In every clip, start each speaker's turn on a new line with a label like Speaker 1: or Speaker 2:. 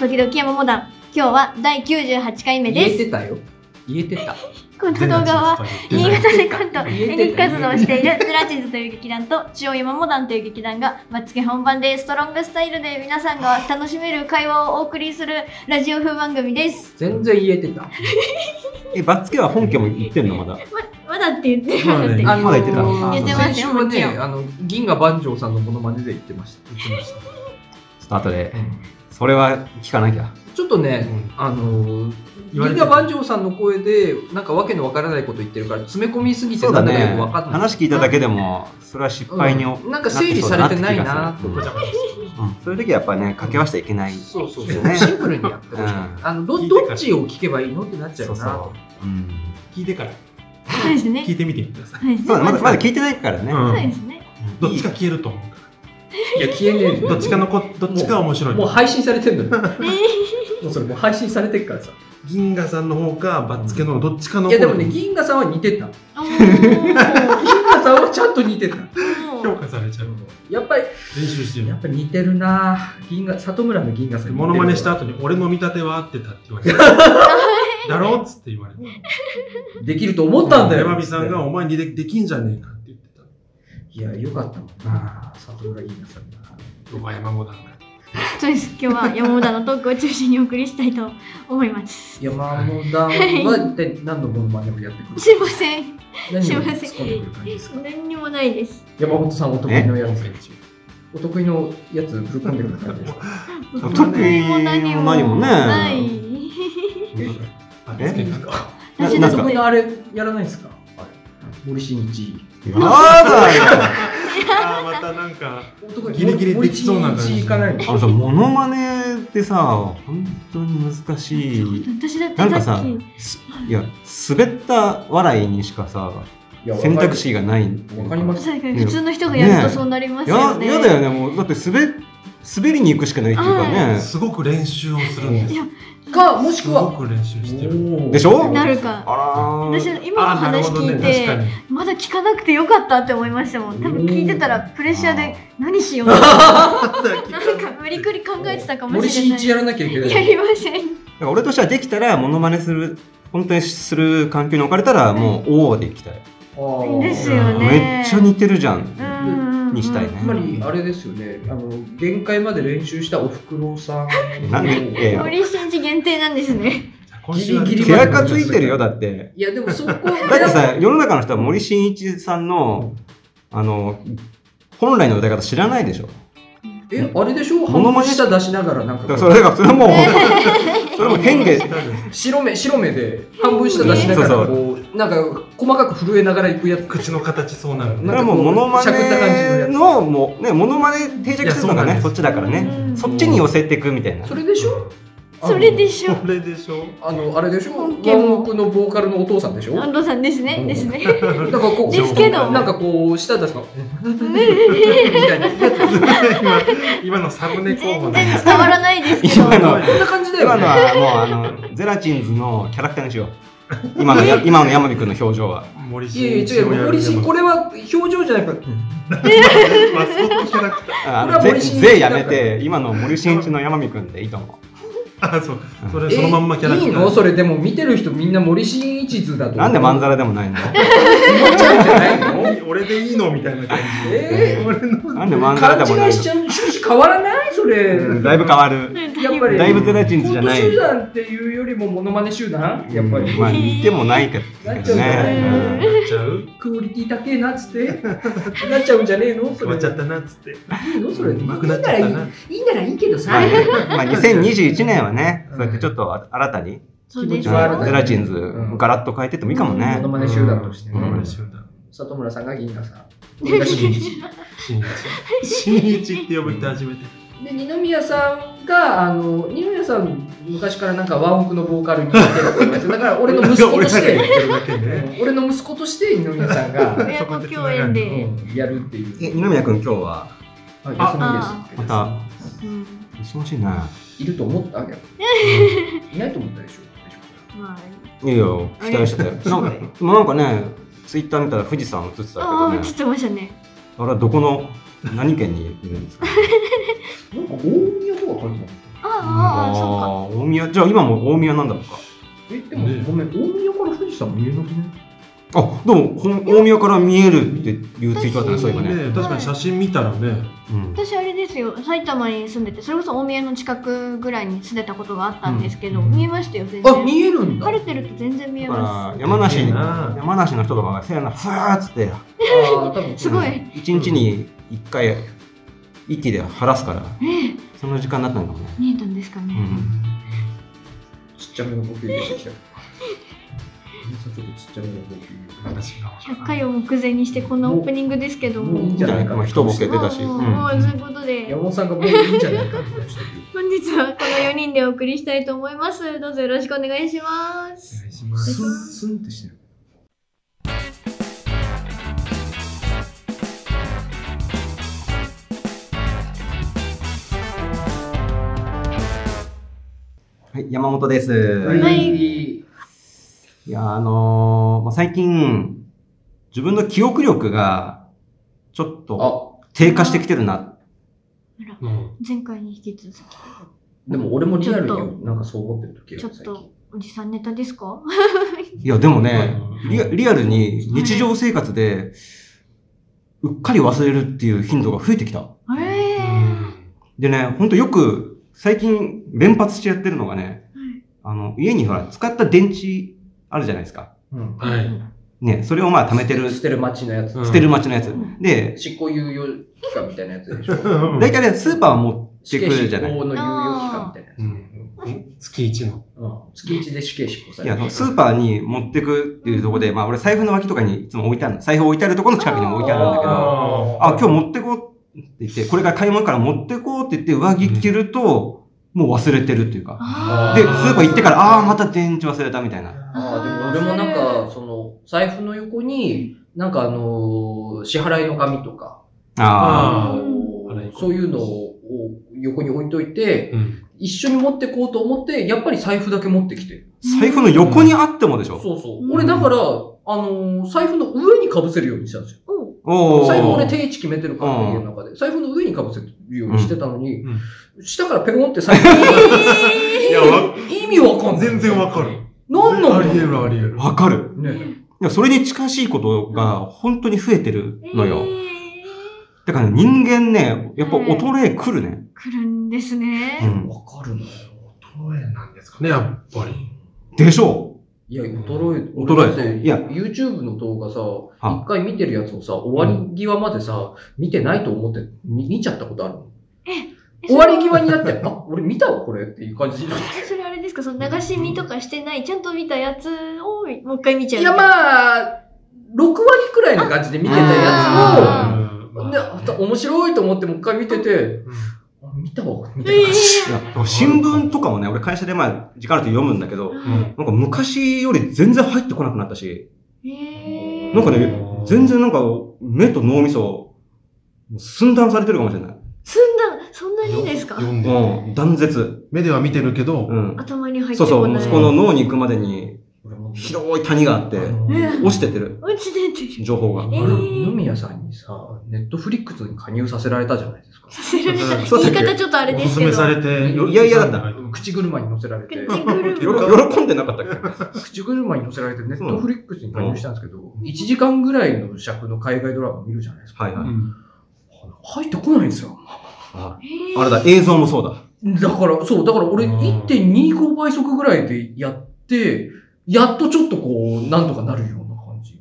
Speaker 1: 時々山モダン。今日は第98回目
Speaker 2: 言え
Speaker 1: です。
Speaker 2: てたよ言えてた
Speaker 1: この動画は、新潟でコント、演劇活動をしているプラチズという劇団と、中央山モダンという劇団が、まつけ本番でストロングスタイルで皆さんが楽しめる会話をお送りするラジオ風番組です。
Speaker 2: 全然言え てた
Speaker 3: え、バッツケは本家も言ってんのまだ。
Speaker 1: まだって言ってる
Speaker 3: まだね
Speaker 1: 言
Speaker 3: あまだ言ってた
Speaker 2: の
Speaker 1: 言ってましたよ
Speaker 2: 先週は
Speaker 1: もちろ
Speaker 2: ね
Speaker 1: ん
Speaker 2: あの銀河万丈さんのモノマネで言ってました言って ました
Speaker 3: ちょっと後で、それは聞かなきゃ。
Speaker 2: ちょっとね、
Speaker 3: う
Speaker 2: あの
Speaker 3: 言わ
Speaker 2: 銀
Speaker 3: れて
Speaker 2: 河万丈さんの声でなんかわけのわからないこと言ってるから詰め込みすぎて
Speaker 3: そうだ
Speaker 2: なんだか
Speaker 3: ね
Speaker 2: よくわかん。ない
Speaker 3: 話聞いただけでも、それは失敗に、う
Speaker 2: うんなんか整理されてないな
Speaker 3: なって
Speaker 2: と
Speaker 3: そうだなって気がする
Speaker 2: ごちゃごちゃ
Speaker 3: んそういう時はやっぱね、掛け合わせちゃいけない。
Speaker 2: そうそう
Speaker 3: で
Speaker 2: そ
Speaker 3: す
Speaker 2: う
Speaker 3: ね
Speaker 2: シンプルにやってほしい、
Speaker 3: うん
Speaker 2: あのどどっちを聞けばいいのってなっちゃうな
Speaker 3: うん
Speaker 4: 聞いてから
Speaker 1: そうですね
Speaker 4: 聞。いてみてください、
Speaker 1: はい
Speaker 3: そうだね、まだまだ聞
Speaker 1: そ
Speaker 3: いてないからね。
Speaker 4: うん
Speaker 1: うですね。
Speaker 4: どっちか消えると思うか
Speaker 2: いや消えねえ
Speaker 4: らどっちかのこどっちかは面白い
Speaker 2: もう配信されてんのよもうそれもう配信されてる からさ
Speaker 4: 銀河さんの方かバッツケの方どっちかの方
Speaker 2: いやでもね銀河さんは似てた
Speaker 1: おー
Speaker 2: 銀河さんはちゃんと似てた
Speaker 4: 評価されちゃう
Speaker 2: やっぱり
Speaker 4: 練習して
Speaker 2: や
Speaker 4: る
Speaker 2: っぱり似てるな銀河里村の銀河さんに似てる
Speaker 4: モノマネした後に俺の見立ては合ってたって言われてだろっつって言われて
Speaker 2: できると思ったんだよ
Speaker 4: 山火さんがお前にでできんじゃねえかって言ってた
Speaker 2: いやよかったもんな里村銀河さんが
Speaker 4: お前山本だから
Speaker 1: そうです。今日は山田のトークを中心にお送りしたいと思います。
Speaker 2: 山本さんは一体何のモノマネをやってくる
Speaker 1: すいません。
Speaker 2: 何
Speaker 1: すい
Speaker 2: を
Speaker 1: ません
Speaker 2: 突っ込んでくる感じですか
Speaker 1: 何にもないです。
Speaker 2: 山本さんお得意のや
Speaker 4: 温
Speaker 2: つ
Speaker 4: 泉中
Speaker 2: お得意のやつぶっ込んでくる感じですか
Speaker 3: お得意も何も何もね
Speaker 1: ない。私の得
Speaker 2: お得
Speaker 4: バッツケなんか
Speaker 3: ななんか
Speaker 2: 意のあれやらないですか森進一
Speaker 3: やだよ。
Speaker 4: あーまたなんか
Speaker 2: お得
Speaker 4: ギリギリできそうな感じ
Speaker 2: 森進一行かないの
Speaker 3: あのさ、モノマネってさ、本当に難しい。
Speaker 1: 私だって
Speaker 3: なんか
Speaker 1: さ
Speaker 3: さ
Speaker 1: っき、
Speaker 3: すいや、滑った笑いにしかさ、
Speaker 2: いや
Speaker 3: 選択肢がない。
Speaker 2: わかります
Speaker 1: さっき普通の人がやるとそうなりますよ
Speaker 3: や
Speaker 1: ね。
Speaker 3: やだよねもうだって滑滑りに行くしかないっていうかね、
Speaker 4: すごく練習をするんで
Speaker 1: い
Speaker 4: す
Speaker 1: や
Speaker 2: かもし
Speaker 4: す
Speaker 2: く
Speaker 4: ご
Speaker 2: は
Speaker 4: く練習してる
Speaker 3: でしょ
Speaker 1: なるか。
Speaker 3: あら
Speaker 1: 私
Speaker 3: ー
Speaker 1: 今の話聞いて、
Speaker 4: あーなるほどね
Speaker 1: まだ聞かなくてよかったって思いましたもん多分聞いてたらプレッシャーで何しよう
Speaker 4: 確か
Speaker 1: な
Speaker 4: に
Speaker 1: んか無理くり考えてたかも
Speaker 2: 森
Speaker 1: しれ
Speaker 2: 進
Speaker 1: ない
Speaker 2: 一やらなきゃいけない
Speaker 1: やりません
Speaker 3: だから俺としてはできたらモノマネする本当にする環境に置かれたらもう王でいきたい、
Speaker 2: あー
Speaker 1: ですよね
Speaker 3: めっちゃ似てるじゃん、
Speaker 1: うん
Speaker 3: にしたい
Speaker 2: つ
Speaker 3: ね
Speaker 2: まりあれですよねあの限界まで練習したおふくろさん
Speaker 3: なんでいやいや
Speaker 1: 森進一限定なんですね
Speaker 4: 今週は
Speaker 2: ギリギ
Speaker 3: 手
Speaker 2: リ
Speaker 3: 垢ついてるよだって
Speaker 2: いやでもそこだ
Speaker 3: だってさ世の中の人は森進一さんのあの本来の歌い方知らないでしょ
Speaker 2: えあれでしょ
Speaker 3: モノマネ
Speaker 2: 下出しながらなんか
Speaker 3: だから
Speaker 2: こ
Speaker 3: それだからそれはもう、 それはもう変化
Speaker 2: う白目白目で半分下出しなが
Speaker 3: そう
Speaker 2: ら
Speaker 3: そ
Speaker 2: こうなんか細かく震えながら行くやつ
Speaker 4: 口の形そうなる
Speaker 3: だ
Speaker 2: な
Speaker 3: からもうモノマネのもうねモノマネ定着するのが
Speaker 4: い
Speaker 3: ね
Speaker 4: やそうなんで
Speaker 3: そ
Speaker 4: す
Speaker 3: っちだからね、
Speaker 1: うん
Speaker 3: そっちに寄せていくみたいな
Speaker 2: それでしょあの
Speaker 1: それでしょ
Speaker 4: これで しょ
Speaker 2: あのあれでしょワ
Speaker 1: 本
Speaker 2: ン
Speaker 1: 家も
Speaker 2: オクのボーカルのお父さんでしょ
Speaker 1: 安藤さんですねですね
Speaker 2: なんかこう
Speaker 1: ですけど
Speaker 2: なんかこう下出すのみたいなやつ
Speaker 4: 今今のサムネ候補
Speaker 1: 全然
Speaker 4: なんです
Speaker 1: 伝わらないですけど
Speaker 3: 今の
Speaker 2: こんな感じだよ
Speaker 3: 今の
Speaker 2: ね
Speaker 3: はもうあのゼラチンズのキャラクターにしよう今のや今の山美君の表情は
Speaker 4: 森
Speaker 2: いやい
Speaker 4: 進
Speaker 2: や違うよ森進こ
Speaker 4: れ
Speaker 2: れは表情じゃなくて
Speaker 4: マスコットキャラクター
Speaker 3: あ
Speaker 2: これは
Speaker 3: ぜ
Speaker 2: 森進一
Speaker 3: ぜやめて今の森進一の山美君でいいと思
Speaker 4: あそう
Speaker 3: うん
Speaker 4: それそのまんまキャラクター
Speaker 2: いいのそれでも見てる人みんな森進一図だと
Speaker 3: うなんでまん
Speaker 2: ざ
Speaker 3: ざらで もないの
Speaker 2: っちゃうんじゃないの
Speaker 4: 俺でいいのみたいな感じ
Speaker 2: え
Speaker 4: 俺の
Speaker 3: なんでまんざら
Speaker 2: ー、
Speaker 3: でも
Speaker 2: 勘
Speaker 3: な
Speaker 2: 違
Speaker 3: い
Speaker 2: いしち
Speaker 3: の
Speaker 2: ゃう趣旨変わらないそれ、
Speaker 3: うんだいぶ変わる
Speaker 2: やっぱり
Speaker 3: だいぶゼラチンズじゃない
Speaker 2: コント集団っていうよりもモノマネ集団やっぱり、
Speaker 3: うんまあ似てもないけ
Speaker 2: なっちゃうんじ
Speaker 3: ど
Speaker 2: ゃない
Speaker 3: ね
Speaker 2: の
Speaker 3: うん
Speaker 4: やっちゃう
Speaker 2: クオリティ高えなっつってなっちゃうんじゃねえのそれ
Speaker 4: 変わっちゃったなっつって
Speaker 2: いいのそれ
Speaker 4: うまくなっちゃったない
Speaker 2: いならいいけど
Speaker 3: ま
Speaker 2: さ
Speaker 3: あねまあ、2021年はね、そうやってちょっと新たに、
Speaker 1: そうです
Speaker 2: 気
Speaker 3: う
Speaker 2: 持
Speaker 3: ん
Speaker 2: ち悪い
Speaker 3: ゼラチンズ、ガラッと変えてってもいいかも
Speaker 2: モ
Speaker 3: ね
Speaker 2: ノ。マネ集団としてね、
Speaker 4: モノマネ集団
Speaker 2: 里村さんが銀河さん俺が新一
Speaker 4: 新一新一って呼ぶって初めて
Speaker 2: で二宮さんがあの二宮さん昔からなんかワンオクのボーカルに似てるって言われてだから俺の息子として
Speaker 4: 俺だけ言ってるだけね
Speaker 2: 俺の息子として二宮さんが、
Speaker 1: 親子共演
Speaker 2: う
Speaker 1: で、
Speaker 2: ん、やるっていう
Speaker 3: え、二宮君今日は、
Speaker 2: はい
Speaker 1: あ
Speaker 2: 休みです
Speaker 3: また、
Speaker 1: うん
Speaker 3: 忙しいな。
Speaker 2: いると思ったわけだいないと思ったでしょ
Speaker 1: ま
Speaker 3: いいよ、期待してたよ。なんか、でもなんかね、ツイッター見たら富士山映ってたけ
Speaker 1: あ
Speaker 3: ど
Speaker 1: あ
Speaker 3: ね
Speaker 1: ー映、ってましたね
Speaker 3: あれはどこの、何県にいるんですか
Speaker 2: なんか大宮とか書いてなかっ
Speaker 1: あ ああ、そうか。
Speaker 3: あー大宮、じゃあ今も大宮なんだろうか。
Speaker 2: え、でもごめん、大宮から富士山見えなくね
Speaker 3: あ、でも、ほん大宮から見えるっていうツイートだったね、そういえばね。
Speaker 4: ね確かに写真見たらね、
Speaker 3: うん
Speaker 1: 私あれですよ埼玉に住んでてそれこそ大宮の近くぐらいに住んでたことがあったんですけど、
Speaker 4: うん
Speaker 1: 見えましたよ全
Speaker 2: あ、
Speaker 1: 然
Speaker 2: 見えるんだ。
Speaker 1: 晴れてると全然見え
Speaker 3: だか
Speaker 1: ま
Speaker 3: ら、山梨
Speaker 4: いい
Speaker 3: に、
Speaker 4: な
Speaker 3: 山梨の人とかが、せやな、ふわーっつって、
Speaker 2: あー多分
Speaker 1: すごい
Speaker 3: うん一日に一回、一気で晴らすから、
Speaker 1: すね
Speaker 3: その時間になったのかもね。
Speaker 1: え見えたんですかね、
Speaker 3: うん
Speaker 2: ちっちゃめの呼吸出てきた。ちょっとちっちゃめの呼吸。
Speaker 4: 私が
Speaker 1: 100回を目前にしてこんなオープニングですけども
Speaker 2: もういいんじゃないか
Speaker 3: まあ、一ボケ出たし。
Speaker 1: もう
Speaker 3: うん
Speaker 1: もうそういうことで
Speaker 2: 山本さんがもういいんじゃないかみたいな人いる
Speaker 1: 本日はこの4人でお送りしたいと思いますどうぞよろしくお願いします
Speaker 4: お願いしま
Speaker 2: ス
Speaker 4: す
Speaker 2: ンスンってしてる。
Speaker 3: はい、山本です。
Speaker 1: い
Speaker 3: いや、あのーまあ、最近、自分の記憶力が、ちょっと
Speaker 2: あ、
Speaker 3: 低下してきてるな。
Speaker 4: うん
Speaker 1: 前回に引き続き
Speaker 2: でも俺もリアル
Speaker 1: ちょっ
Speaker 2: になんかそう思ってる時
Speaker 1: ちょっとおじさんネタですか
Speaker 3: いや、でもね、
Speaker 4: うん
Speaker 3: リアリアルに日常生活で、うっかり忘れるっていう頻度が増えてきた。
Speaker 1: あれ
Speaker 4: う
Speaker 1: ー
Speaker 4: ん
Speaker 3: でね、ほんとよく、最近連発してやってるのがね、
Speaker 1: はい
Speaker 3: あの、家にほら、使った電池あるじゃないですか。
Speaker 2: うん。
Speaker 4: は
Speaker 1: う
Speaker 4: い
Speaker 1: ん
Speaker 3: ね、それをまあ貯めてる、
Speaker 2: 捨てる街のやつ。
Speaker 4: うん
Speaker 3: 捨てる町のやつ。
Speaker 1: うん
Speaker 3: で、
Speaker 2: 執行猶予期間みたいなやつでしょ。
Speaker 3: 大体ね、スーパーは持って
Speaker 2: 死
Speaker 3: く
Speaker 2: 刑
Speaker 3: る
Speaker 2: 執
Speaker 3: じゃない。
Speaker 2: 行の猶予期間みたいなやつ。
Speaker 4: うん月一の
Speaker 2: うん月一で死刑執行さ
Speaker 3: い
Speaker 2: れ
Speaker 3: や、
Speaker 2: る。
Speaker 3: あのスーパーに持ってくっていうところで、まあ俺財布の脇とかにいつも置いてあるの。財布置いてあるところの近くにも置いてあるんだけど、あ
Speaker 4: あ
Speaker 3: 今日持ってこうって言って、これから買い物から持ってこうって言って上着着ると、もう忘れてるっていうか。
Speaker 1: あ
Speaker 3: で、ス
Speaker 1: ー
Speaker 3: ーパー行ってから、ああー、また電池忘れたみたいな。
Speaker 2: ああ、でも俺もなんか、その、財布の横に、なんかあのー支払いの紙とか、
Speaker 3: ああ。
Speaker 4: あ
Speaker 2: あ
Speaker 4: あ
Speaker 2: のーそういうのを横に置いといて、
Speaker 4: うん
Speaker 2: 一緒に持ってこうと思って、やっぱり財布だけ持ってきてる。
Speaker 3: 財布の横にあってもでしょ。
Speaker 2: そうそうう。
Speaker 1: ん
Speaker 2: 俺だから、あのー財布の上に被せるようにしたんですよ。
Speaker 1: おう
Speaker 3: おー
Speaker 2: 財布俺定位置決めてるから、
Speaker 3: うん
Speaker 2: 家の中で。財布の上に被せるようにしてたのに、
Speaker 4: うん
Speaker 2: 下からペコンって財布に。
Speaker 4: いやわ
Speaker 2: 意味わかんない。
Speaker 4: 全然わかる。
Speaker 2: なんな
Speaker 4: ありえ
Speaker 2: の
Speaker 4: るありえる
Speaker 3: わかる。
Speaker 2: ね
Speaker 3: いや、それに近しいことが本当に増えてる
Speaker 1: え
Speaker 3: のよ。
Speaker 1: ー
Speaker 3: だから人間ね、やっぱ衰え来るね。
Speaker 1: 来るんですね
Speaker 3: う。ん。
Speaker 2: わかるのよ。
Speaker 4: どうなんですかねやっぱり
Speaker 3: でしょ
Speaker 2: いや、衰え、
Speaker 3: うん衰え
Speaker 2: 俺だって
Speaker 3: いや
Speaker 2: YouTube の動画さ、
Speaker 3: は
Speaker 2: 一回見てるやつをさ、終わり際までさ、見てないと思って、み見ちゃったことあるの。
Speaker 1: え
Speaker 2: 終わり際にな って、あ、俺見たわ、これっていう感 じ。い
Speaker 1: それそれあれですかその流し見とかしてない、ちゃんと見たやつをもう一回見ちゃう。
Speaker 2: や、まあ、6割くらいの感じで見てたや
Speaker 1: あ
Speaker 2: つを、で、あ面白いと思ってもう一回見てて、あ見たわ、みたいな感じ。
Speaker 3: ういや、新聞とかもね、俺会社でまあ、時間あると読むんだけど、なんか昔より全然入ってこなくなったし、
Speaker 1: えー、
Speaker 3: なんかね
Speaker 4: うん
Speaker 3: 全然なんか目と脳みそ、寸断されてるかもしれない。
Speaker 1: すんだ、そんなにですか
Speaker 4: 読んでる
Speaker 3: うん、断絶。
Speaker 4: 目では見てるけど
Speaker 3: うん。
Speaker 1: 頭に入って
Speaker 3: そうそ
Speaker 1: こ
Speaker 3: う、
Speaker 1: ない。
Speaker 3: 息子の脳に行くまでに
Speaker 2: 俺も
Speaker 3: 広い谷があって、
Speaker 1: うん
Speaker 3: 落ちてってる、
Speaker 1: 落ちてってる。
Speaker 3: 情報が。
Speaker 1: え
Speaker 2: あの
Speaker 1: ー
Speaker 2: 二宮さんにさ、ネットフリックスに加入させられたじゃないですか。
Speaker 1: させられた。
Speaker 3: そうだ
Speaker 1: 言
Speaker 3: っ
Speaker 1: い
Speaker 3: け
Speaker 1: 方ちょっとあれ
Speaker 4: お
Speaker 1: ですす
Speaker 4: す
Speaker 1: け
Speaker 4: め
Speaker 1: ど。
Speaker 4: されて
Speaker 3: いやいやだった
Speaker 2: 口車に乗せられて、
Speaker 1: 口ぐ
Speaker 3: 喜
Speaker 1: る
Speaker 3: 喜んでなかったっけ
Speaker 2: 口車に乗せられてネットフリックスに加入したんですけど、1時間ぐらいの尺の海外ドラマ見るじゃないですか。
Speaker 3: はいはい。
Speaker 2: 入ってこないんですよ。
Speaker 3: あ
Speaker 1: えー
Speaker 3: あれだ、映像もそうだ。
Speaker 2: だから、そう、だから俺
Speaker 4: うん
Speaker 2: 1.25倍速ぐらいでやって、やっとちょっとこう、なんとかなるような感じ。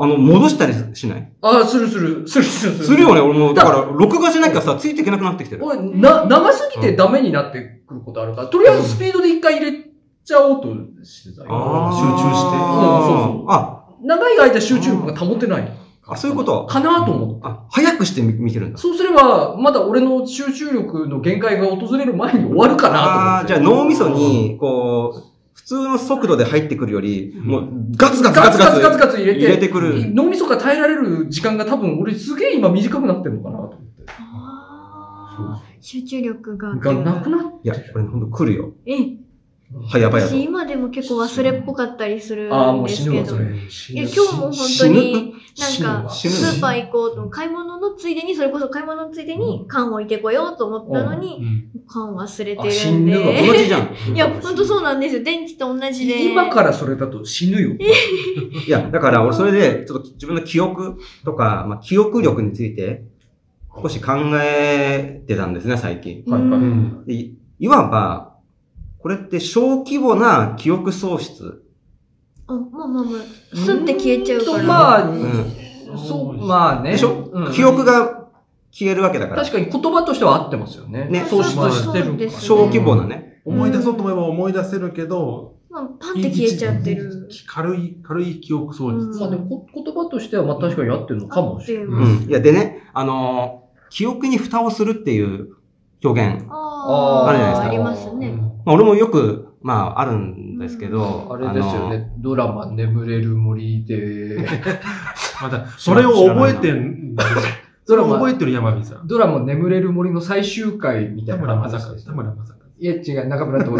Speaker 3: あの、戻したりしない
Speaker 2: ああ、するする、するする
Speaker 3: するよね、俺も。
Speaker 2: だ
Speaker 3: だから、録画しなきゃさ、ついていけなくなってきてる。
Speaker 2: 俺、な、長すぎてダメになってくることあるから、とりあえずスピードで一回入れちゃおうとしてたよ
Speaker 4: あー
Speaker 2: 集中してうんそうそう
Speaker 3: あ
Speaker 2: 長い間集中力が保てない。
Speaker 3: あ、そういうこと
Speaker 2: かなと思って。
Speaker 3: あ、早くしてみ見てるんだ。
Speaker 2: そうすれば、まだ俺の集中力の限界が訪れる前に終わるか
Speaker 3: あ
Speaker 2: な
Speaker 3: あー、
Speaker 2: と
Speaker 3: じゃあ
Speaker 2: 思って。
Speaker 3: 脳みそに、こう、普通の速度で入ってくるより、
Speaker 4: うん
Speaker 3: もう、ガツガツ
Speaker 2: ガ
Speaker 3: ガ
Speaker 2: ツ
Speaker 3: ツ
Speaker 2: ガ
Speaker 3: ガ
Speaker 2: ツ
Speaker 3: ツ
Speaker 2: ガツガツ入れて
Speaker 3: 入れてくる。
Speaker 2: 脳みそが耐えられる時間が多分俺すげえ今短くなってるのかなと思って。
Speaker 1: あー集中力が。
Speaker 2: がなくなっ
Speaker 3: いや、これほんと来るよ。
Speaker 1: え、
Speaker 3: はい、やばいやば
Speaker 1: 私
Speaker 3: い。
Speaker 1: 今でも結構忘れっぽかったりする
Speaker 2: ああ、
Speaker 1: ん
Speaker 2: もう
Speaker 1: で
Speaker 2: 死
Speaker 1: す
Speaker 2: ぬ
Speaker 1: け
Speaker 2: わ、そ
Speaker 1: ど。
Speaker 2: れ
Speaker 1: いや、。今日も本当
Speaker 3: 死ぬ
Speaker 1: に、なんか、ス
Speaker 3: 死ぬの
Speaker 1: ーパー行こうと、買い物のついでに、それこそ買い物のついでに、缶置いてこようと思ったのに、缶忘れ
Speaker 2: あ
Speaker 1: て
Speaker 2: 死
Speaker 1: るん
Speaker 2: ぬわ
Speaker 1: で。
Speaker 3: 同じじゃん。
Speaker 1: いや、ほんとそうなんですよ。電池と同じで。
Speaker 2: 今からそれだと死ぬよ。
Speaker 3: いや、だから俺それで、ちょっと自分の記憶とか、まあ、記憶力について、少し考えてたんですね、最近。
Speaker 1: う
Speaker 4: 嗯
Speaker 2: はい
Speaker 1: ん
Speaker 3: でいいわば、これって小規模な記憶喪失。
Speaker 1: あ、まあまあまあ、スンって消えちゃうから。
Speaker 2: とまあ、
Speaker 3: ん
Speaker 2: そう、まあね。
Speaker 3: でしょ、
Speaker 2: うん
Speaker 3: 記憶が消えるわけだから。
Speaker 2: 確かに言葉としては合ってますよね。
Speaker 3: ね
Speaker 2: 喪失して
Speaker 1: そうで
Speaker 2: る
Speaker 1: す
Speaker 2: から。
Speaker 1: ね
Speaker 3: 小規模なね。
Speaker 4: 思い出そうと思えば思い出せるけど、
Speaker 1: まあ、パンって消えちゃってる。
Speaker 4: 軽い、軽い記憶喪
Speaker 1: うん
Speaker 4: 失。
Speaker 2: まあでもこ言葉としてはまあ確かに合ってるのかもしれ
Speaker 1: 合
Speaker 2: な
Speaker 1: っ
Speaker 2: い。
Speaker 1: て
Speaker 3: う
Speaker 1: ま
Speaker 3: ん
Speaker 1: す。。
Speaker 3: いや、でね、あのー記憶に蓋をするっていう表現。
Speaker 1: あ
Speaker 3: あるじゃない
Speaker 1: あ
Speaker 3: です、か
Speaker 1: ありますね。
Speaker 3: まあ、俺もよく、まあ、あるんですけど。
Speaker 2: あれですよね。ドラマ眠れる森で、
Speaker 4: また、それを覚えてん、それを覚えてる山火さん。
Speaker 2: ドラマ眠れる森の最終回みたい
Speaker 4: 田
Speaker 2: な
Speaker 4: 村
Speaker 2: 話
Speaker 4: 正
Speaker 2: で
Speaker 4: 和。
Speaker 2: す
Speaker 4: 田。村正和。
Speaker 2: いや違う、中 村徹。中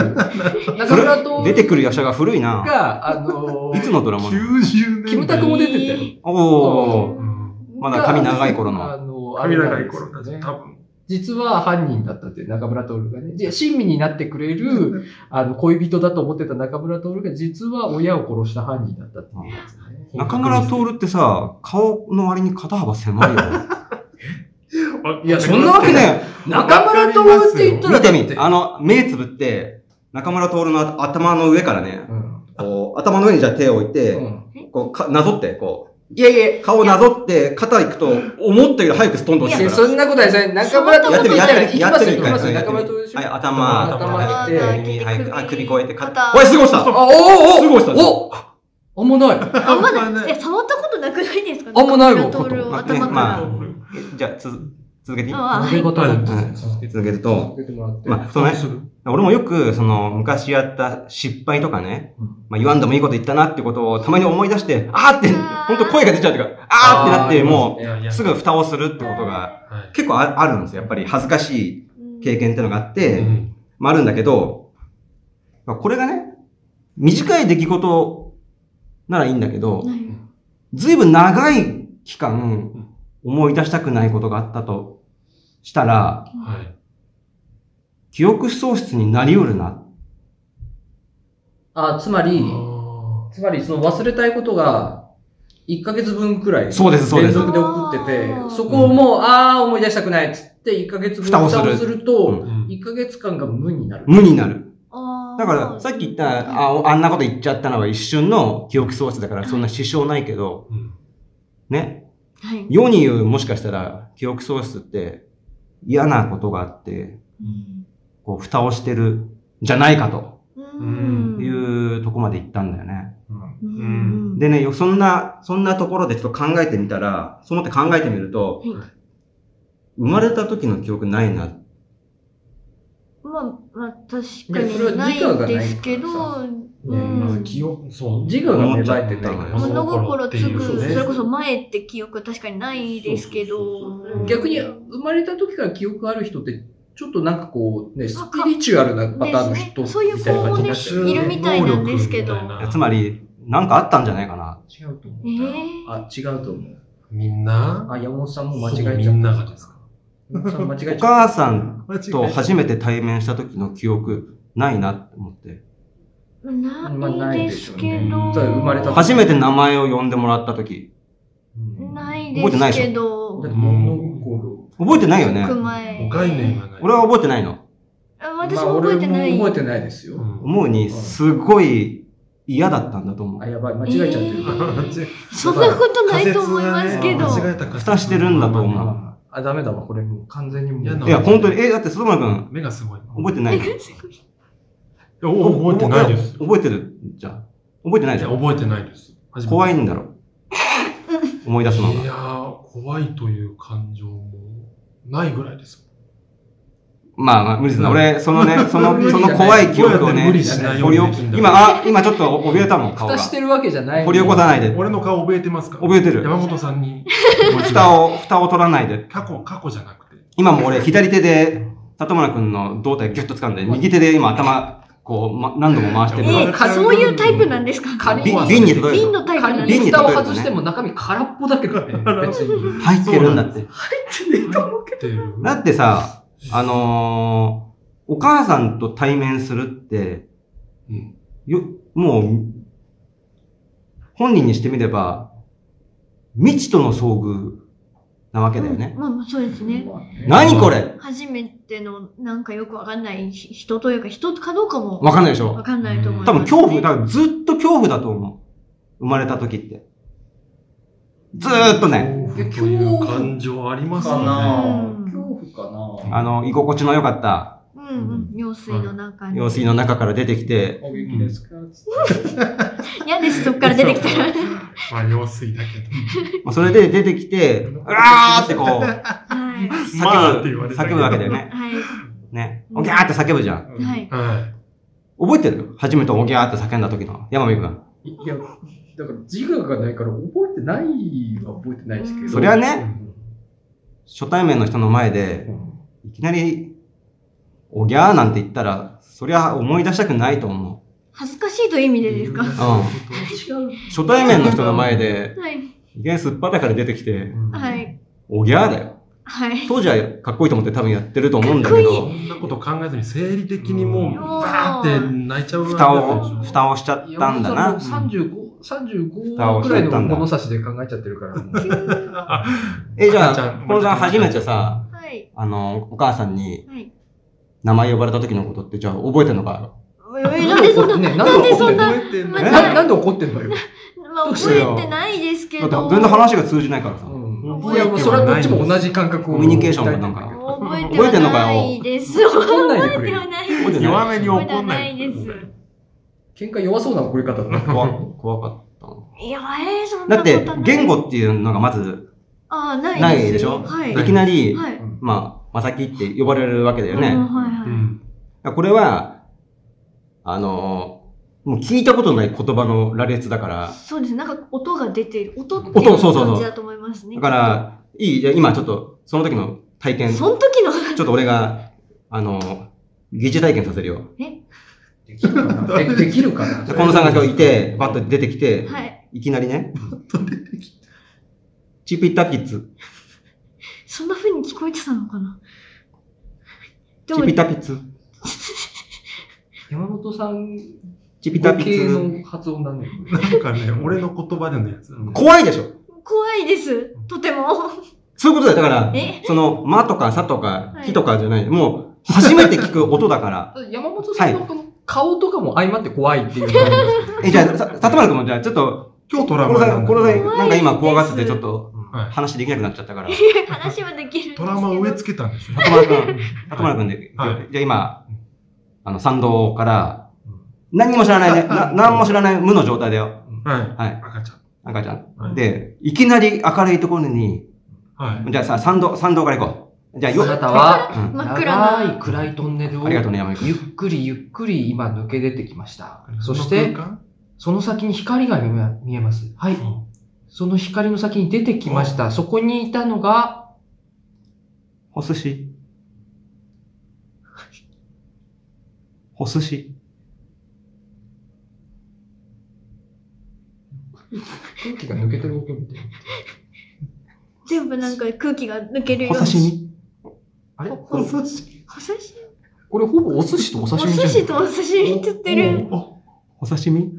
Speaker 2: 村徹
Speaker 3: あの。出てくる役者が古いな。
Speaker 2: が、あの
Speaker 3: いつのドラマ
Speaker 4: 90年代。
Speaker 2: キムタクも出てたよ。
Speaker 3: おー。
Speaker 4: うん。
Speaker 3: まだ髪長い頃の
Speaker 2: あの、
Speaker 4: 髪長い頃だ
Speaker 2: あれなんですよ
Speaker 4: ね。
Speaker 2: ね
Speaker 4: 多分。
Speaker 2: 実は犯人だったって、中村徹がね。で、親身になってくれる、あの、恋人だと思ってた中村徹が、実は親を殺した犯人だったっていうやつね。
Speaker 3: 中村徹ってさ、顔の割に肩幅狭 いよ。
Speaker 2: いやそんなわけない
Speaker 3: ね、
Speaker 2: 中村徹って言ったら
Speaker 3: 見
Speaker 2: だって
Speaker 3: み。あの、目つぶって、中村徹の頭の上からね、
Speaker 2: うん。
Speaker 3: こう、頭の上にじゃあ手を置いて、
Speaker 2: うん
Speaker 3: こう、かなぞって、こ
Speaker 2: いやいや
Speaker 3: う、顔なぞって、肩行くと、思ったより早くストンと落ち
Speaker 2: い
Speaker 3: て
Speaker 2: や、
Speaker 3: くか
Speaker 2: そんなことないですね。中村徹
Speaker 3: やってる
Speaker 2: 言
Speaker 3: や
Speaker 2: ったら、行きま
Speaker 3: ってる
Speaker 2: すよ、行き
Speaker 3: やっ
Speaker 2: ま
Speaker 3: て
Speaker 2: す
Speaker 3: る
Speaker 2: よ、
Speaker 3: やってる
Speaker 2: 中村徹でしょ。
Speaker 3: ら。はい、頭、
Speaker 2: 頭
Speaker 3: 頭
Speaker 2: 頭
Speaker 3: 来て、
Speaker 2: 来
Speaker 1: て
Speaker 3: 耳入って、あ、首越えて、
Speaker 1: 肩
Speaker 3: 肩。おい、すごいした
Speaker 2: あ、おーおー
Speaker 3: すごいしたね
Speaker 2: おあんまない。
Speaker 1: あ、ま
Speaker 4: あんま
Speaker 1: だ、
Speaker 4: ない
Speaker 1: いや、触ったことなくないですか
Speaker 2: あんまないわ
Speaker 1: 中村徹を頭か
Speaker 3: ま
Speaker 1: ら。
Speaker 3: あ
Speaker 4: うん
Speaker 3: えじゃあ、つづ、続けていい
Speaker 1: ああ、は
Speaker 2: あり
Speaker 1: い。
Speaker 2: がたい
Speaker 4: うん
Speaker 3: 続けると、
Speaker 2: 出てもらって。
Speaker 3: まあ、そのね、俺もよく、その、昔やった失敗とかね、
Speaker 2: うん
Speaker 3: まあ、言わんでもいいこと言ったなってことをたまに思い出して、あーって、
Speaker 1: あー
Speaker 3: ほんと声が出ちゃうというか、あーってなって、も、
Speaker 4: いやいうや
Speaker 3: すぐ蓋をするってことが、
Speaker 4: はい
Speaker 3: 結構ああるんですよ。やっぱり恥ずかしい経験ってのがあって、
Speaker 4: うん
Speaker 3: まあ、あるんだけど、まあ、これがね、短い出来事ならいいんだけど、
Speaker 1: はい
Speaker 3: ずいぶん長い期間、思い出したくないことがあったとしたら、
Speaker 4: はい
Speaker 3: 記憶喪失になりうるな。
Speaker 2: あ、つまり、
Speaker 4: あ
Speaker 2: つまりその忘れたいことが、1ヶ月分くらい。
Speaker 3: そうですそうです
Speaker 2: 連続で起こってて
Speaker 1: あー、
Speaker 2: そこをもう、あー思い出したくないっつって、1ヶ月分
Speaker 3: 蓋をする
Speaker 2: 蓋をすると、
Speaker 4: ーうん
Speaker 2: 1ヶ月間が無になる。
Speaker 3: 無になる。
Speaker 1: あー
Speaker 3: だから、さっき言った、あ、おあんなこと言っちゃったのは一瞬の記憶喪失だから、そんな支障ないけど、
Speaker 4: うん
Speaker 3: ね。
Speaker 1: はい。
Speaker 3: 世に言う、もしかしたら、記憶喪失って嫌なことがあって、こう、蓋をしてるんじゃないかと
Speaker 1: うん。
Speaker 3: いうとこまで行ったんだよね。
Speaker 1: うん。
Speaker 3: でね、よそんな、そんなところでちょっと考えてみたら、そう思って考えてみると、
Speaker 1: は
Speaker 3: 生まれた時の記憶ないな。
Speaker 1: まあ、まあ、確か
Speaker 2: ねそれは
Speaker 1: にない
Speaker 2: 自我がない
Speaker 1: ですけど、
Speaker 2: から
Speaker 1: う
Speaker 4: うん
Speaker 1: ん。
Speaker 4: 記憶そう
Speaker 2: 自我が芽生えてないから
Speaker 4: 思っちゃった
Speaker 1: 物心つく、
Speaker 4: 物心っていうね
Speaker 1: それこそ前って記憶確かにないですけ
Speaker 4: そうそうそう
Speaker 1: ど
Speaker 4: そう、
Speaker 2: 逆に、生まれた時から記憶ある人って、ちょっとなんかこう、ね、スピリチュアルなパターンの人
Speaker 1: ですねそういう
Speaker 2: みたいな感じになっちゃうよ
Speaker 1: い子もね
Speaker 2: ね。
Speaker 1: るみたいなんですけど
Speaker 4: 能力みたいな
Speaker 3: つまり、なんかあったんじゃないかな。
Speaker 2: 違うと思う
Speaker 1: え
Speaker 2: な。
Speaker 1: え
Speaker 2: あ、違うと思う。
Speaker 4: みんな
Speaker 2: あ、山本さんも間違え
Speaker 4: み
Speaker 2: ちゃった。
Speaker 4: んながですか
Speaker 2: 山本さん間違えちゃ
Speaker 3: お
Speaker 2: った。
Speaker 3: 母さんと
Speaker 4: と
Speaker 3: 初めて対面した時の記憶ないなって思って。
Speaker 2: まあな
Speaker 1: ないい
Speaker 2: で
Speaker 1: で
Speaker 2: しょ
Speaker 1: す
Speaker 2: う
Speaker 1: け
Speaker 2: ね
Speaker 1: ど、
Speaker 2: そう生まれた
Speaker 3: 初めて名前を呼んでもらった時。
Speaker 2: うん
Speaker 1: ない
Speaker 3: 覚えてない
Speaker 1: で
Speaker 3: ですしょ
Speaker 1: けど
Speaker 2: だっ、て物心。
Speaker 3: 覚えてないよね
Speaker 1: く。前。
Speaker 4: 概念がない。
Speaker 3: 俺は覚えてないの。
Speaker 1: あ私も覚えてない。
Speaker 2: まあ俺も覚えてないですよ。
Speaker 4: うん
Speaker 3: 思うに、すごい嫌だったんだと思
Speaker 2: あ、
Speaker 3: う。
Speaker 2: やばい、間違えちゃってる。
Speaker 1: えーそ
Speaker 2: そ
Speaker 1: ん
Speaker 2: ん
Speaker 1: な
Speaker 2: な
Speaker 1: ことな
Speaker 4: 仮
Speaker 1: い
Speaker 4: 説
Speaker 1: と思い
Speaker 4: が
Speaker 1: ま
Speaker 4: ね
Speaker 1: すけど。
Speaker 4: 間違えた仮説
Speaker 3: 蓋してるんだと思う
Speaker 2: ああ、ダメだわ、これもう完全にもう。
Speaker 4: 嫌な
Speaker 3: いうや、本当に、え、だって、外村くん、
Speaker 4: 目がすごい。覚
Speaker 3: 覚えてないの
Speaker 4: 覚えてないです。
Speaker 3: 覚えてるじゃん。覚えてない
Speaker 4: い
Speaker 3: じ
Speaker 4: や
Speaker 3: ゃん。
Speaker 4: 覚えてないです。
Speaker 3: 怖い
Speaker 4: い
Speaker 3: んだろ。思い出すの
Speaker 4: い
Speaker 3: が。
Speaker 4: やー、怖いという感情もないぐらいです。
Speaker 3: まあまあ、無理ですね。俺、そのね、 その
Speaker 2: 無、理
Speaker 3: そ
Speaker 2: じゃない
Speaker 3: の怖い記憶を
Speaker 4: 無理
Speaker 3: ね、
Speaker 4: しないよう
Speaker 3: 掘り
Speaker 4: に
Speaker 3: 起
Speaker 4: できん
Speaker 3: こ
Speaker 4: だ
Speaker 3: 今、あ、今ちょっと怯えたもん、顔が
Speaker 2: 蓋。してるわけじゃない。
Speaker 3: 掘り起こさないで。
Speaker 4: 俺の顔覚えてますか
Speaker 3: 覚えてる
Speaker 4: 山本さんに。
Speaker 3: 蓋を、蓋を取らないで。
Speaker 4: 過去、過去じゃなくて。
Speaker 3: 今も俺、左手で、里村くんの胴体ギュッと掴んで、右手で今頭、こう、ま、何度も回して
Speaker 1: え
Speaker 3: る
Speaker 4: い
Speaker 1: ー
Speaker 4: い
Speaker 3: の。
Speaker 1: かそういうタイプなんですか
Speaker 2: 仮
Speaker 3: び
Speaker 2: に
Speaker 3: 瓶に例える
Speaker 1: 瓶
Speaker 3: と。
Speaker 1: のタイプなんで
Speaker 2: 仮
Speaker 1: す
Speaker 2: に
Speaker 1: か
Speaker 2: 蓋を外しても中身空っぽだけどね。別に。
Speaker 3: 入ってるんだって。
Speaker 4: 入ってる。
Speaker 3: だってさ、あのーお母さんと対面するって、
Speaker 2: うん
Speaker 3: よ、もう、本人にしてみれば、未知との遭遇なわけだよね。
Speaker 1: まあまあそうですね。
Speaker 3: 何これ
Speaker 1: 初めてのなんかよくわかんないひ人というか人かどうかも
Speaker 3: わかんないでし
Speaker 1: わ
Speaker 3: ょ
Speaker 1: かんないと思います
Speaker 3: 多
Speaker 1: ね、
Speaker 3: 分恐怖、多分ずっと恐怖だと思う。生まれた時って。ずーっとね、
Speaker 4: 恐怖という感情あります
Speaker 2: か
Speaker 4: よね。
Speaker 2: な
Speaker 1: うん
Speaker 2: 恐怖かな
Speaker 3: あの、居心地の良かった
Speaker 1: うんうん、用水の中に。
Speaker 3: 用水の中から出てきて、
Speaker 2: お元気ですかつって
Speaker 1: 嫌です、そっから出てきたら。
Speaker 4: まあ、用水だけど。
Speaker 3: まあそれで出てきて、うわーってこ う、
Speaker 1: はい。
Speaker 4: まあ
Speaker 3: 叫
Speaker 4: って言わ
Speaker 3: ぶ、
Speaker 4: れたけ
Speaker 3: 叫
Speaker 4: ど
Speaker 3: ぶわけだよね。
Speaker 1: は
Speaker 3: ね。
Speaker 1: うん
Speaker 3: おぎゃーって叫ぶじゃん。
Speaker 1: い。 はい。
Speaker 4: は
Speaker 3: 覚えてる初めておぎゃーって叫んだ時の。山美くん。
Speaker 2: いや、だから自我がないから覚えてないは覚えてないですけど。
Speaker 3: そりゃ
Speaker 4: い。
Speaker 3: ね、初対面の人の前で、いきなり、おぎゃーなんて言ったら、そりゃ思い出したくないと思
Speaker 1: 恥ずかしいという意味でですか
Speaker 4: う
Speaker 1: は
Speaker 2: 違
Speaker 3: う。
Speaker 2: う。
Speaker 3: 初対面の人の前で、
Speaker 1: い。
Speaker 3: いきなりすっぱだから出てきて、
Speaker 4: ん
Speaker 1: は。い。
Speaker 3: おぎゃーだよ。
Speaker 1: はい。
Speaker 3: 当時はかっこいいと思って多分やってると思うんだけ
Speaker 4: そ
Speaker 3: ど、
Speaker 4: んなこと考えずに生理的にもう、バーって泣いちゃうわけ
Speaker 3: 蓋
Speaker 4: で
Speaker 3: を、
Speaker 4: しょ
Speaker 3: 蓋をしちゃったん
Speaker 2: いや
Speaker 3: だ
Speaker 2: も
Speaker 3: な
Speaker 2: う。さもう35、
Speaker 3: 蓋を
Speaker 2: 35く
Speaker 3: しち
Speaker 2: ら
Speaker 3: ゃ
Speaker 2: い
Speaker 3: っ
Speaker 2: の
Speaker 3: たんだ
Speaker 2: 物差しで考えちゃってるから。
Speaker 3: え、じゃ
Speaker 4: 赤ちゃ
Speaker 3: あ、
Speaker 4: ん
Speaker 3: このさん初めてさ、
Speaker 1: はい。
Speaker 3: あの、お母さんに
Speaker 1: はい。
Speaker 3: 名前呼ばれた時のことって、じゃあ覚えてんのか
Speaker 1: え、なんでそんな、
Speaker 2: ね、
Speaker 1: なんでそんな
Speaker 4: 覚えてんの
Speaker 1: ま
Speaker 3: え
Speaker 1: だ
Speaker 2: ななんで怒ってんのよ。
Speaker 1: まあ、覚えてないですけ
Speaker 3: だって
Speaker 1: ど。
Speaker 3: 全然話が通じないからさ。
Speaker 2: うん、いや、もうそれはこっちも同じ感覚を。
Speaker 3: コミュニケーションがなんか
Speaker 1: 覚
Speaker 3: 覚え
Speaker 1: え
Speaker 3: て
Speaker 1: て
Speaker 3: んの
Speaker 1: は
Speaker 3: か
Speaker 1: な
Speaker 3: よ
Speaker 1: いです。覚
Speaker 2: 怒んないで
Speaker 1: え
Speaker 2: くれ
Speaker 1: て
Speaker 2: よ
Speaker 1: は。ない。
Speaker 3: 覚えてない
Speaker 4: 弱めに
Speaker 1: 覚えて
Speaker 4: 怒
Speaker 1: は
Speaker 4: ん
Speaker 1: な
Speaker 4: ないい。
Speaker 1: です。
Speaker 2: 喧嘩弱そうな怒り方だな。
Speaker 3: 怖怖かったの。
Speaker 1: いや、えー、そんな
Speaker 3: だ
Speaker 1: こ
Speaker 3: っ
Speaker 1: とない。
Speaker 3: て、言語っていうのがまず、
Speaker 1: ああ、ない
Speaker 3: ない
Speaker 1: す
Speaker 3: でしょ
Speaker 1: はい。
Speaker 3: いきなり、
Speaker 1: はい。
Speaker 3: まあ、まさきって呼ばれるわけだよ
Speaker 1: う
Speaker 3: ね
Speaker 1: ん。はいは
Speaker 4: う
Speaker 1: い。
Speaker 4: ん。
Speaker 3: これは、あのー、もう聞いたことない言葉の羅列だから、
Speaker 1: そうです。なんか音が出ている。音っていう
Speaker 3: 音そうそうそう
Speaker 1: 感じだと思いますね。
Speaker 3: だから、いい、じゃあ今ちょっと、その時の体験、ちょ
Speaker 1: その時の、
Speaker 3: っと俺が、あのー、疑似体験させるよ。
Speaker 2: できるかなでできるかな
Speaker 3: で、近藤さんが今日いて、バッと出てきて、
Speaker 1: はい。
Speaker 3: いきなりね、チープイッターキッズ、
Speaker 1: そんな風に聞こえてたのかなで
Speaker 3: チ
Speaker 1: も
Speaker 3: ープイッ、ターキッズ、
Speaker 2: 山本さん
Speaker 3: チープイッターキ
Speaker 2: 系
Speaker 3: ッズ。
Speaker 2: の発音だね。
Speaker 4: なんかね、俺の言葉でのやつ。
Speaker 3: 怖いでしょ
Speaker 1: 怖いです。とても。
Speaker 3: そういうことだよ。だから、
Speaker 1: え
Speaker 3: その、まとかさとか
Speaker 1: は、い
Speaker 3: きとかじゃない。もう、初めて聞く音だ から。
Speaker 2: 山本さんのこの顔とかも相まって怖いっていうのがあるんですけど。
Speaker 3: え、じゃあ、さ、里丸くんもじゃあ、ちょっと、
Speaker 4: 今日トラウ
Speaker 3: この
Speaker 4: マな
Speaker 3: 際、
Speaker 4: ん
Speaker 3: この
Speaker 4: だ
Speaker 3: 際、
Speaker 4: よ。
Speaker 1: 怖い
Speaker 3: なんか今怖がって
Speaker 1: で
Speaker 3: て、
Speaker 1: す
Speaker 3: ちょっと、
Speaker 4: はい
Speaker 3: 話できなくなっちゃっ たから。
Speaker 1: いや話はできるんですけ
Speaker 4: ト
Speaker 1: ど。
Speaker 4: ラウマを植え付けたんでしょ。
Speaker 3: 里丸くん、里丸くんで、
Speaker 4: は
Speaker 3: じゃあ今、あの、参道から
Speaker 4: うん、
Speaker 3: 何にも知らないね、な、何も知らない無の状態だよ。
Speaker 4: はい。
Speaker 3: はい。
Speaker 4: 赤ちゃん。
Speaker 3: 赤ちゃん。
Speaker 4: はい
Speaker 3: で、いきなり明るいところに、
Speaker 4: はい。
Speaker 3: じゃあさ、参道、参道から行こう。じゃあ、
Speaker 2: あ
Speaker 3: よ、
Speaker 2: なたは、
Speaker 3: うん
Speaker 1: 真っ暗な
Speaker 2: 長い暗いトンネルを
Speaker 3: ありがとうね、山井く
Speaker 2: ゆっ
Speaker 3: ん。
Speaker 2: くりゆっくり今抜け出てきました。そして、
Speaker 4: こ
Speaker 2: その先に光が見え見えます。はい
Speaker 4: の。空間
Speaker 2: その光の先に出てきました。そこにいたのが、
Speaker 3: お寿司。お寿司。
Speaker 2: 空気が抜けてる音みたいな。
Speaker 1: 全部なんか空気が抜けるよ
Speaker 3: お
Speaker 1: うに。
Speaker 3: 刺身。
Speaker 2: あれこ
Speaker 4: お
Speaker 2: れ
Speaker 4: 寿司。
Speaker 1: お刺身
Speaker 2: これほぼお寿司とお
Speaker 1: お
Speaker 2: 刺身じゃん。
Speaker 1: 寿司とお刺身って言ってる。
Speaker 4: お
Speaker 3: お刺身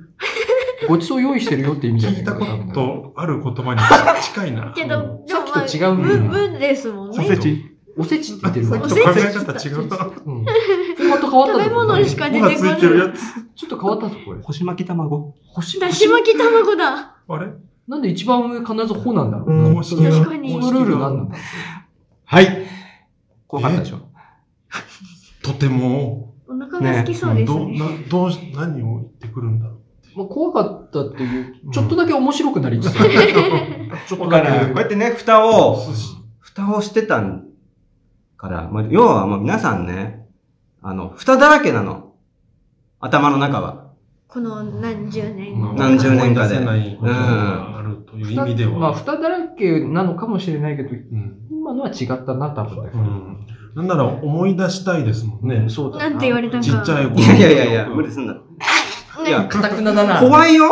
Speaker 2: ごちそう用意してるよって意味じゃな
Speaker 4: 聞
Speaker 2: い
Speaker 4: い
Speaker 2: か
Speaker 4: た
Speaker 2: な
Speaker 4: こ
Speaker 2: 多分
Speaker 4: とある言葉に近い な。
Speaker 1: け
Speaker 2: う
Speaker 1: ど、でもま
Speaker 2: さっ
Speaker 1: あ、
Speaker 2: きと違うんだよ
Speaker 1: 文、
Speaker 2: な
Speaker 1: 文ですもん
Speaker 3: サ
Speaker 1: ね。
Speaker 3: セチ。
Speaker 2: おせちって言ってる
Speaker 4: さ
Speaker 2: わ
Speaker 4: っ
Speaker 1: お
Speaker 4: き
Speaker 1: せ
Speaker 4: と
Speaker 1: ち
Speaker 4: 考え方違うな。
Speaker 2: うん。フォーマット変わっ
Speaker 1: 食
Speaker 2: たぞ
Speaker 1: べ物しか出て
Speaker 4: ほ
Speaker 1: こな
Speaker 4: ら
Speaker 1: い
Speaker 4: つ。いてるやつ。
Speaker 2: ちょっと変わったぞ、これ。
Speaker 3: 干し巻き卵。
Speaker 2: 星
Speaker 1: だし巻き卵だ。
Speaker 4: あれ
Speaker 2: なんで一番上必ずほなんだろう、
Speaker 4: 公式が。
Speaker 1: 確かに
Speaker 2: この
Speaker 4: 公
Speaker 2: ル
Speaker 4: 式が
Speaker 2: ールなんなんだ
Speaker 3: はい。怖かったでしょ
Speaker 4: とても、
Speaker 1: お腹が空きそうです
Speaker 4: ど、
Speaker 1: ね。
Speaker 4: な、どうし、何を言ってくるんだろ
Speaker 2: まあ、怖かったっていう
Speaker 4: う。ん
Speaker 2: ちょっとだけ面白くなりつつある。
Speaker 4: う。
Speaker 2: ちょっ
Speaker 3: だ
Speaker 2: と
Speaker 3: か
Speaker 2: だ
Speaker 3: ら、
Speaker 2: け
Speaker 3: こうやってね、蓋を、
Speaker 4: お寿司。
Speaker 3: 蓋をしてたんから、まあ、要はもう皆さんね、あの、蓋だらけなの。頭の中は。
Speaker 1: この何十年
Speaker 4: まあ
Speaker 1: も。
Speaker 3: 何十年かで
Speaker 4: 思い出せないことがあるという意味では。
Speaker 2: まあ、蓋だらけなのかもしれないけど、
Speaker 4: うん。
Speaker 2: 今のは違ったな、多分だけど。
Speaker 4: うん。なんなら思い出したいですもんね。
Speaker 2: そうだ
Speaker 1: なんて言われたか
Speaker 4: ちっちゃい頃。
Speaker 3: いやいやいやいや、無理すんな。いや、
Speaker 2: かたくなだな。
Speaker 3: 怖いよ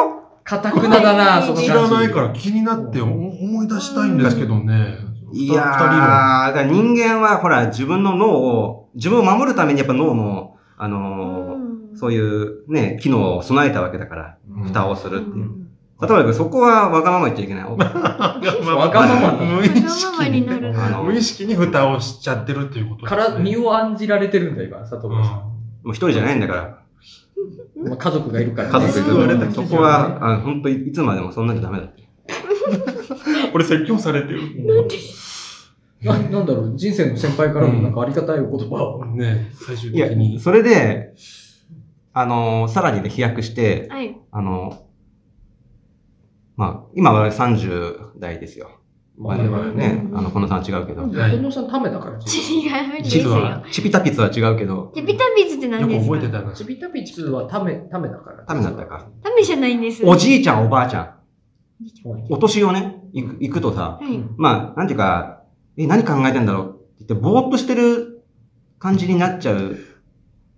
Speaker 2: かたくなだな、その感じ
Speaker 4: 知らないから気になってお思い出したいんですけどね。
Speaker 3: いやー、だから人間はほら、自分の脳を、自分を守るためにやっぱ脳の、あのーそういうね、機能を備えたわけだから、
Speaker 4: 二人は。
Speaker 3: 蓋
Speaker 4: を。
Speaker 3: をするっていうう。
Speaker 1: ん
Speaker 3: 例えばそこはわがまま言っちゃいけ ない。
Speaker 2: わがままな
Speaker 4: 無
Speaker 1: わ
Speaker 4: 意
Speaker 1: がまま
Speaker 4: 識
Speaker 1: に
Speaker 4: に。
Speaker 1: なる
Speaker 3: あの
Speaker 4: 無意識に蓋をしちゃってるっていうこと
Speaker 2: から、身
Speaker 4: を。
Speaker 2: を案じられてるんだ、今、佐藤
Speaker 4: うん
Speaker 2: さ
Speaker 3: もう一人じゃないんだから、
Speaker 2: ん。まあ家族がいるから、
Speaker 3: 家族
Speaker 4: 言わ
Speaker 3: い
Speaker 4: れ
Speaker 3: る
Speaker 4: た
Speaker 3: から。
Speaker 4: 記事
Speaker 3: そ
Speaker 4: はね
Speaker 3: こは、あの本当いつまでもそんなんじゃダメだって。
Speaker 4: 俺説教されてる。
Speaker 2: ななんだろう、人生の先輩からもなんかありがたいお言葉を。
Speaker 4: ね最終
Speaker 3: いや
Speaker 4: 的に。、
Speaker 3: それで、あのーさらにね、飛躍して、
Speaker 1: はい。
Speaker 3: あのーまあ、今は30代ですよ。
Speaker 2: まあ、
Speaker 3: 我
Speaker 2: でも
Speaker 3: 々
Speaker 2: ね。
Speaker 3: ね、あの、このさんは違うけど。
Speaker 4: はい
Speaker 2: 近藤さん、ためだから。ち
Speaker 1: 違う無理です
Speaker 4: 実
Speaker 1: よ
Speaker 4: は。
Speaker 3: チピタピツは違うけど、
Speaker 1: で、ビタビズって
Speaker 4: よ
Speaker 1: 何
Speaker 4: く
Speaker 1: です
Speaker 4: 覚え
Speaker 1: か
Speaker 4: てたな。
Speaker 2: びたびつはため、ためだから。
Speaker 3: ダメだった。か。
Speaker 1: ダメじゃないんです。
Speaker 3: おじいちゃん、おばあちゃん、
Speaker 2: うん
Speaker 3: お年をね、行く行くと
Speaker 1: は
Speaker 3: さ、
Speaker 1: い。
Speaker 3: まあ、なんていうか、え、何考えてんだろうって言って、ぼーっとしてる感じになっちゃう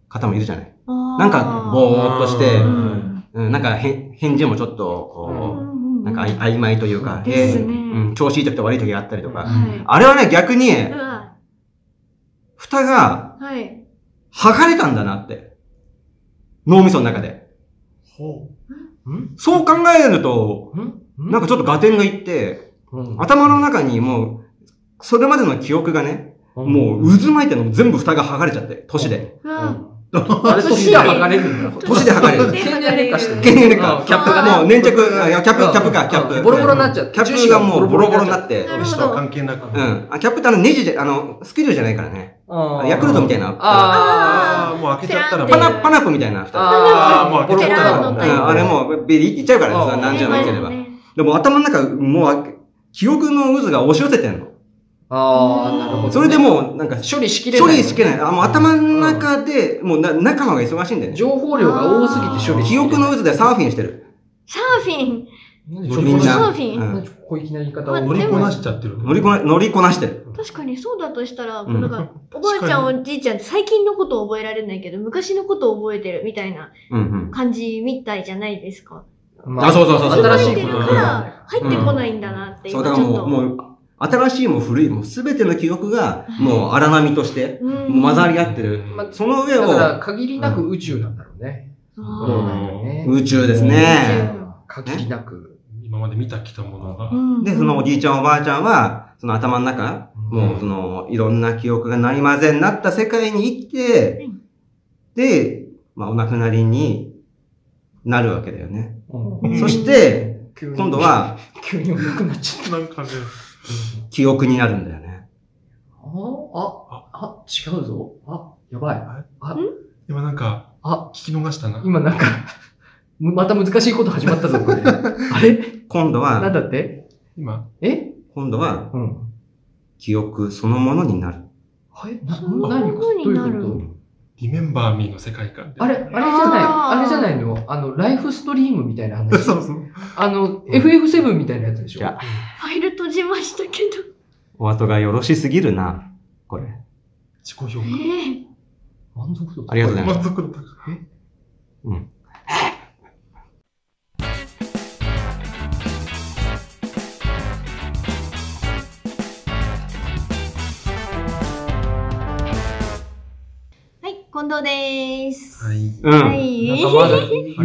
Speaker 3: 方もいるじゃない。
Speaker 1: な
Speaker 3: なんか、ぼーっとして
Speaker 4: う、
Speaker 1: うん
Speaker 3: うん、なんかへ、返事もちょっと、こう、なんかあい、曖昧というか、
Speaker 1: ですね
Speaker 3: えーうん、調子いい時と悪い時があったりとか。
Speaker 1: はい。
Speaker 3: あれはね、逆に、
Speaker 1: うわ
Speaker 3: 蓋が
Speaker 1: はい。
Speaker 3: 剥がれたんだなって。脳みその中で。
Speaker 4: ほう。ん
Speaker 3: そう考えると、
Speaker 4: ん
Speaker 3: なんかちょっと合点がいって、
Speaker 2: うん
Speaker 3: 頭の中にもう、それまでの記憶がね、も
Speaker 2: う
Speaker 3: う渦巻いてるの全部蓋が剥がれちゃって、年で。
Speaker 1: うわ
Speaker 2: ん。あれ、年が剥がれるんだ。
Speaker 3: 年で剥がれる。
Speaker 1: で
Speaker 2: 経年劣化してる
Speaker 3: 経年劣化
Speaker 2: あキャップがね。
Speaker 3: もう粘着、あいやキャップ、キャップか、キャッ
Speaker 2: う
Speaker 3: プ。
Speaker 2: んボロボロになっちゃう。
Speaker 3: キャップがもうボロボロになって、
Speaker 1: なるほ
Speaker 4: 人
Speaker 1: ど
Speaker 4: は関係なく。
Speaker 3: うん。あ、キャップってあのネジじゃ、あの、スキルじゃないからね。
Speaker 2: あー
Speaker 3: ヤクルトみたい
Speaker 2: あ
Speaker 3: な。
Speaker 4: ああ、もう開けちゃった
Speaker 1: ー
Speaker 4: らもう。
Speaker 3: パナ、パナップみたいな
Speaker 2: ー
Speaker 3: 蓋。うん
Speaker 2: あー、
Speaker 4: もう開けちゃった
Speaker 1: ら
Speaker 2: ボロボロになっちゃう
Speaker 3: あれもう、ビリいっちゃうからね
Speaker 2: あー
Speaker 3: そんな
Speaker 2: あ
Speaker 3: んじゃなければ
Speaker 1: あ。ります
Speaker 3: でも頭の中、もう、記憶の渦が押し寄せてんの。
Speaker 2: ああ、なるほど。
Speaker 3: それでもう、なんか、
Speaker 2: 処理しきれない。
Speaker 3: 処理しきれない。あ、もう頭の中で、もうな、仲間が忙しいんだよね。
Speaker 2: 情報量が多すぎて処理しき
Speaker 3: 記
Speaker 2: れない
Speaker 3: 憶の渦でサーフィンしてる。
Speaker 1: サーフィン。
Speaker 2: 何
Speaker 4: みんな
Speaker 1: サーフィン
Speaker 3: う
Speaker 2: なん
Speaker 3: ん
Speaker 2: で小粋な言い方を。
Speaker 1: まあ
Speaker 4: 乗りこなしちゃってる。
Speaker 3: 乗りこな、乗りこなしてる。
Speaker 1: 確かにそうだとしたら、
Speaker 3: うん
Speaker 1: なんか、おばあちゃん、おじいちゃんって最近のことを覚えられないけど、昔のことを覚えてるみたいな
Speaker 3: うんうん。
Speaker 1: 感じみたいじゃないですか。
Speaker 2: ま
Speaker 3: あそうそうそうそ
Speaker 2: 新
Speaker 3: う
Speaker 1: 覚
Speaker 2: し
Speaker 1: え
Speaker 2: い
Speaker 1: て
Speaker 2: こ
Speaker 1: る
Speaker 2: と
Speaker 1: か
Speaker 2: が。
Speaker 1: ら、入ってこないんだなって、
Speaker 3: そう、
Speaker 1: 今
Speaker 3: だ
Speaker 1: ち
Speaker 3: から
Speaker 1: ょっ
Speaker 3: も
Speaker 1: と。
Speaker 3: う、もう、新しいも古いも全ての記憶が、もう荒波として、
Speaker 1: うん
Speaker 3: もう混ざり合ってる。
Speaker 2: まあ
Speaker 3: その上
Speaker 2: だか
Speaker 3: を
Speaker 2: ら、、限りなく宇宙なんだろうね。
Speaker 1: あ
Speaker 3: 宇宙ですね。
Speaker 2: 限りなく。
Speaker 4: 今まで見たきたものが
Speaker 1: ーう。ん
Speaker 3: で、そのおじいちゃんおばあちゃんは、その頭の中、もうその、いろんな記憶がないまぜになった世界に生きて
Speaker 1: うん、
Speaker 3: で、まあお亡くなりになるわけだよね。
Speaker 2: うん
Speaker 3: そして、
Speaker 2: 急に
Speaker 3: 今度、は
Speaker 2: 急に重くなっちゃっ
Speaker 4: なんかね、
Speaker 2: た。
Speaker 3: 記憶になるんだよね。
Speaker 2: あ、あ、あ、違うぞ。あ、やばい。
Speaker 4: 今なんか、
Speaker 2: あ、
Speaker 4: 聞き逃したな。
Speaker 2: 今なんか、また難しいこと始まったぞ、これ。あれ
Speaker 3: 今度
Speaker 2: なん
Speaker 3: は、
Speaker 2: だって
Speaker 4: 今、
Speaker 2: え
Speaker 3: 今度は
Speaker 2: うん。
Speaker 3: 記憶そのものになる。
Speaker 2: はいな、
Speaker 1: そんな
Speaker 2: 何こ
Speaker 1: 風
Speaker 2: れどう
Speaker 1: にないる
Speaker 2: うこと
Speaker 4: リメンバーミーの世界観で。
Speaker 2: あれ、あれじゃない、
Speaker 1: あー
Speaker 2: あれじゃないのあの、ライフストリームみたいな話。
Speaker 4: そうそう。
Speaker 2: あの、FF7 みたいなやつでしょ
Speaker 3: いや
Speaker 1: ファイル閉じましたけど。
Speaker 3: お後がよろしすぎるな、これ。
Speaker 4: 自己評価。
Speaker 1: ええ
Speaker 2: 満足度高い
Speaker 3: ありがとうございます
Speaker 4: 満足度高い。
Speaker 1: はい、近藤です。
Speaker 4: はい。
Speaker 3: う
Speaker 1: は
Speaker 3: ん。
Speaker 1: い。
Speaker 2: なんかまだ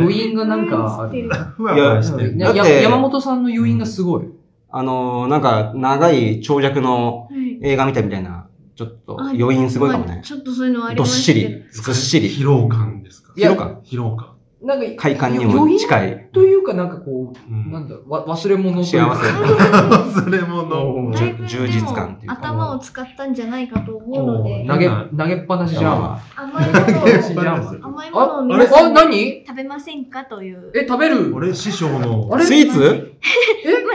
Speaker 2: 余韻がなんかある。
Speaker 4: ふわふわしてる。
Speaker 3: だって
Speaker 2: や山本さんの余韻がすごい。
Speaker 3: あのー、なんか、長い長尺の
Speaker 1: はい
Speaker 3: 映画見たみたいな、ちょっと余韻すごいかも
Speaker 1: まあ
Speaker 3: ね。
Speaker 1: ちょっとそういうのはあり
Speaker 3: どっ
Speaker 1: ま
Speaker 3: し
Speaker 1: すけど。
Speaker 3: り、ずっしり。
Speaker 4: 疲労感ですか
Speaker 2: いや
Speaker 3: 広か
Speaker 4: 疲労感。
Speaker 2: なんか、
Speaker 3: 快感に
Speaker 2: 余
Speaker 3: も
Speaker 2: 韻
Speaker 3: 近い。
Speaker 2: というか、なんかこ
Speaker 4: う
Speaker 2: う、なん
Speaker 4: ん。
Speaker 2: だ、わ忘れ物という
Speaker 3: 幸
Speaker 2: か。
Speaker 3: せ。
Speaker 4: 忘れ物。
Speaker 2: おー
Speaker 1: だいぶ
Speaker 3: 充
Speaker 1: で
Speaker 3: 実
Speaker 1: も
Speaker 3: 感っていうか
Speaker 1: 頭を使ったんじゃないかと思うの
Speaker 2: お
Speaker 1: で
Speaker 2: ー、投げ、投げっぱなしじゃん。
Speaker 1: 甘いも のを
Speaker 2: 投げっぱなし
Speaker 1: 甘いものを
Speaker 2: あ、あ
Speaker 1: 皆
Speaker 2: れ
Speaker 1: さ
Speaker 2: あ、
Speaker 1: んに
Speaker 2: 何
Speaker 1: 食べませんかという。
Speaker 2: え、食べる
Speaker 4: 俺、師匠の
Speaker 2: あれ
Speaker 3: スイーツ
Speaker 1: まあ、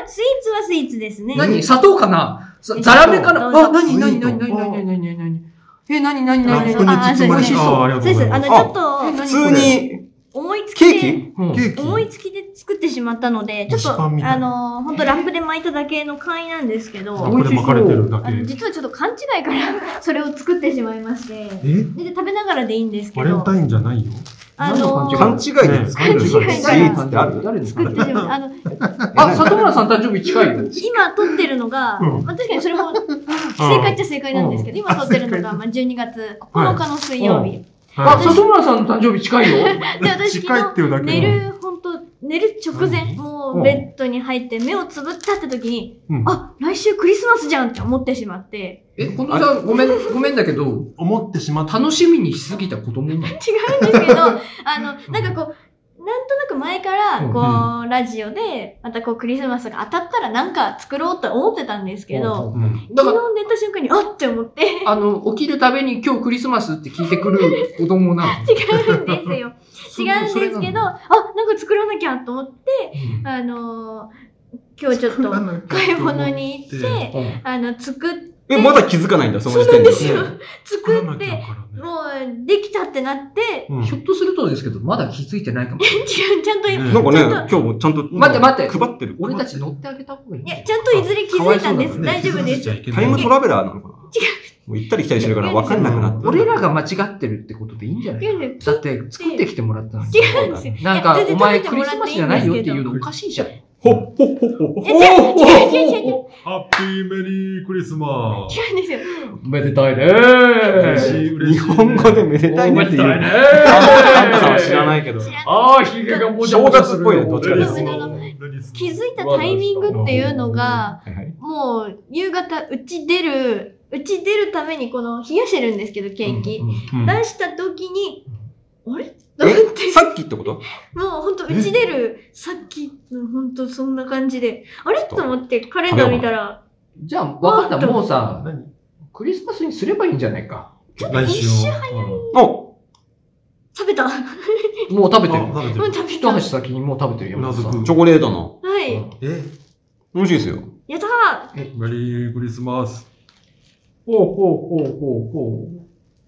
Speaker 1: スイーツはスイーツですね。
Speaker 2: 何砂糖かなざ
Speaker 1: え
Speaker 2: ざらめかな
Speaker 1: 砂糖
Speaker 2: あ、なになに
Speaker 4: 砂
Speaker 2: な
Speaker 4: 糖
Speaker 2: になになになになにえ、なになに
Speaker 4: ラ
Speaker 2: なに
Speaker 4: ップに包まれた。あありが
Speaker 1: そ
Speaker 4: と
Speaker 1: うで
Speaker 4: うご
Speaker 1: す。
Speaker 4: ざい
Speaker 1: あ
Speaker 4: ま
Speaker 1: の、
Speaker 4: す。
Speaker 1: ちょっと、
Speaker 3: 普通に、
Speaker 1: 思いいつき
Speaker 3: ケ
Speaker 1: で
Speaker 3: ーキ
Speaker 2: うん
Speaker 3: ケーキ
Speaker 1: 思いつきで作ってしまったので、ちょっ
Speaker 4: 蒸しパンみ
Speaker 1: と、
Speaker 4: たい
Speaker 1: あの、本当ラップで巻いただけの簡易なんですけ
Speaker 4: あ
Speaker 1: ど、
Speaker 4: これ巻かれてるだ
Speaker 1: あ
Speaker 4: け。
Speaker 1: の実はちょっと勘違いから それを作ってしまいまして、
Speaker 4: え
Speaker 1: で食べながらでいいんですけ
Speaker 4: バレン
Speaker 1: ど、
Speaker 4: タインじゃないよ。
Speaker 1: あ
Speaker 2: 何の
Speaker 3: 勘
Speaker 1: の、
Speaker 3: 違いで作るスイ
Speaker 1: ね
Speaker 3: ーツってある
Speaker 2: 誰の
Speaker 1: 作ってしまう。あの、
Speaker 2: あ、里村さん誕生日近いよ。
Speaker 1: 今撮ってるのが、
Speaker 4: うん
Speaker 1: まあ、確かにそれも正解っちゃ正解なんですけど、今撮ってるのが、まあ、12月9日の水曜日。
Speaker 2: あ、里村さんの誕生日近いよ。
Speaker 1: で、私
Speaker 4: 近い
Speaker 1: 昨
Speaker 4: っていうだ
Speaker 1: 日
Speaker 4: け
Speaker 1: 寝
Speaker 4: で。
Speaker 1: る、本当寝る直前、
Speaker 4: うん
Speaker 1: も
Speaker 2: う
Speaker 1: うんベッドに入って目をつぶったって時に、
Speaker 4: うん
Speaker 1: あ、来週クリスマスじゃんって思ってしまって、
Speaker 2: え、近藤さん、ごめん、ごめんだけど、
Speaker 4: 思ってしまった。
Speaker 2: 楽しみにしすぎた子供なの。
Speaker 1: 違うんですけど、あの、なんかこう、なんとなく前から、こう、ラジオで、またこう、クリスマスが当たったらなんか作ろうと思ってたんですけど、
Speaker 4: うん
Speaker 2: だから、
Speaker 1: 昨日寝た瞬間に、あっって思って、
Speaker 2: あの、起きるたびに今日クリスマスって聞いてくる子供なの。
Speaker 1: 違うんですよ。違うん
Speaker 2: それ
Speaker 1: です
Speaker 2: な
Speaker 1: けど、
Speaker 2: の。
Speaker 1: あ、なんか作らなきゃと思って、
Speaker 2: うん
Speaker 1: あのー今日ちょっと買い物に行って、
Speaker 2: うん
Speaker 1: あの、作っ、
Speaker 3: え、まだ気づかないんだ、その
Speaker 1: そう
Speaker 3: 時
Speaker 1: なん
Speaker 3: 点で
Speaker 1: で。すよ。
Speaker 4: 作
Speaker 1: 作
Speaker 4: ら
Speaker 1: っ
Speaker 4: なきゃ
Speaker 1: て、
Speaker 4: からね。
Speaker 1: もう、できたってなって、
Speaker 4: うん
Speaker 2: ひょっとするとですけど、まだ気づいてないかもしれない。
Speaker 1: 違うちゃんと、い
Speaker 4: ね
Speaker 3: なんかね、
Speaker 1: ちょ
Speaker 3: 今日もちゃんと。
Speaker 2: 待って待って
Speaker 3: 配ってる。
Speaker 2: 俺たち乗ってあげた方がいい。
Speaker 1: や、ちゃんといずれ気づいたんです。
Speaker 4: ね
Speaker 1: 大丈夫で
Speaker 4: 気づいち
Speaker 1: す。
Speaker 4: ゃいけな
Speaker 3: タ
Speaker 4: い
Speaker 3: イムトラベラーなのかなもう行ったり来たりしてるから分かんなくなってる。
Speaker 2: 俺らが間違ってるってことでいいんじゃない
Speaker 1: いやいや
Speaker 2: だって、作ってきてもらったのに。
Speaker 1: 違うんですよ。
Speaker 2: なんか、
Speaker 1: いや全
Speaker 2: お
Speaker 1: 然
Speaker 2: 前
Speaker 1: 食
Speaker 2: ク
Speaker 1: べてもら
Speaker 2: リス
Speaker 1: っ
Speaker 2: マ
Speaker 1: て
Speaker 2: ス
Speaker 1: いいんですけど
Speaker 2: じゃないよって言うのおかしいじゃん。
Speaker 3: ほっほっほっほっほっ
Speaker 1: え違う違
Speaker 3: ほっ
Speaker 1: う違う違う違う
Speaker 4: ハッピーメリークリスマス。
Speaker 1: 違うんですよ。
Speaker 2: めでたいね
Speaker 4: 嬉し
Speaker 2: ー
Speaker 4: い、嬉し
Speaker 3: 日
Speaker 4: い。
Speaker 3: 本語でめでたいねって言う。
Speaker 2: ね。
Speaker 3: サンタさんは知らないいけど。
Speaker 1: 知らない
Speaker 2: ああ、ひげがもじゃもじゃする
Speaker 3: 正月っぽいねどっちか
Speaker 1: で
Speaker 4: 何
Speaker 1: す
Speaker 4: すん
Speaker 1: ね
Speaker 4: の何すんの
Speaker 1: 気づいたタイミングっていうのが、
Speaker 3: はいはい
Speaker 1: もう、夕方、うち出る、うち出るためにこの、冷やしてるんですけど、ケーキ。
Speaker 4: うん
Speaker 1: 出した時に、あれと思って
Speaker 3: え、さっきってこと
Speaker 1: もうほんと、うち出る、さっき、ほんとそんな感じで、あれと思ってカレンダー見たら、
Speaker 2: じゃあ、わかった。もうさ、
Speaker 4: 何
Speaker 2: クリスマスにすればいいんじゃないか。
Speaker 4: 来
Speaker 1: 一
Speaker 4: 週
Speaker 1: 瞬
Speaker 2: う
Speaker 3: お
Speaker 1: 食べた。も
Speaker 2: んもう食べてる。
Speaker 4: あ食べて
Speaker 1: う
Speaker 4: る。
Speaker 1: 食べ
Speaker 2: 一
Speaker 1: た。は
Speaker 2: 箸先にもう食べてるよ。
Speaker 4: うなずく
Speaker 2: 山
Speaker 3: チョコレートの。
Speaker 1: い。
Speaker 2: 本さん
Speaker 4: え、
Speaker 3: 美味しいですよ。
Speaker 1: やったー
Speaker 4: メリークリスマス。
Speaker 2: ほうほうほうほうほ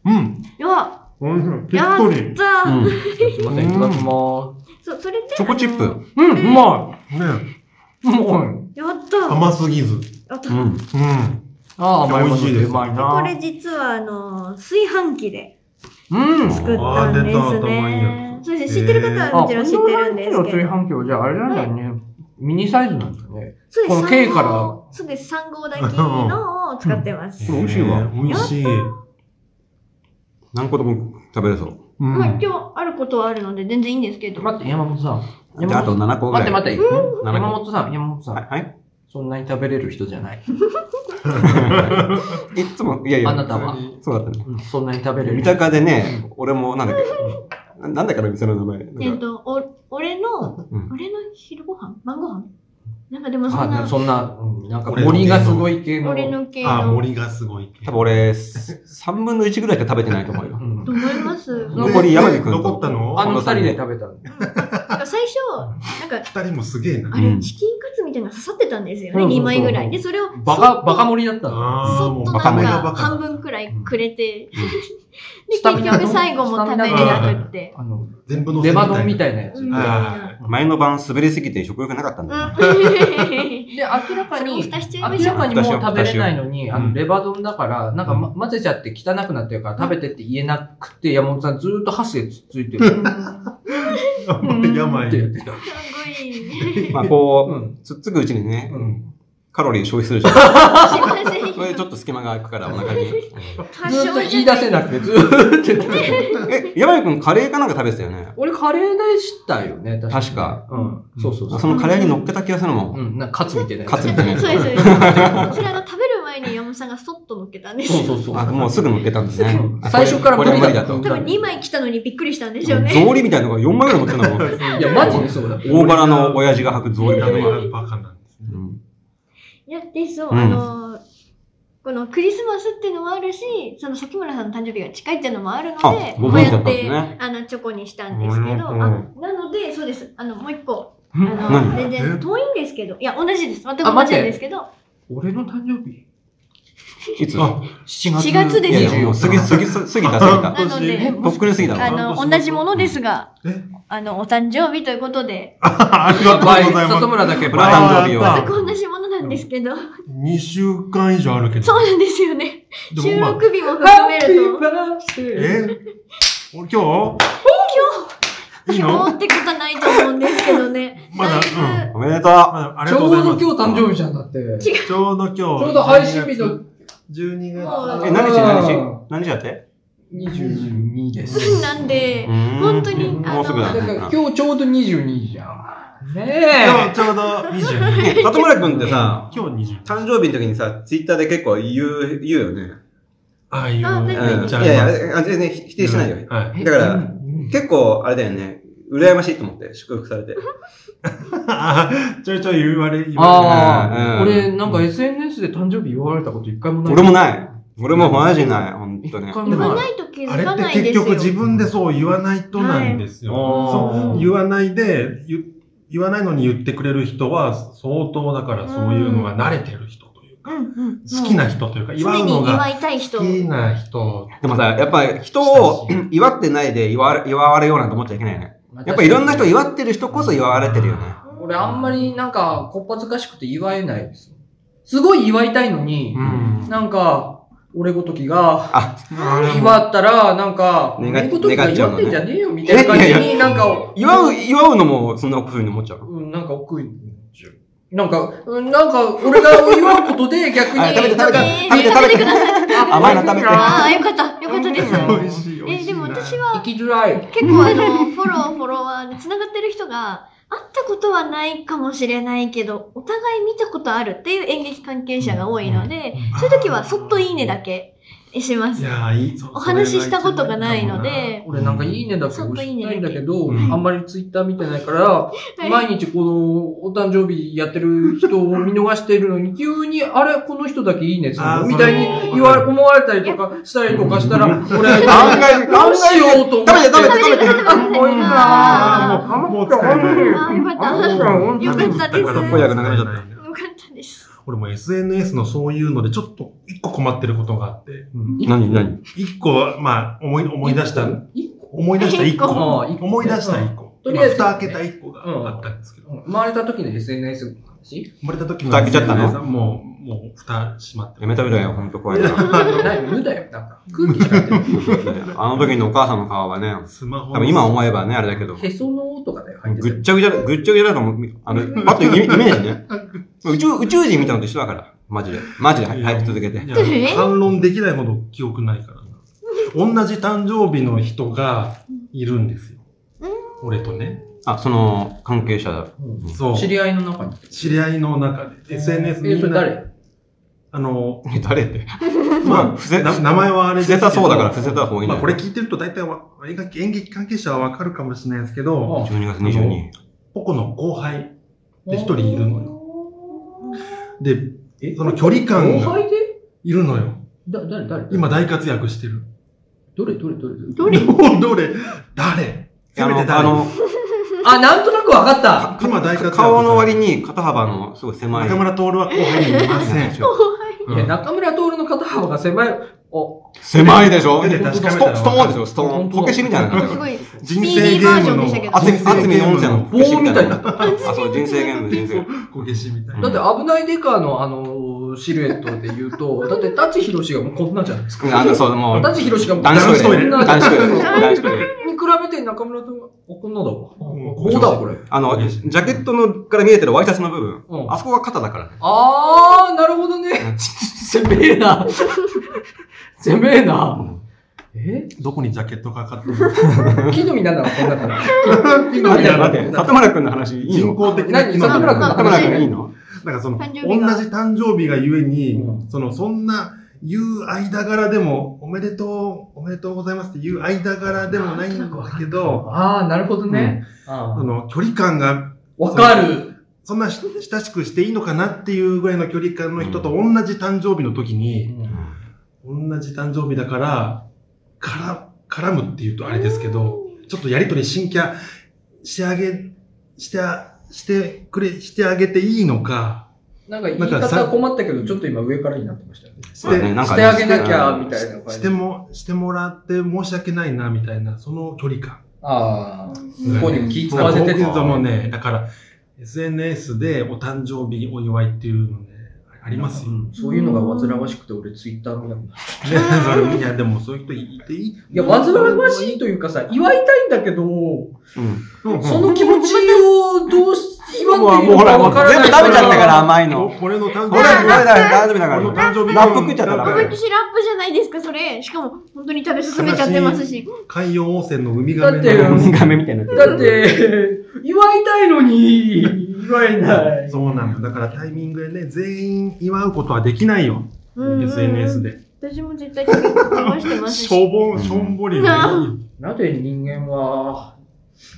Speaker 4: うん。
Speaker 1: いや、
Speaker 4: おいしい。ぴ
Speaker 1: や
Speaker 4: ったり。
Speaker 1: ったー、
Speaker 3: うん。
Speaker 2: う。すいません、いただきま
Speaker 1: そ、それで、
Speaker 3: チョコチッ
Speaker 1: あの
Speaker 3: プ。
Speaker 2: す。うん、うま
Speaker 4: ね
Speaker 2: い。うまい。
Speaker 1: やったー
Speaker 4: 甘すぎず。
Speaker 1: やった、
Speaker 3: うん。
Speaker 4: うん。
Speaker 2: ああ、甘いもの
Speaker 4: 美味しい
Speaker 2: で
Speaker 4: です
Speaker 2: うまい
Speaker 1: こ
Speaker 2: な。
Speaker 1: れ実は、あのー、炊飯器で
Speaker 2: うん。
Speaker 1: 作ったんです
Speaker 4: あー出た頭いい
Speaker 1: ね
Speaker 4: や。
Speaker 1: そうですね、知ってる方はもちろん知ってるんですけど。
Speaker 2: あこのランチの炊飯器は、じゃああれなんだね。ミニサイズなんだね。
Speaker 1: そうです、
Speaker 2: この K
Speaker 1: 3
Speaker 2: か
Speaker 1: 号
Speaker 2: ら
Speaker 1: そうです、3号炊きのを使ってます。
Speaker 3: 美味しいわ
Speaker 4: えー美味しい。
Speaker 3: 何個でも食べれそう。
Speaker 4: う
Speaker 1: まあ今。
Speaker 4: ん
Speaker 1: 日あることはあるので全然いいんですけど。
Speaker 2: 待って、山本さん。
Speaker 3: で、あと7個ぐ
Speaker 2: 待っ
Speaker 3: ら
Speaker 2: て待
Speaker 3: い。
Speaker 2: って。
Speaker 3: て
Speaker 2: 山
Speaker 3: 7個。
Speaker 2: 本さん、山本さ
Speaker 3: は
Speaker 2: ん。
Speaker 3: い
Speaker 2: そんなに食べれる人じゃない。
Speaker 3: はい。いつも、いやいや。
Speaker 2: あなたは
Speaker 3: そうだったね。
Speaker 2: うんそんなに食べれる
Speaker 3: 三
Speaker 2: 人。
Speaker 3: 鷹でね、俺も、なんだっけ。ななんだかの店の名前。
Speaker 1: え
Speaker 3: な
Speaker 1: っ
Speaker 3: んか
Speaker 1: と、お、俺の、
Speaker 3: うん
Speaker 1: 俺の昼ご飯晩ご飯なんかでもそん
Speaker 2: あ、
Speaker 1: な、
Speaker 2: そんな、うんなんか森がすごい系の。
Speaker 1: 俺の系
Speaker 4: あ、
Speaker 1: の、
Speaker 4: 森がすごい。
Speaker 3: 多分俺、3分の1ぐらいしか食べてないと思うよ。
Speaker 2: うん
Speaker 1: と思います。
Speaker 2: ん
Speaker 1: なん
Speaker 3: 残り山口くんと
Speaker 4: 残ったの
Speaker 2: あの二人で食べたの。
Speaker 1: か最初、なんか、
Speaker 4: 二人もすげえな
Speaker 1: あ。れ
Speaker 3: う、ん
Speaker 1: チキンカツみたいなの刺さってたんですよね、
Speaker 2: うん
Speaker 1: 2枚ぐら
Speaker 2: う
Speaker 1: い。
Speaker 2: ん
Speaker 1: で、それを、
Speaker 2: バカ、バカ盛りだったの。
Speaker 4: あー
Speaker 1: そ
Speaker 4: も
Speaker 1: っ
Speaker 4: う
Speaker 1: と
Speaker 4: バカ
Speaker 1: なん
Speaker 4: 盛りだ
Speaker 1: か
Speaker 4: バカ
Speaker 1: 半
Speaker 4: だ。
Speaker 1: 分くらいくれて、で、
Speaker 2: スタミ
Speaker 1: 結
Speaker 2: ナ
Speaker 1: 局最後も食べれなくって。
Speaker 2: あの、
Speaker 4: 全部の
Speaker 2: レバ丼み
Speaker 4: い
Speaker 2: たいなやつ。
Speaker 1: うん
Speaker 4: あ
Speaker 3: 前の晩滑りすぎて食欲なかったんだよ ね。
Speaker 1: うん。
Speaker 2: で、明らかに、
Speaker 1: 蓋しちゃいま
Speaker 2: 明
Speaker 1: しょ
Speaker 2: ら
Speaker 1: う
Speaker 2: かにもう食べれないのに、
Speaker 4: 私は
Speaker 2: あの、
Speaker 4: うん
Speaker 2: レバ丼だから、なんか、ま、混ぜちゃって汚くなってるから食べてって言えなくて、山本さんずーっと箸でつっついてる。
Speaker 4: な。あんまり
Speaker 2: っ
Speaker 4: 病
Speaker 2: て
Speaker 4: に
Speaker 2: やってた。
Speaker 1: すごい。
Speaker 3: まあ
Speaker 2: う
Speaker 3: こ
Speaker 2: ん。
Speaker 3: う、つっつくうちにね、
Speaker 2: うん。
Speaker 3: カロリー消費するじゃん。
Speaker 1: すいません
Speaker 3: それでちょっと隙間が空くからお腹に。うん
Speaker 1: 多
Speaker 2: ずー
Speaker 1: 少
Speaker 2: っと
Speaker 1: じゃ
Speaker 2: 言い出せなくて、ずーっと言 ってた。
Speaker 3: え、山井くんカレーかなんか食べてたよね。
Speaker 2: 俺カレーでしたよね、
Speaker 3: 確か。
Speaker 2: うん。そうそう
Speaker 3: そ
Speaker 2: そう。
Speaker 3: のカレーに乗っけた気がするもん。
Speaker 2: うん、なんかカツみたいなやつ。
Speaker 3: カツみたいなやつ
Speaker 1: そうです、そうです。それあの、食べる前に山本さんがそっと乗っけたんです
Speaker 2: そう
Speaker 1: よ。
Speaker 2: そうそう。
Speaker 3: あ、もうすぐ乗っけたんですね。あ
Speaker 2: 最初から
Speaker 3: これは無理だ
Speaker 2: 無
Speaker 3: と
Speaker 2: 理。
Speaker 1: 多分2枚来たのにびっくりしたんでしょ
Speaker 3: 草
Speaker 1: うね。
Speaker 3: 履みたいなのが4枚ぐらい乗ってたの。
Speaker 2: いや、マジでそうだ。
Speaker 3: 大柄の親父が履く草履みたいなのが。
Speaker 4: がバカなんですね。
Speaker 3: うん
Speaker 1: いや、で、そう、
Speaker 3: うん
Speaker 1: あのー、このクリスマスっていうのもあるし、その崎村さんの誕生日が近いっていうのもあるので、
Speaker 3: あ
Speaker 1: こ
Speaker 3: ご
Speaker 1: う
Speaker 3: 存
Speaker 1: や
Speaker 3: 知だった
Speaker 1: っ
Speaker 3: んですね
Speaker 1: て、あの、チョコにしたんですけど、
Speaker 4: うん
Speaker 1: あなので、そうです。あの、もう一個、あの、
Speaker 3: 何
Speaker 1: 全然
Speaker 4: え
Speaker 1: 遠いんですけど、いや、同じです。全く
Speaker 2: あ
Speaker 1: 同
Speaker 2: 待
Speaker 1: じ
Speaker 2: って
Speaker 1: なんですけど、
Speaker 2: 俺の誕生日
Speaker 3: いつ
Speaker 4: あ
Speaker 2: ?7
Speaker 1: 4月です
Speaker 3: い
Speaker 1: よ
Speaker 3: やいやもう過ぎ、過ぎ、過ぎ過ぎた、過ぎ
Speaker 1: なので
Speaker 3: た。、とっくに過ぎた
Speaker 1: あ
Speaker 3: の。
Speaker 1: の、同じものですが
Speaker 4: え、
Speaker 1: あの、お誕生日ということで、
Speaker 4: ありがとうございます。
Speaker 2: 里村だけ
Speaker 3: こ
Speaker 2: バ
Speaker 3: れ
Speaker 2: ラ
Speaker 4: あ
Speaker 3: は誕生
Speaker 4: あ
Speaker 3: 日
Speaker 1: 全
Speaker 4: あ
Speaker 3: は。
Speaker 1: く同じものなんですけど、
Speaker 4: 2週間以上あるけど。
Speaker 1: そうなんですよね。
Speaker 4: で
Speaker 1: 収
Speaker 4: もまあ
Speaker 1: 録日も含
Speaker 2: ハ
Speaker 1: め
Speaker 2: ッピ
Speaker 1: る
Speaker 2: ー
Speaker 1: と、
Speaker 2: バースデー
Speaker 4: え俺今日いい
Speaker 1: 今日
Speaker 4: の
Speaker 1: ってことないと思うんですけどね。
Speaker 4: まだ、
Speaker 1: だい
Speaker 4: うん。
Speaker 1: ぶ、
Speaker 3: おめでとう。
Speaker 4: まだあり
Speaker 2: ちょ
Speaker 4: がとう
Speaker 2: う
Speaker 4: ございま
Speaker 2: ど
Speaker 4: す。
Speaker 2: 今日誕生日じゃんだって。ち
Speaker 4: ちょうど今日。ち
Speaker 2: ょうど配信日の。
Speaker 4: 12月。
Speaker 1: もう
Speaker 3: え、何日何
Speaker 2: う
Speaker 3: 日
Speaker 2: ん
Speaker 3: 何日だって
Speaker 2: 22です。
Speaker 1: なんで、
Speaker 3: 本
Speaker 1: 本当に、あ
Speaker 3: もうすぐ
Speaker 1: の、
Speaker 3: だ
Speaker 2: だから
Speaker 3: ね。
Speaker 2: 今日ちょうど22じゃん。
Speaker 4: 今日
Speaker 2: ね
Speaker 4: ちょうど22。
Speaker 3: ね里村くんってさ、
Speaker 4: 今日22。
Speaker 3: 誕生日の時にさ、ツイッターで結構言う、言うよね。
Speaker 4: ああいう。
Speaker 1: あ
Speaker 3: う
Speaker 1: 別
Speaker 4: め
Speaker 1: に
Speaker 3: ん。
Speaker 4: っ
Speaker 3: い
Speaker 4: ちゃあ
Speaker 3: やい
Speaker 4: ります
Speaker 3: や、あ全然否定しないよ。
Speaker 4: は
Speaker 2: え。
Speaker 4: い。
Speaker 3: だから
Speaker 2: うん
Speaker 3: 結構、あれだよね。羨ましいと思って、祝福されて。
Speaker 4: ちょいちょい 言われ、言わ
Speaker 2: ああ、
Speaker 3: うん
Speaker 2: 俺なんか SNS で誕生日言われたこと一回もない。
Speaker 3: 俺もない。俺もマジない、本当に。
Speaker 2: 一回も
Speaker 1: 言わ
Speaker 2: ない。
Speaker 1: ないと気
Speaker 4: れ
Speaker 1: づ
Speaker 4: る。
Speaker 1: か
Speaker 4: あれっ
Speaker 1: な
Speaker 4: て
Speaker 1: いで
Speaker 4: 結
Speaker 1: すよ。
Speaker 4: 局自分でそう言わないとなんですよ。
Speaker 2: はい
Speaker 4: そう言わないで、言言わないのに言ってくれる人は相当だからそういうのが慣れてる人というか、
Speaker 1: うんうん、
Speaker 4: 好きな人というか、祝
Speaker 1: 常
Speaker 4: う
Speaker 1: に
Speaker 4: のが
Speaker 1: 祝いたい人。
Speaker 4: 好きな人。
Speaker 3: でもさ、やっぱ人を 祝ってないで祝われ祝われようなんて思っちゃいけないよね。やっぱいろんな人祝ってる人こそ祝われてるよね。
Speaker 2: 俺あんまりなんか、こっぱずかしくて祝えないです。すごい祝いたいのに、
Speaker 4: ん
Speaker 2: なんか、俺ごときが、
Speaker 3: あ、
Speaker 4: あれも
Speaker 2: 祝ったら、なんか、
Speaker 3: 願
Speaker 2: 俺ごときが
Speaker 3: 願っちゃ
Speaker 2: 祝
Speaker 3: う
Speaker 2: っ
Speaker 3: の
Speaker 2: て
Speaker 3: ね
Speaker 2: んじゃねえよ、みたいな感
Speaker 3: えい
Speaker 2: じ
Speaker 3: や
Speaker 2: に、なんか、
Speaker 3: 祝う、祝うのもそんな風に思っちゃうの
Speaker 2: うん、なんか奥に。なんか、うんなんか、俺が祝うこと で逆に、
Speaker 3: あ食べて
Speaker 2: なんか
Speaker 1: えー
Speaker 3: 食べ
Speaker 1: 食べ
Speaker 3: て
Speaker 1: て
Speaker 3: 食べて
Speaker 1: ください。
Speaker 3: 甘いの食べて
Speaker 1: ああ、よかった。よかったです。
Speaker 2: うん
Speaker 4: 美味しい、美味
Speaker 1: え、
Speaker 4: しい。
Speaker 1: でも私
Speaker 4: は、
Speaker 1: は
Speaker 2: 生きづらい。
Speaker 1: 結構あの、フォロー、フォロワーで繋がってる人が、会ったことはないかもしれないけど、お互い見たことあるっていう演劇関係者が多いので、そういう時はそっといいねだけします
Speaker 4: い。やー、いい。
Speaker 1: お話ししたことがないので、
Speaker 2: 俺なんかいいねだけ押したいんだけど、
Speaker 4: うん
Speaker 2: あんまりツイッター見てないから、毎日このお誕生日やってる人を見逃してるのに、急に、あれ、この人だけいいねする
Speaker 4: あ
Speaker 2: の
Speaker 4: ー
Speaker 2: みたいに言われ、
Speaker 4: そう
Speaker 2: 思われたりとかしたりとかしたら、
Speaker 4: う
Speaker 2: 俺、
Speaker 3: 案 外、
Speaker 2: 何しようと思って。
Speaker 3: 食べて食べて食べて
Speaker 2: あもういいな
Speaker 1: あ
Speaker 2: ぁ。
Speaker 4: もう使えな
Speaker 1: あ
Speaker 4: い
Speaker 1: よかった
Speaker 2: あよ
Speaker 1: よかったです
Speaker 4: だら
Speaker 3: かっこよくなくなっちゃった
Speaker 1: よかったです。
Speaker 4: 俺も SNS のそういうのでちょっと一個困ってることがあって、
Speaker 3: 何何
Speaker 4: 一個、まあ、思い、思い出した、
Speaker 2: 一個
Speaker 4: 思い出した一個。
Speaker 2: あー一個
Speaker 4: 思い出した一個。
Speaker 2: とりあえず
Speaker 4: 今蓋開けた一個があったんですけど、
Speaker 2: うん回れた時の SNS の話
Speaker 4: 生まれた時の。
Speaker 3: 蓋開けちゃったの
Speaker 4: もう、もう、蓋閉まって
Speaker 3: やめてみろよ、ほんと怖いな。
Speaker 2: ない無だよ。なんか、空気しか入ってる。
Speaker 3: あの時のお母さんの顔はね、
Speaker 4: スマホ。
Speaker 3: 多分今思えばね、あれだけど、
Speaker 2: へその緒とかね、入って
Speaker 3: ぐ
Speaker 2: る
Speaker 3: っ。ちゃぐちゃだ、ぐっちゃぐちゃだと思う。あの、パッとイメイメージね。宇宙、宇宙人見たのと一緒だから。マジで。マジで、はい、はい続けて。
Speaker 4: いや反論できないほど記憶ないからな。同じ誕生日の人がいるんですよ
Speaker 1: うん。
Speaker 4: 俺とね。
Speaker 3: あ、その、関係者だ。
Speaker 2: うん
Speaker 4: そう。
Speaker 2: 知り合いの中に。
Speaker 4: 知り合いの中で、SNS
Speaker 2: え、それ誰
Speaker 4: あの、
Speaker 3: え誰って。
Speaker 4: ま
Speaker 3: まあ、
Speaker 4: あ、
Speaker 3: 伏せ、
Speaker 4: な名前はあれ
Speaker 3: 伏
Speaker 4: ですけ
Speaker 3: せ
Speaker 4: ど
Speaker 3: たそうだから伏せた方がいいんじ
Speaker 4: ま
Speaker 3: ゃ
Speaker 4: あ、
Speaker 3: ない
Speaker 4: これ聞いてると大体わ演劇演劇関係者はわかるかもしれないですけど、
Speaker 2: あ
Speaker 3: 12月22
Speaker 4: ポコの後輩で一人いるのよ。で、その距離感
Speaker 2: 後
Speaker 4: が
Speaker 2: 輩で
Speaker 4: いるのよ。
Speaker 2: だ、誰、誰
Speaker 4: 今大活躍してる。
Speaker 2: どれ、どれ、どれ、
Speaker 1: どれ
Speaker 4: どれ誰
Speaker 3: あ
Speaker 4: せめて
Speaker 3: の、あ
Speaker 4: 誰
Speaker 3: の、
Speaker 2: あ、なんとなくわかった
Speaker 4: 今大活躍。
Speaker 3: 顔の割。に肩幅のすごい狭い。
Speaker 4: 中村徹は後輩にいませ ん。
Speaker 2: いや、中村徹の肩幅が狭い。お、
Speaker 3: 狭いでしょ
Speaker 4: 目で
Speaker 3: ス
Speaker 4: 確か
Speaker 3: ト
Speaker 4: め
Speaker 3: ス
Speaker 4: た
Speaker 3: ト
Speaker 4: ら
Speaker 3: ーンでしょストーン。
Speaker 2: 本当だ
Speaker 3: こけしみたいなの
Speaker 1: す
Speaker 3: よ。
Speaker 1: ごい。
Speaker 4: 人生ゲームの
Speaker 1: スピーディーバ
Speaker 3: 厚
Speaker 1: ー
Speaker 3: み、厚み4センのこけしみたいな。
Speaker 2: 棒
Speaker 3: あ、そう、人生ゲーム、人生ゲーム。
Speaker 4: こけしみたいな。
Speaker 2: だって危ないデカのあの、シルエットで言う と、だって、舘ひろしがもうこんなんじゃないですか。
Speaker 3: あの、 そう、もう、
Speaker 2: 舘ひろしがもう
Speaker 3: 男子トイレ。
Speaker 2: こんなん
Speaker 3: 男
Speaker 2: じゃない
Speaker 3: 子ト
Speaker 2: で
Speaker 3: イレ。
Speaker 2: すか
Speaker 3: 男子トイレ。
Speaker 2: に比べて中村徹は、おこんなだわ。
Speaker 4: ん
Speaker 2: こうだわ、これ。
Speaker 3: あの、ジャケットのから見えてるワイシャツの部分。
Speaker 2: うん
Speaker 3: あそこが肩だからね。
Speaker 2: あー、なるほどね。 せめえな。せめえな。え
Speaker 4: どこにジャケットがかかってる
Speaker 2: 木の実なんだわ、こんなから。 木
Speaker 3: 待
Speaker 2: の
Speaker 3: っ
Speaker 2: 実なん
Speaker 3: て、
Speaker 2: だわ
Speaker 3: 待って、里村くんの話いい
Speaker 4: 人
Speaker 3: の
Speaker 4: 工的な
Speaker 2: 何里村君
Speaker 3: 里村くんいいの
Speaker 4: なんかその、同
Speaker 1: 誕生
Speaker 4: じ
Speaker 1: 日が
Speaker 4: 誕生日がゆえに
Speaker 2: う、
Speaker 4: その、そんな、言う間柄でも、おめでとう、おめでとうございますって言う間柄でもないんだけど、
Speaker 2: あー、なるほどね。あ
Speaker 4: あ
Speaker 2: ー
Speaker 4: の、距離感が、
Speaker 2: わかる。
Speaker 4: そんなし親しくしていいのかなっていうぐらいの距離感の人と同じ誕生日の時に、同じ誕生日だから、から、絡むっていうとあれですけど、ちょっとやりとり新キャしてあげ、してあ、してくれ、してあげていいのか、
Speaker 2: なんか言い方困ったけど、ちょっと今上からになってましたよね。
Speaker 3: そうだね、なん
Speaker 2: し
Speaker 3: か
Speaker 2: て
Speaker 3: ね、
Speaker 2: あげなきゃ、み
Speaker 3: な。
Speaker 2: たいな感じ。
Speaker 4: しても、してもらって申し訳ないな、みたいな、その距離感。
Speaker 2: ああ、
Speaker 1: うん
Speaker 2: 向こうにも気使
Speaker 4: 僕
Speaker 2: わせて
Speaker 3: そう
Speaker 2: て。
Speaker 3: か
Speaker 4: もね、だから、SNS でお誕生日お祝いっていうのね、ありますよ。
Speaker 2: う
Speaker 4: ね、
Speaker 2: んそういうのが煩わしくて、俺ツイッター見なくなる。
Speaker 4: それ いや、でもそういう人いていい
Speaker 2: いや、煩わしいというかさ、祝いたいんだけど、
Speaker 3: うん。
Speaker 4: うん
Speaker 2: その気持ちをどうし、
Speaker 3: もう
Speaker 2: 祝っていいの
Speaker 3: ほ、
Speaker 2: から
Speaker 3: も
Speaker 2: わ
Speaker 3: う
Speaker 2: からない
Speaker 3: 全部食べちゃったから甘いの。
Speaker 4: お俺の誕生日。
Speaker 3: 俺、俺だ、大丈夫だか
Speaker 4: 俺の誕
Speaker 3: ら。
Speaker 4: 生日。
Speaker 3: ラップ食っちゃったら
Speaker 1: 思
Speaker 3: ダ
Speaker 1: い
Speaker 3: メ
Speaker 1: っきしラップじゃないですか、それ。しかも、本当に食べ進めちゃってますし。
Speaker 4: 海洋温泉のウミガメの
Speaker 2: だって
Speaker 3: ウミガメみたいになってる。
Speaker 2: だって、祝いたいのに、祝えない。
Speaker 4: そうなのよ。だからタイミングでね、全員祝うことはできないよ。
Speaker 1: うんうんうん
Speaker 4: SNS で。
Speaker 1: 私も絶対食べしてます
Speaker 4: し
Speaker 1: し。
Speaker 4: ょぼん、しょんぼりね。
Speaker 1: うん
Speaker 2: なぜ人間は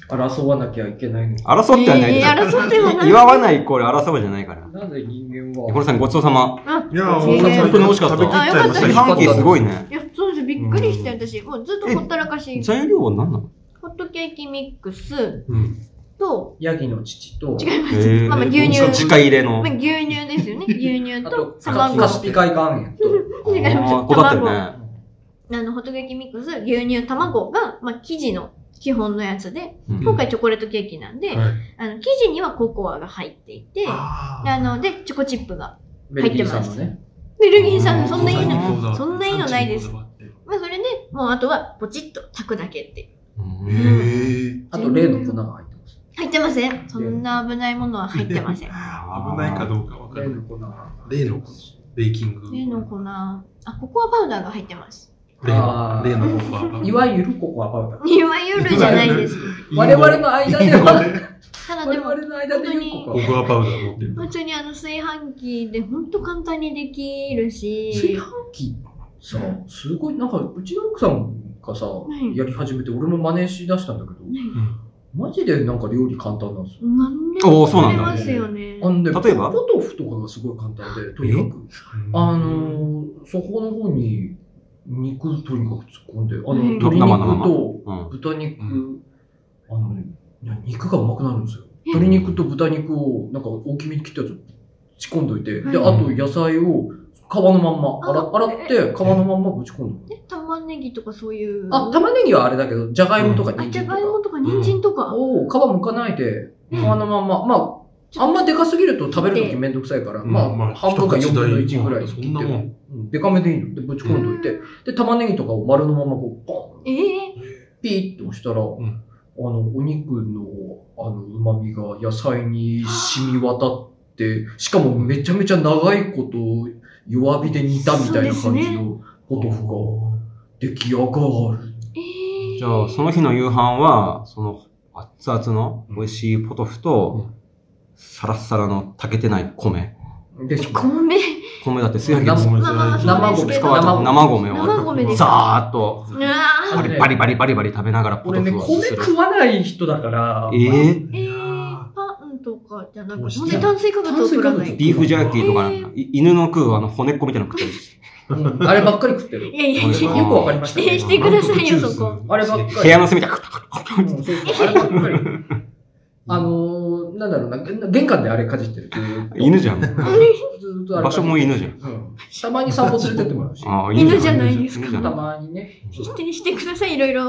Speaker 2: 争わなきゃいけないのか。
Speaker 3: 争ってはない
Speaker 1: え
Speaker 3: け
Speaker 1: ー争ってはな
Speaker 3: ど。
Speaker 1: い。
Speaker 3: 祝わないイコール争うじゃないから。
Speaker 2: なぜ人間
Speaker 3: ヒコロ
Speaker 2: は。
Speaker 3: さん、ごちそうさま。
Speaker 1: あ
Speaker 4: いや、
Speaker 2: そうね
Speaker 3: 本当に美味しかった
Speaker 4: 食べきっちゃいました
Speaker 3: 炊
Speaker 1: あよ
Speaker 4: よ。
Speaker 1: か
Speaker 3: 飯
Speaker 1: った
Speaker 3: 器すごいね。
Speaker 1: いや、そうです。びっくりして、私。もうずっとほったらかし。
Speaker 3: 材料は何なの
Speaker 1: ホットケーキミックス
Speaker 4: うん。
Speaker 1: と、
Speaker 2: ヤギの父と、
Speaker 1: 違います。
Speaker 3: え
Speaker 1: まあまあ牛乳
Speaker 3: 自家入れの
Speaker 1: まあ、。牛乳です よね。牛乳
Speaker 2: あ
Speaker 1: と
Speaker 2: と、
Speaker 1: 卵。
Speaker 2: カスピ海岸と。
Speaker 1: 違います
Speaker 3: あーこだわってるね。
Speaker 1: あの、ホットケーキミックス、牛乳、卵が、まあ、生地の基本のやつで、
Speaker 3: うん
Speaker 1: 今回チョコレートケーキなんで、
Speaker 4: はい
Speaker 1: あの、生地にはココアが入っていて、あ
Speaker 4: あー
Speaker 1: の、で、チョコチップが。
Speaker 2: ベルギーさんのね。
Speaker 1: ベルギーさ
Speaker 3: うん
Speaker 1: ん、そんないい
Speaker 3: そう
Speaker 1: の。
Speaker 3: だ
Speaker 1: そんないいのないです
Speaker 4: へ
Speaker 1: まあ、それで、もうあとは、ポチッと炊くだけって。
Speaker 3: うん
Speaker 4: え。
Speaker 2: あと、例の粉が入ってます。
Speaker 1: 入ってませんそんな危ないものは入って ません。
Speaker 4: 危ないかどうかわから
Speaker 2: 例
Speaker 4: ない
Speaker 2: の。粉が。
Speaker 4: 例の粉ベーキング。
Speaker 1: 例の粉、あ、ココアパウダーが入ってます。
Speaker 4: 例
Speaker 2: あ
Speaker 4: の、
Speaker 2: ー
Speaker 4: 例の粉はい
Speaker 2: わゆるココアパウダー。
Speaker 1: いわゆるじゃないです。
Speaker 2: 我々の間で
Speaker 1: た
Speaker 2: は、
Speaker 1: だ
Speaker 2: 我
Speaker 1: でも
Speaker 2: 々、の間で言うココアパウ
Speaker 4: ココアパウダー持ってる。
Speaker 1: 普通にあの炊飯器でほんと簡単にできる
Speaker 2: ダー。炊
Speaker 1: し
Speaker 2: 飯、器さ、すごい、なんか、うちの奥さんがさ
Speaker 1: ん、
Speaker 2: やり始めて、俺も真似しだしたんだけど、マジでなんか料理簡単なんですよ。
Speaker 1: 何で
Speaker 3: お
Speaker 1: も
Speaker 3: ーそうなん
Speaker 1: 作れますよ
Speaker 3: だ
Speaker 1: ね。
Speaker 2: あのね、
Speaker 3: 例えば
Speaker 2: ポトフとかがすごい簡単で、とにかく。あのー、そこの方に肉とにかく突っ込んで、あの、
Speaker 1: うん
Speaker 2: 鶏
Speaker 3: 生のま
Speaker 2: 肉
Speaker 3: ま
Speaker 2: と
Speaker 3: うん
Speaker 2: 豚肉、
Speaker 4: う
Speaker 2: あのね、いや肉がうまくなるんですよ。
Speaker 1: え
Speaker 2: 鶏肉と豚肉を、なんか大きめに切ったやつをぶち込んどいて、
Speaker 1: はい
Speaker 2: で、あと野菜を皮のまんま、
Speaker 1: あ
Speaker 2: 洗洗って皮のまんまぶち込んで。
Speaker 1: で玉ねぎとかそういう。
Speaker 2: あ、玉ねぎはあれだけど、じゃがいもとか
Speaker 1: あ
Speaker 2: 人
Speaker 1: じゃが
Speaker 2: 参とか
Speaker 1: い。もとか人参とか。
Speaker 2: を皮むかないで、皮
Speaker 1: うん
Speaker 2: のまんま、ま
Speaker 1: ちょっと
Speaker 2: あ、あんまでかすぎると食べるときめんどくさいから、
Speaker 4: うん
Speaker 2: ま
Speaker 4: まあ
Speaker 2: あ、半分か4分の1ぐらい
Speaker 4: そ
Speaker 2: 切
Speaker 4: ん
Speaker 2: っ
Speaker 4: な
Speaker 2: て
Speaker 4: もん
Speaker 2: ね、うんでかめでいいの。で、ぶち込んどいて、で、玉ねぎとかを丸のままこう、ポン
Speaker 1: ええ
Speaker 2: ピーって押したら、
Speaker 4: ん
Speaker 2: あの、お肉の、あの、旨味が野菜に染み渡って、しかもめちゃめちゃ長いこと弱火で煮たみたいな感じのポトフが出来上がる。
Speaker 1: ええ
Speaker 3: じゃあ、その日の夕飯は、その、熱々の美味しいポトフと、サラッサラの炊けてない米。
Speaker 2: でしょ
Speaker 1: 米、
Speaker 3: 米だって炊飯器
Speaker 4: 生
Speaker 3: 使
Speaker 4: 米
Speaker 1: まあまあまあ
Speaker 2: 生
Speaker 1: そうで
Speaker 2: 米
Speaker 1: すけ
Speaker 2: 使
Speaker 1: ど
Speaker 3: われた生米を、
Speaker 1: 生米です。
Speaker 3: ザーッと、
Speaker 1: うわー
Speaker 3: バリバリバリバリバリ食べながらポ
Speaker 2: 俺
Speaker 3: ト
Speaker 2: ね、
Speaker 3: フを
Speaker 2: 米
Speaker 3: すする。
Speaker 2: 食わない人だから、
Speaker 3: えー
Speaker 1: ええパンとかじゃなく
Speaker 4: もう
Speaker 1: て、
Speaker 4: して
Speaker 1: ほんで炭水化物を取らな
Speaker 2: 炭水化物
Speaker 1: い。
Speaker 3: ビーフジャーキーとかなんか、い犬の食うあの骨っこみたいなの食ってるし。
Speaker 2: うんあればっかり食ってる
Speaker 1: い。やいやい
Speaker 2: よ
Speaker 1: や、
Speaker 2: くわかりました、
Speaker 1: 否定
Speaker 2: ね。
Speaker 1: してくださいよ、そこ。
Speaker 2: あればっか
Speaker 3: 部
Speaker 2: り。
Speaker 3: 屋の隅で、
Speaker 2: うんそうそうあればっかり。あのー、なんだろうな、玄玄関であれかじってるっていう。
Speaker 3: 犬じゃん。
Speaker 2: ずっとあれ
Speaker 3: 場所も犬じゃん。
Speaker 2: うんたまに散歩連れてってもらうし。
Speaker 3: ああ
Speaker 1: 犬じゃないですか
Speaker 3: 犬じゃ
Speaker 2: た
Speaker 3: ない
Speaker 2: まにね。
Speaker 1: 否定してください、いろいろ。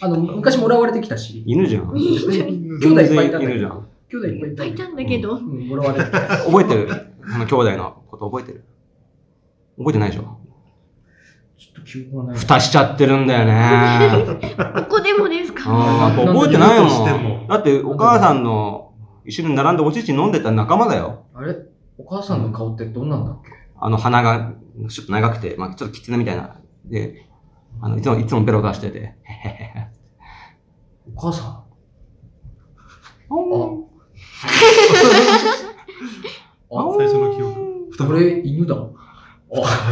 Speaker 2: あの、昔もらわれてきたし。
Speaker 3: 犬じゃん。
Speaker 2: 兄弟いっぱいいたんだ
Speaker 3: 犬
Speaker 2: け
Speaker 3: じゃ
Speaker 2: ど。
Speaker 3: ん。
Speaker 2: 兄弟いっぱ
Speaker 1: い
Speaker 2: いい
Speaker 1: っぱ
Speaker 2: た
Speaker 1: い
Speaker 2: ん
Speaker 1: い
Speaker 2: だけ
Speaker 1: たんだけど。
Speaker 2: ど。うんもらわれてきた。
Speaker 3: 覚えてる あの兄弟のこと覚えてる覚えてないでしょ
Speaker 2: ちょっと記憶がない。
Speaker 3: 蓋しちゃってるんだよね。
Speaker 1: ここでもですか
Speaker 3: あー覚えてな
Speaker 4: なんで
Speaker 3: い
Speaker 4: 言うとして
Speaker 3: もん。
Speaker 4: も
Speaker 3: だってお母さんの一緒に並んでお乳飲んでた仲間だよ。
Speaker 2: あれお母さんの顔ってどんなんだっけ
Speaker 3: あの鼻がちょっと長くて、まあ、ちょっとキツネみたいな。で、あのいつもいつもベロ出してて。
Speaker 2: お母さん
Speaker 3: あ
Speaker 2: あ、
Speaker 4: 最初の記憶。蓋が
Speaker 2: 俺犬だ。
Speaker 4: 蓋が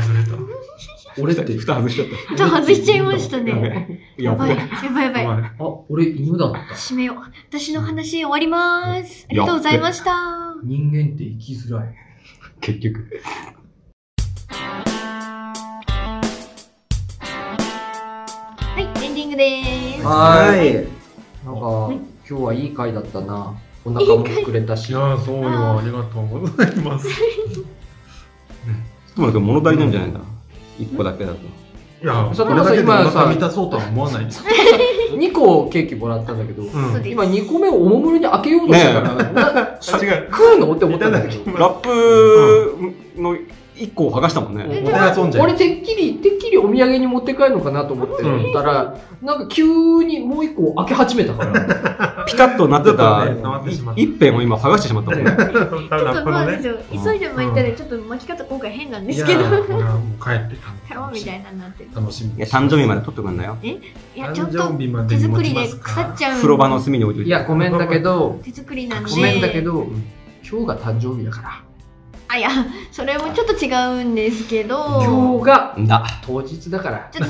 Speaker 4: 外れた。
Speaker 2: 俺って。
Speaker 3: 蓋外しちゃっ
Speaker 1: 蓋外しちゃいました
Speaker 3: た。やべ
Speaker 1: ね。
Speaker 3: え。や
Speaker 1: やば
Speaker 3: ば
Speaker 1: い、
Speaker 3: い。
Speaker 1: やばい、やばい。
Speaker 4: お前
Speaker 2: あ、俺犬だった。
Speaker 1: 締めよう。私の話終わります。ありがとうございました。
Speaker 2: 人間って生きづらい。
Speaker 3: 結局。
Speaker 1: はい、エンディングです。
Speaker 2: はーい。
Speaker 3: い。
Speaker 2: なんか、
Speaker 1: い
Speaker 2: 今日はいい回だったな。お腹も膨れたし。
Speaker 4: いやーそうよ、ありがとうございます。
Speaker 3: ともかく物足りないんじゃないんだ。一個だけだと。
Speaker 4: いや、
Speaker 2: さ
Speaker 4: これだけでも
Speaker 2: 今
Speaker 4: ま
Speaker 2: さ
Speaker 4: た満たそうとは思わな いです。
Speaker 2: 2個ケーキもらったんだけど、
Speaker 4: うん
Speaker 1: そうです
Speaker 2: 今2個目をおもむろに開けようとしてたから、 な
Speaker 4: あ違う。
Speaker 2: 食うのって思ったんだけど。
Speaker 4: ま
Speaker 3: ラップの一個を剥がしたもんね。
Speaker 1: え
Speaker 4: もてなそんじゃん
Speaker 2: 俺てっきり、てっきりお土産に持って帰るのかなと思ってたら、なんか急にもう一個開け始めたから、
Speaker 3: ピタッとなってた
Speaker 4: ちょっとね触ってしまっ、た
Speaker 3: い一辺を今剥がしてしまったもんね。
Speaker 4: ラップ
Speaker 1: まあ
Speaker 4: の
Speaker 1: で
Speaker 4: ね
Speaker 1: す。よ急いで巻いたらちょっと巻き方今回変なんですけ
Speaker 4: い
Speaker 1: ど
Speaker 4: やー俺はもう帰ってた
Speaker 1: 皮みたいなになってる
Speaker 4: 楽しみ
Speaker 3: いや、誕生日まで取っとくんだよ。
Speaker 1: いやちょっ
Speaker 4: 誕
Speaker 1: と
Speaker 4: 生日まで
Speaker 1: 手
Speaker 4: に
Speaker 1: 作
Speaker 4: 持
Speaker 1: り
Speaker 4: ちま
Speaker 1: です
Speaker 4: か
Speaker 1: 腐っちゃう
Speaker 3: 風呂場の隅に置いとい
Speaker 2: い
Speaker 3: て。
Speaker 2: や、ごめんだけど、
Speaker 1: 手作りなんで
Speaker 2: ごめんだけど
Speaker 4: うん、
Speaker 2: 今日が誕生日だから、
Speaker 1: あいやそれもちょっと違うんですけど
Speaker 2: 今日が
Speaker 3: んだ。
Speaker 2: 当日だから、
Speaker 1: ちょっ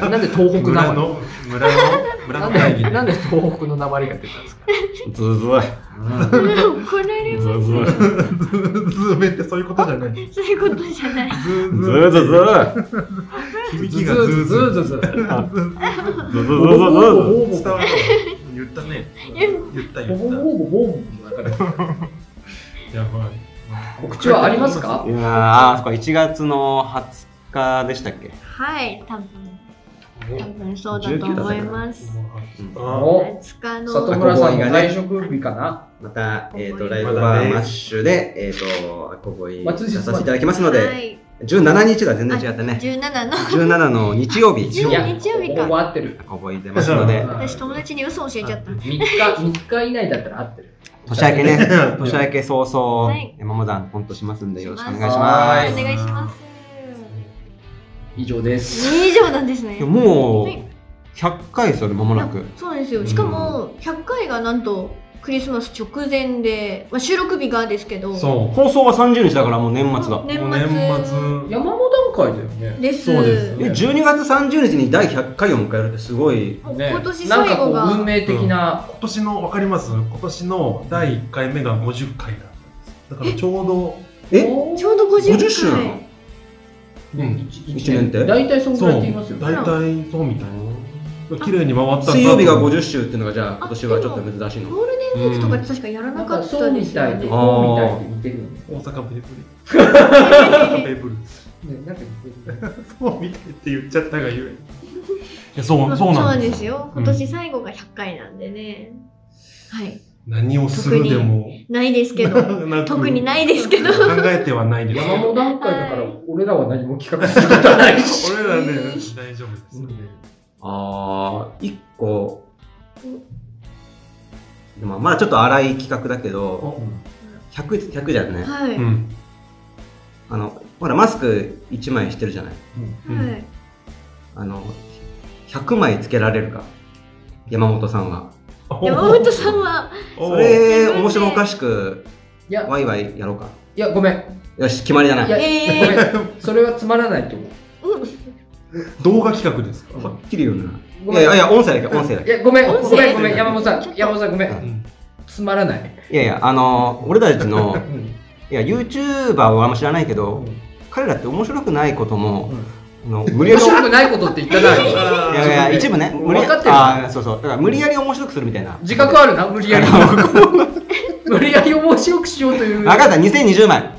Speaker 1: と
Speaker 2: なんで東北な
Speaker 4: 村
Speaker 2: ま
Speaker 4: の村の村
Speaker 2: な
Speaker 4: の
Speaker 2: ん
Speaker 4: 会議
Speaker 2: で、なんで東北のなまりが出たんですか
Speaker 3: ずーずー。
Speaker 1: 怒られ
Speaker 3: ずーず
Speaker 1: ま
Speaker 3: ー。
Speaker 4: ズームってそういうことじゃない
Speaker 1: す
Speaker 4: ズ
Speaker 1: そういうことじゃない
Speaker 4: ー
Speaker 3: ず
Speaker 4: ズー
Speaker 3: ーずーずー。
Speaker 4: 響きがズーズー
Speaker 2: ずーずーずーずー
Speaker 4: ズーズー
Speaker 3: ずーずーずーず
Speaker 2: ほぼほぼ
Speaker 3: ーずー。
Speaker 2: ほぼ
Speaker 4: 伝わる言ったね言った言
Speaker 2: ほ
Speaker 4: っ
Speaker 2: ぼ
Speaker 4: た
Speaker 2: ほぼほぼ
Speaker 4: やばい
Speaker 2: 告知はありますか
Speaker 3: いやー、あー、そっか、1月の20日でしたっけ
Speaker 1: はい多分多分そうだと思います
Speaker 4: あ
Speaker 2: お
Speaker 1: 塚の
Speaker 2: 里村さんが退職日かな
Speaker 3: また、えっ、
Speaker 1: ま
Speaker 3: と、
Speaker 1: だ
Speaker 3: ラ
Speaker 1: ね
Speaker 3: イブはマッシュで、えっ、と、ここに
Speaker 2: まあ通信
Speaker 3: 出させていただきますの
Speaker 1: は
Speaker 3: で、
Speaker 1: い、
Speaker 3: 17日が全然違ったね。
Speaker 1: 17の
Speaker 3: 17の日曜日、
Speaker 1: 日曜日日曜日か
Speaker 2: もう合ってる
Speaker 3: ここに出ますので、
Speaker 1: 私友達に嘘教えちゃった
Speaker 2: 3日3日 以内だったら合ってる
Speaker 3: 年明けね、
Speaker 4: ー
Speaker 3: 年明け早々、
Speaker 1: はい
Speaker 3: 山本さんコントしますんで、よろしくお願い
Speaker 2: し
Speaker 3: し
Speaker 2: ま
Speaker 3: ます
Speaker 1: お
Speaker 3: す。
Speaker 1: 願いします
Speaker 2: 以上です
Speaker 1: 以上なんですね
Speaker 3: もう
Speaker 1: はい、
Speaker 3: 100回ですよね、間もなく。
Speaker 1: そうですよしかも100回がなんとクリスマス直前で、まあ、収録日がですけど
Speaker 4: そ
Speaker 3: 放送は30日だからもう年末だ。
Speaker 1: 年
Speaker 4: う
Speaker 1: 末
Speaker 4: もう年末
Speaker 2: 山本会だよね
Speaker 1: です
Speaker 4: そうです
Speaker 3: で12月30日に第100回を迎えるってすごい、
Speaker 1: もう
Speaker 2: ね
Speaker 1: 今年
Speaker 2: なん
Speaker 1: 最
Speaker 2: かこ
Speaker 1: 後
Speaker 2: う
Speaker 1: が
Speaker 2: 運命的な
Speaker 4: 今年のわかります今年の第1回目が50回だだからちょうど
Speaker 3: え
Speaker 2: おー
Speaker 1: ちょうど50回
Speaker 3: 50周なの
Speaker 2: ね
Speaker 3: 一年って
Speaker 2: 大体そんぐ
Speaker 4: そ
Speaker 2: らいっ
Speaker 4: う
Speaker 2: て言いますよね
Speaker 4: 大体そうみたいな綺麗に回ったんだ
Speaker 3: 水曜日が50周っていうのが、じゃあ今年はちょっと珍しいの。
Speaker 1: ゴールデンウィークとかって確かやら
Speaker 2: な
Speaker 1: なんか
Speaker 2: か
Speaker 1: った
Speaker 2: そうみ
Speaker 1: ですよ
Speaker 2: たい
Speaker 1: ね
Speaker 2: と
Speaker 3: あ
Speaker 2: こうみたいと似てるよね
Speaker 4: 大阪ベーブルベーブル
Speaker 2: ねなんか似てるね
Speaker 4: そうみたいって言っちゃったがゆえいやそうそう
Speaker 1: そ
Speaker 4: な
Speaker 1: うん
Speaker 4: で
Speaker 1: ですすよ
Speaker 4: うん
Speaker 1: 今年最後が100回なんでね、はい
Speaker 4: 何をするでも
Speaker 1: ないですけ ど
Speaker 4: なく
Speaker 1: 特にないですけど
Speaker 4: 考えてはないです
Speaker 2: 山本段階だから俺らは何も企画することはないし
Speaker 4: 俺らね大丈夫ですよね
Speaker 3: あー、1個。でもまあちょっと荒い企画だけど、100、100じゃね。
Speaker 1: はい、
Speaker 4: う
Speaker 1: は
Speaker 4: ん
Speaker 3: あの、ほら、マスク1枚してるじゃない。
Speaker 4: うん
Speaker 1: い
Speaker 3: あの、100枚つけられるか。山本さんは。
Speaker 1: 山本さんは
Speaker 4: お
Speaker 3: そ
Speaker 4: お
Speaker 3: れ、面白おかしく、
Speaker 2: いや
Speaker 3: ワイワイやろうか。
Speaker 2: いやごめん
Speaker 3: よし、決まりだな。
Speaker 2: い
Speaker 3: は
Speaker 2: や
Speaker 1: え
Speaker 2: ごめ
Speaker 1: え
Speaker 2: んそれはつまらないと思う
Speaker 4: 動画企画ですか
Speaker 3: っきり言うな。
Speaker 2: ご
Speaker 3: い
Speaker 2: めん
Speaker 3: やいや、音声だけ、音声だ
Speaker 2: い
Speaker 3: け。
Speaker 2: やごめん
Speaker 1: 音声
Speaker 2: ごめんごめん山本
Speaker 1: ち
Speaker 2: さ
Speaker 1: ょっ
Speaker 2: ん
Speaker 1: と
Speaker 2: 山本さんごめ
Speaker 3: うん
Speaker 4: ん
Speaker 2: つまらない
Speaker 3: いやいや、あのー、俺たちの、いや、YouTuber はあんま知らないけど、彼らって面白くないことも、あの無理や
Speaker 2: 面
Speaker 3: り、
Speaker 2: 白くないことって言ったな
Speaker 3: あい やいや、一部ね、無理や
Speaker 2: 分かってる
Speaker 3: あーそうそう。だから無理やり面白くするみたいな。
Speaker 2: 自覚あるな無理やり
Speaker 3: あ
Speaker 2: 無理やり面白くしようとい
Speaker 3: の
Speaker 2: う
Speaker 3: わかった、2020枚。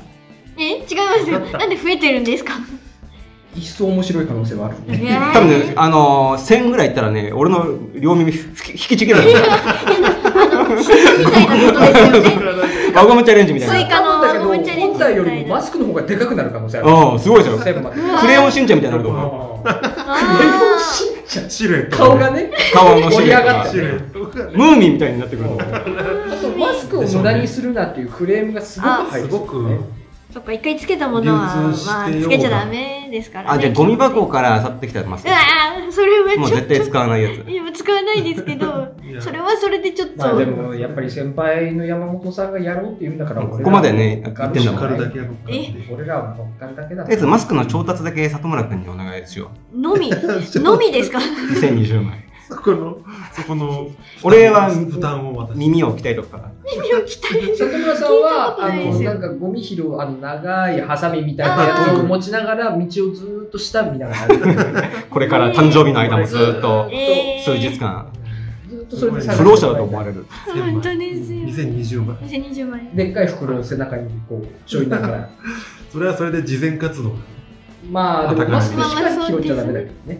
Speaker 1: え違いますよなんで増えてるんですか
Speaker 2: 一層面白い可能性はある
Speaker 1: いや
Speaker 3: 多分ね、あのー、1000ぐらいいったらね、俺の両耳ふき引きちぎられる。
Speaker 1: みたいなことですよね
Speaker 3: 輪ゴムチャレンジみたいな。
Speaker 1: スイカの
Speaker 2: だけど
Speaker 1: ワゴンチャレンジ
Speaker 2: 本体よりもマスクの方がでかくなる可能性ある
Speaker 3: うん、すごいじゃん。ク
Speaker 2: セブンまで
Speaker 1: うわ
Speaker 3: レヨンしんちゃんみたいになると思う。
Speaker 2: あ
Speaker 1: あー
Speaker 2: ー
Speaker 4: シルエット
Speaker 2: 顔がね
Speaker 3: 顔の
Speaker 2: 盛り上がって
Speaker 4: シルエ
Speaker 2: る
Speaker 4: ットがね
Speaker 3: ムーミンみたいになってくると思う。
Speaker 2: あとマスクを無駄にするなっていうクレームがすごく入
Speaker 4: す
Speaker 2: る
Speaker 4: ごく
Speaker 1: そっか一回つけたものは
Speaker 4: 流通してよ
Speaker 1: ま
Speaker 4: う
Speaker 1: あつけちゃダメですから、ね、
Speaker 3: あ、じゃあゴミ箱から去ってきたマス
Speaker 1: うわーそれは
Speaker 3: ク。もう
Speaker 1: ちょっ
Speaker 3: 絶対使わないやつ
Speaker 1: と。いや使わないですけど
Speaker 4: いや
Speaker 1: それはそれでちょっと、
Speaker 2: まあでもやっぱり先輩の山本さんがやろうって言うんだから
Speaker 4: こ
Speaker 2: 俺ら
Speaker 3: ここまでね、言ってんだ
Speaker 4: 乗
Speaker 3: も
Speaker 4: っか
Speaker 3: ん。と
Speaker 4: るだけやろうかって
Speaker 2: 俺らは乗っかるだけだ
Speaker 3: りあえずマスクの調達だけ里村君にお願いしよ
Speaker 1: のみのみですか
Speaker 3: う。2020枚。
Speaker 4: そこのそこの
Speaker 3: 俺は
Speaker 4: 負担を私
Speaker 3: 耳を鍛えとくから。
Speaker 1: 耳を鍛える
Speaker 2: 里村さんは
Speaker 1: 聞いたこと
Speaker 2: あ
Speaker 1: ないで
Speaker 2: の
Speaker 1: すよ
Speaker 2: なんかゴミ拾うあの長いハサミみたいなやつを持ちながら道をずーっと下見ながら歩いてる
Speaker 3: これから誕生日の間もずっと
Speaker 1: えー
Speaker 3: 数日間、
Speaker 2: ずーっとそれで探して
Speaker 3: 不老者だと思われる。
Speaker 1: 本当ですよ
Speaker 4: 2020万
Speaker 1: 2020万円
Speaker 2: でっかい袋を背中にこう背負いながら
Speaker 4: それはそれで慈善活動。
Speaker 2: まあ、でもマスクしか拾っちゃダメだけどね。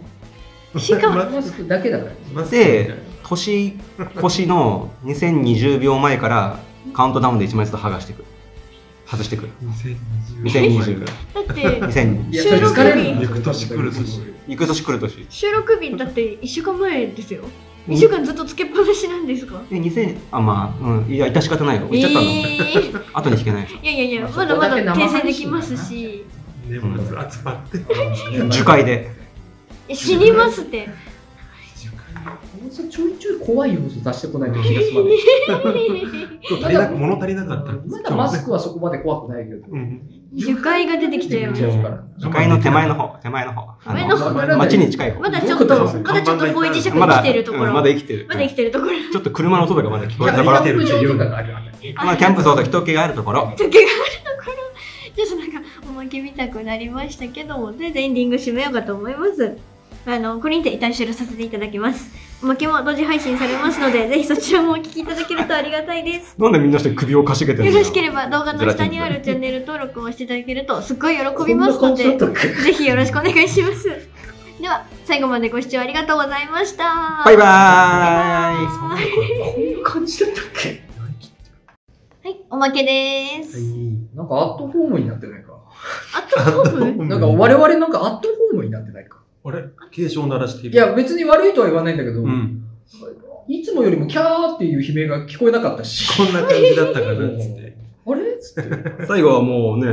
Speaker 1: しかも
Speaker 2: マスクだけだから。
Speaker 4: マスクみたいな
Speaker 3: で、年越しの2020秒前からカウントダウンで1枚ずつ剥がしていく。外してくる。2020ぐらい。
Speaker 1: だって、
Speaker 3: 2020
Speaker 2: いや、それ疲れるな。
Speaker 4: 行く年来る年
Speaker 3: 行く年来る年。
Speaker 1: 収録日だって1週間前ですよ。1週間ずっとつけっぱなしなんですか
Speaker 3: え、2000、あ、まあ、うん。いや、致し方ないよ。行っちゃったの。
Speaker 1: えー
Speaker 3: 後に引けない。
Speaker 1: いやいやいや、まだまだ訂正できますし、
Speaker 4: 年末集まって。
Speaker 3: 樹海で。
Speaker 1: 死にますって。
Speaker 2: もうそれちょいちょい怖い要素出してこないと気が済まない。
Speaker 4: ちょっと足りな物足りなかった。
Speaker 2: まだマスクはそこまで怖くないけど。
Speaker 4: うん。
Speaker 1: 樹海が出てきちゃいます。
Speaker 2: から。
Speaker 3: 樹海の手前の方。手前の方。あ
Speaker 1: 上の
Speaker 3: の、
Speaker 1: 方
Speaker 3: 街に近い方。
Speaker 1: まだちょっと、まだちょっとこう磁石生
Speaker 3: まだ、
Speaker 1: きてるとこ
Speaker 3: う
Speaker 1: ろ。
Speaker 3: んまだ生きてる。
Speaker 1: まだ生きてるところ。
Speaker 3: ちょっと車の音とかまだ聞こ
Speaker 4: ま
Speaker 3: えた
Speaker 4: だ
Speaker 3: か
Speaker 4: 笑って
Speaker 3: ら、
Speaker 4: る
Speaker 2: キ
Speaker 4: し
Speaker 2: ャンプ場とかがあるわけ
Speaker 3: まあ、キャンプそうだ、人気があるところ。
Speaker 1: 時計があるところ。ちょっとなんか、おまけ見たくなりましたけども、で、エンディング締めようかと思います。あの、これにて一旦終了させていただきます。おまけも同時配信されますので、ぜひそちらもお聞きいただけるとありがたいです。
Speaker 3: なんでみんなして首をかしげてる
Speaker 1: よ
Speaker 3: の
Speaker 1: ろしければ動画の下にあるチャンネル登録をしていただけるとすっごい喜びますので、ぜひよろしくお願いします。では、最後までご視聴ありがとうございました。
Speaker 3: バイバー
Speaker 1: バ
Speaker 3: イ
Speaker 1: イバイ
Speaker 2: こういう感じだったっけ
Speaker 1: はい、おまけです。
Speaker 2: なんかアットホームになってないか。
Speaker 1: あと5分
Speaker 2: なんか我々なんかアットホームになってないか。
Speaker 4: あれ警鐘を鳴らして
Speaker 2: い
Speaker 4: いる。
Speaker 2: や、別に悪いとは言わないんだけど、
Speaker 4: うん。
Speaker 2: いつもよりもキャーっていう悲鳴が聞こえなかったし。
Speaker 4: こんな感じだったかなっつって。
Speaker 2: あれつって。
Speaker 3: 最後はもうね、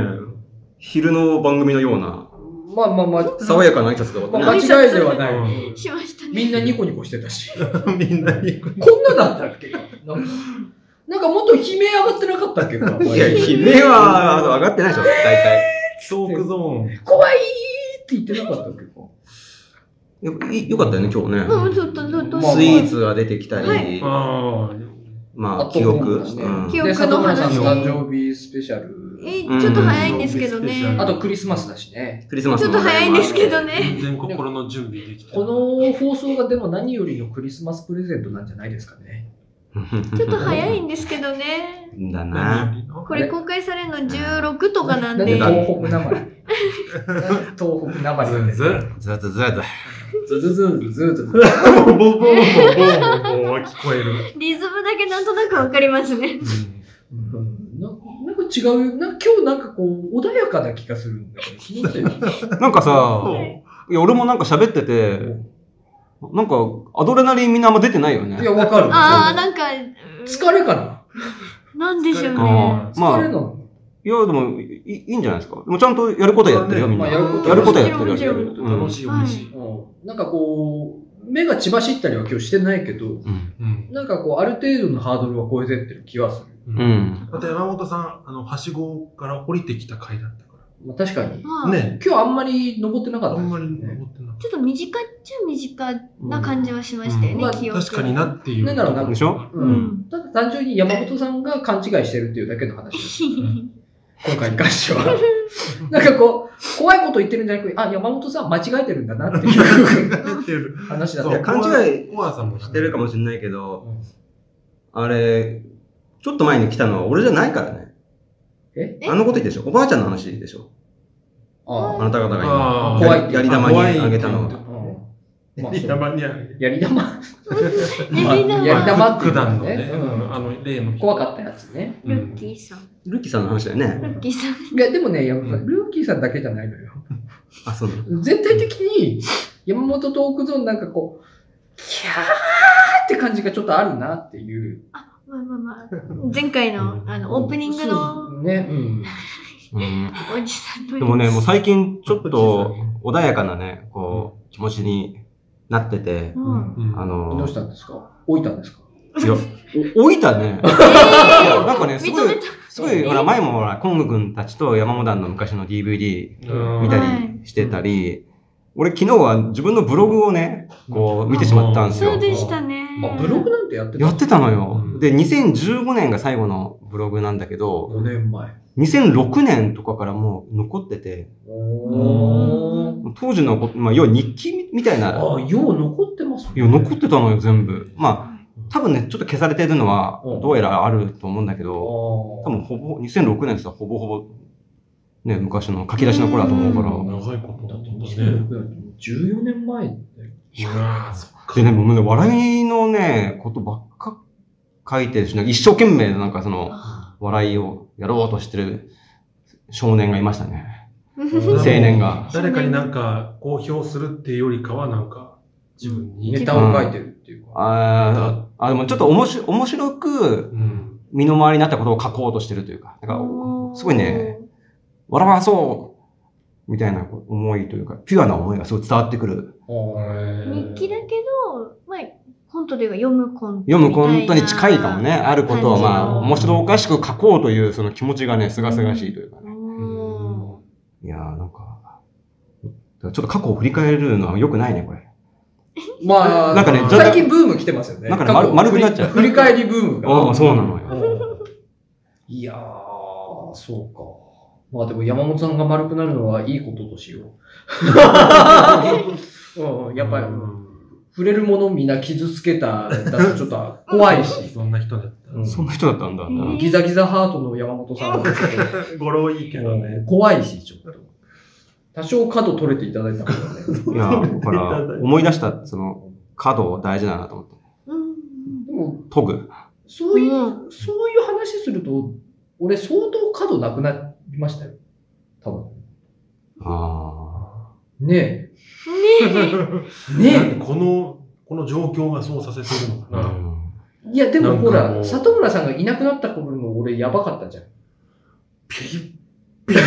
Speaker 3: 昼の番組のような、
Speaker 2: まあまあまあ、
Speaker 3: 爽やかな挨拶で終
Speaker 2: ま
Speaker 3: わ
Speaker 2: あ
Speaker 3: っ、
Speaker 1: うん
Speaker 2: 間違いではない。
Speaker 1: しましたね。
Speaker 2: みんなニコニコしてたし。
Speaker 4: みんなに。
Speaker 2: こんなだったっけかなんかなんかもっと悲鳴上がってなかったっけか
Speaker 3: た。いや、悲鳴はあの上がってないでしょ、大体。
Speaker 4: トークゾーン。
Speaker 2: 怖いって言ってなかったっけか
Speaker 3: よいよかったよね、今日ね。
Speaker 1: うん、ちょっと、ちょっと、
Speaker 2: まあ
Speaker 3: スイーツが出てきた
Speaker 1: は
Speaker 3: り、
Speaker 4: ああ。
Speaker 3: まあ、記憶。う
Speaker 2: ね
Speaker 3: ん
Speaker 1: 記憶
Speaker 2: で、
Speaker 1: の話
Speaker 2: 里村さんの誕生日スペシャル。
Speaker 1: えーちょっと早いんですけど
Speaker 4: うん
Speaker 1: ね。
Speaker 2: あとクリスマスだしね。
Speaker 3: クリスマス
Speaker 1: ちょっ
Speaker 3: も
Speaker 1: と
Speaker 3: ござ
Speaker 1: 早いん
Speaker 3: ま
Speaker 1: ですけどね。
Speaker 4: 全然心の準備できた。
Speaker 2: この放送がでも何よりのクリスマスプレゼントなんじゃないですかね。
Speaker 1: ちょっと早いんですけどね。
Speaker 3: だな。
Speaker 4: 何よ
Speaker 1: これ公開されるの16とかなん
Speaker 2: なんで
Speaker 1: で。
Speaker 2: 東北なまり。なんで東北なま
Speaker 4: り
Speaker 2: り
Speaker 4: の。
Speaker 2: なん
Speaker 4: ず
Speaker 2: で
Speaker 4: んずん。
Speaker 3: ずらずらずら。
Speaker 2: ずずずずずず。
Speaker 4: ボーボーボーボーボーボーは聞こえる。
Speaker 1: リズムだけなんとなくわかりますね。
Speaker 2: うんななんか違う、なんか今日なんかこう、穏やかな気がするんだけど、気のせい
Speaker 3: なんかさ、
Speaker 1: はい
Speaker 3: いや、俺もなんか喋ってて、なんか、アドレナリンみんなあんま出てないよね。
Speaker 2: いや、わかる。
Speaker 1: ああ、なんか、うん
Speaker 2: 疲れかな
Speaker 1: なんでしょうね。
Speaker 3: あーま
Speaker 2: 疲
Speaker 3: あ、
Speaker 2: れないの、
Speaker 3: や、でもいい、いいんじゃないですか。でもちゃんとやることはやってるよ、みん
Speaker 2: ま
Speaker 3: な。
Speaker 2: あ、
Speaker 3: や
Speaker 2: や
Speaker 3: る
Speaker 2: ること
Speaker 3: こ
Speaker 2: と
Speaker 3: はやって
Speaker 1: もち
Speaker 3: る
Speaker 1: ろん、
Speaker 3: やってる。
Speaker 1: もち
Speaker 3: うん
Speaker 4: 楽しいお飯。
Speaker 2: うんなんかこう、目が血走ったりは今日してないけど、
Speaker 3: うん。
Speaker 4: うん。
Speaker 2: なんかこう、ある程度のハードルは超えてってる気はする。
Speaker 3: う
Speaker 4: うん
Speaker 3: ん。
Speaker 4: だって山本さん、あの、はしごから降りてきた回だったか
Speaker 2: まあ、確かに。
Speaker 1: ま
Speaker 4: ら。
Speaker 1: あ、
Speaker 4: ね。
Speaker 2: 今日あんまり登ってなか
Speaker 4: あ
Speaker 2: った
Speaker 4: ん
Speaker 2: です
Speaker 4: ま
Speaker 2: よ
Speaker 4: り
Speaker 2: ね。
Speaker 4: 登ってなか
Speaker 1: ちょっと短っちゃ短な感じはしましたよ
Speaker 2: うんまあ
Speaker 1: ね、記憶。
Speaker 4: 確かになっていう。
Speaker 2: なんだろうな
Speaker 3: でしょ
Speaker 2: う。
Speaker 1: うんん。
Speaker 2: ただ単純に山本さんが勘違いしてるっていうだけの話です。 今回に関しては。 なんかこう、怖いこと言ってるんじゃなくて、あ、山本さん間違えてるんだなっていう
Speaker 4: ってる。
Speaker 2: 話だっ
Speaker 4: そ
Speaker 2: た。
Speaker 4: う
Speaker 3: 勘違い
Speaker 4: コアさんも
Speaker 3: してるかも
Speaker 4: し
Speaker 3: しれないけど、
Speaker 2: うん
Speaker 3: あれ、ちょっと前に来たのは俺じゃないからね。
Speaker 2: え
Speaker 1: え
Speaker 3: あのこと言ってでしょおばあちゃんの話でしょ
Speaker 2: あ
Speaker 3: あなた方が今。
Speaker 4: ああ
Speaker 2: 怖
Speaker 3: やりやり玉にあげた
Speaker 2: あ。
Speaker 3: の
Speaker 2: うんまあ、
Speaker 4: やり
Speaker 2: そう
Speaker 4: 玉にあげ
Speaker 2: やり玉。
Speaker 1: やり玉
Speaker 2: やり玉ってい
Speaker 4: 九
Speaker 2: うか
Speaker 4: 段のね、
Speaker 2: うん
Speaker 4: あの、例の。
Speaker 2: 怖かったやつね。
Speaker 4: う
Speaker 1: ルッ
Speaker 4: ん。
Speaker 1: キーさん。
Speaker 3: ルッキーさんの話だよね。
Speaker 1: ルッキーさん。
Speaker 2: いや、でもね、山本さん、ルーキーさんだけじゃないのよ。
Speaker 3: あ、そうなの。
Speaker 2: 全体的に、山本トークゾーンなんかこう、キャーって感じがちょっとあるなっていう。
Speaker 1: まあまあまあ、前回のあのオープニングの
Speaker 2: そうね、うん。
Speaker 3: うん。
Speaker 1: おじさんの。
Speaker 3: でもね、もう最近ちょっと
Speaker 4: う
Speaker 3: 穏やかなね、こう、気持ちになってて、
Speaker 1: うん。
Speaker 4: ん。
Speaker 3: あ
Speaker 2: ど
Speaker 3: の
Speaker 2: うし、たんですか置いたんですか
Speaker 3: いや、お老いたね。
Speaker 1: え
Speaker 3: いや
Speaker 1: ー
Speaker 3: なんかね、すご
Speaker 1: 認め
Speaker 3: い、
Speaker 1: た。
Speaker 3: すごい、ほら、前もほら、コング君たちと山本団の昔の DVD
Speaker 4: うん
Speaker 3: 見たりしてたり、俺昨日は自分のブログをね、こう見てしまったんです
Speaker 1: そう
Speaker 3: よ。
Speaker 1: でしたね。
Speaker 2: あ、ブログなんてやってた
Speaker 3: やってたのよ
Speaker 4: う。ん
Speaker 3: で、2015年が最後のブログなんだけど、
Speaker 2: 5年前。
Speaker 3: 2006年とかからもう残ってて、
Speaker 2: おー。
Speaker 3: 当時のこと、まあ、要は日記みたいな、
Speaker 2: あ、よう残ってますね
Speaker 3: いや、残ってたのよ、全部。まあ、多分ね、ちょっと消されてるのは
Speaker 2: う、ん
Speaker 3: どうやらあると思うんだけ
Speaker 2: あ
Speaker 3: ど、多
Speaker 2: ー
Speaker 3: 分ほぼ、2006年ですよ、ほぼほぼ、ね、昔の書き出しの頃だと思うから。
Speaker 4: 長いことだったんですね。
Speaker 5: 26だと14年前だよ
Speaker 4: いやー、そっか。
Speaker 3: でね、もうね、笑いのね、ことばっか書いてるし、なんか一生懸命なんかその、笑いをやろうとしてる少年がいましたね。青年が。
Speaker 4: 誰かになんか、公表するっていうよりかは、なんか、自分に。
Speaker 2: ネタを書いてるっていうか。
Speaker 3: あーあ、でもちょっとおもし面白く
Speaker 4: うん。
Speaker 3: 身の回りになったことを書こうとしてるというか、なんかすごいね、笑わそうみたいな思いというか、ピュアな思いがすごい伝わってくる。
Speaker 1: 日記だけど、まあ、コントというか読むコント。
Speaker 3: 読むコントに近いかもね、。あることをまあ、
Speaker 1: 感じの
Speaker 3: 面白おかしく書こうというその気持ちがね、すがすがしいというかね。
Speaker 1: おー
Speaker 3: いやーなんか、ちょっと過去を振り返るのは良くないね、これ。
Speaker 2: まあ、
Speaker 3: なんかね
Speaker 2: 最近ブーム来てますよね。
Speaker 3: なんかね丸丸くなっちゃう
Speaker 2: 振り返りブームが。
Speaker 3: ああ、そうなのよ。
Speaker 2: いやー、そうか。まあでも山本さんが丸くなるのはいいこととしよう。うん、やっぱり、触れるものみんな傷つけた、だとちょっと怖いし。
Speaker 4: そんな人だった。
Speaker 2: うん
Speaker 3: そんな人だったんだ。
Speaker 1: うん
Speaker 2: ギザギザハートの山本さんはちょっ
Speaker 4: 語呂いいけど
Speaker 2: と
Speaker 4: ね。
Speaker 2: 怖いし、ちょっと。多少角取れていただいたからね。
Speaker 3: いやー、だから、 思い出した、その、角大事だなと思って。
Speaker 1: うん
Speaker 2: でも、
Speaker 3: 研ぐ。
Speaker 2: そういう、
Speaker 1: う
Speaker 2: そういう話すると、俺相当角なくなりましたよ。多分。
Speaker 3: あ
Speaker 2: ね
Speaker 1: ね
Speaker 2: え。ね
Speaker 4: なんかこの、この状況がそうさせてるのか
Speaker 3: あ。
Speaker 4: な。
Speaker 2: え。いや、でもほ
Speaker 4: なんからも、う
Speaker 2: 里村さんがいなくなった頃の俺やばかったじゃん。
Speaker 4: ピリピリ。もう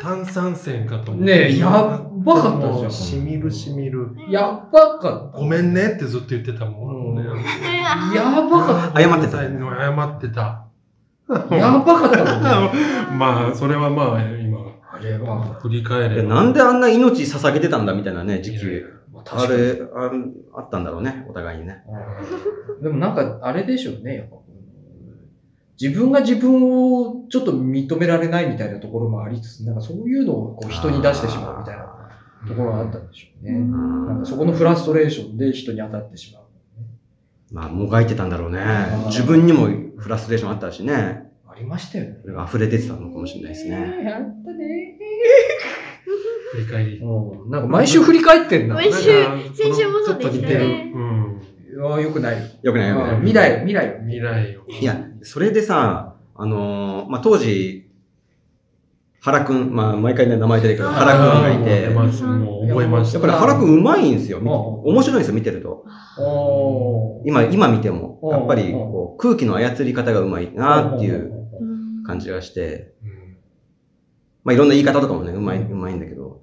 Speaker 4: 炭酸泉かと思う
Speaker 2: ねえやっばかったじゃん
Speaker 4: もうしみるしみる。
Speaker 1: え。
Speaker 2: やばかっ
Speaker 4: ごめんねってずっと言ってたも
Speaker 2: うん
Speaker 4: ん。ね
Speaker 2: た。やばかっ
Speaker 3: 謝ってた
Speaker 4: 謝ってた。
Speaker 2: た。やばかったもんね。
Speaker 4: まあ、それはまあ、今、
Speaker 2: あれは、
Speaker 4: 振り返
Speaker 3: い
Speaker 4: れ
Speaker 3: や
Speaker 4: ば。
Speaker 3: なんであんな命捧げてたんだみたいなね、時期
Speaker 4: い。やいや
Speaker 2: まあ
Speaker 3: あ
Speaker 2: 確かに
Speaker 3: れ、あるあったんだろうね、お互いにね。
Speaker 2: うんでもなんか、あれでしょうね、やっぱこう。自分が自分をちょっと認められないみたいなところもありつつ、なんかそういうのをこう人に出してしまうみたいなところがあったんでしょうね。
Speaker 3: ん
Speaker 2: なんかそこのフラストレーションで人に当たってしまう。
Speaker 3: まあ、もがいてたんだろうね
Speaker 2: あー。
Speaker 3: 自分にもフラストレーションあったしね。
Speaker 2: ありましたよね。
Speaker 3: それが溢れ出てたのかもしれないですね。
Speaker 2: やったね。
Speaker 4: 振り返り。
Speaker 2: うん、なんか毎週振り返ってんな。
Speaker 1: 毎週
Speaker 4: なんか
Speaker 1: 先週もそうでしたね
Speaker 4: ちょっと似てる。うん。
Speaker 2: よくないよ。
Speaker 3: よくないよくない。
Speaker 2: 未来、未来よ。
Speaker 4: 未来を。
Speaker 3: いや、それでさ、あのーまあ、当時、原くん、まあ、毎回ね、名前出てくる原くんがいて、
Speaker 4: あーもう出ますもう覚えまし
Speaker 3: や
Speaker 4: た。
Speaker 3: っぱり原くんうまいんですよ。見て
Speaker 2: あー
Speaker 3: 面白いんですよ、見てると。
Speaker 2: おー
Speaker 3: 今、今見ても、
Speaker 2: あー
Speaker 3: やっぱり、こう、空気の操り方がうまいなっていう。感じがして、
Speaker 4: うん
Speaker 3: まあ、いろんな言い方とかもね、うまい、うまいんだけど、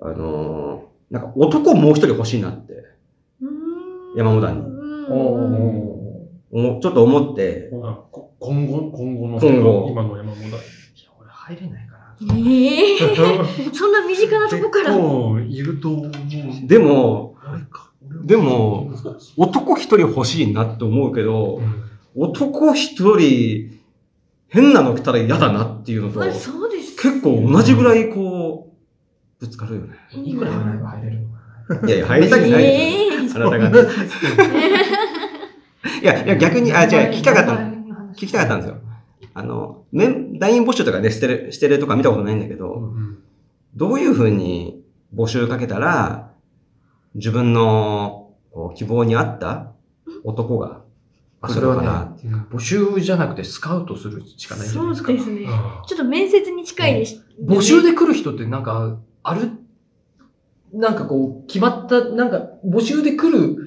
Speaker 3: あのーなんか男もう一人欲しいなって、山本に
Speaker 1: に
Speaker 2: おー
Speaker 3: おちょっと思って、
Speaker 4: あこ今後、今後の、
Speaker 3: 今後
Speaker 4: 今の山本だ。
Speaker 2: いや、俺入れないかな。
Speaker 1: ええそんな身近なとこから。
Speaker 4: 結構いると思う。
Speaker 3: でも、
Speaker 4: 俺か俺
Speaker 3: でも、男一人欲しいなって思うけど
Speaker 4: う、ん
Speaker 3: 男一人、変なの来たら嫌だなっていうのと、
Speaker 1: まあそうです。
Speaker 3: 結構同じぐらいこう、ぶつかるよね。
Speaker 2: いくら払えば入れるのか
Speaker 3: いやいや、入りたくない
Speaker 1: え
Speaker 3: よ。
Speaker 1: え
Speaker 3: あな たがね。いや、いや逆に、あ、じゃあ聞きたかったの。聞きたかったんですよ。あの、メン、団員募集とかね、してる、してるとか見たことないんだけど、
Speaker 4: うん
Speaker 3: どういうふうに募集かけたら、自分のこう希望に合った男が
Speaker 2: あ
Speaker 3: 来
Speaker 2: そ
Speaker 3: る
Speaker 2: れ
Speaker 3: の
Speaker 2: は
Speaker 3: か
Speaker 2: ね
Speaker 3: なっていう。
Speaker 2: 募集じゃなくてスカウトするしかないん
Speaker 1: そ
Speaker 2: じゃないうですか。
Speaker 1: ですね。
Speaker 4: あ
Speaker 1: ちょっと面接に近いです。
Speaker 2: 募集で来る人ってなんか、ある、なんかこう、決まった、なんか、募集で来る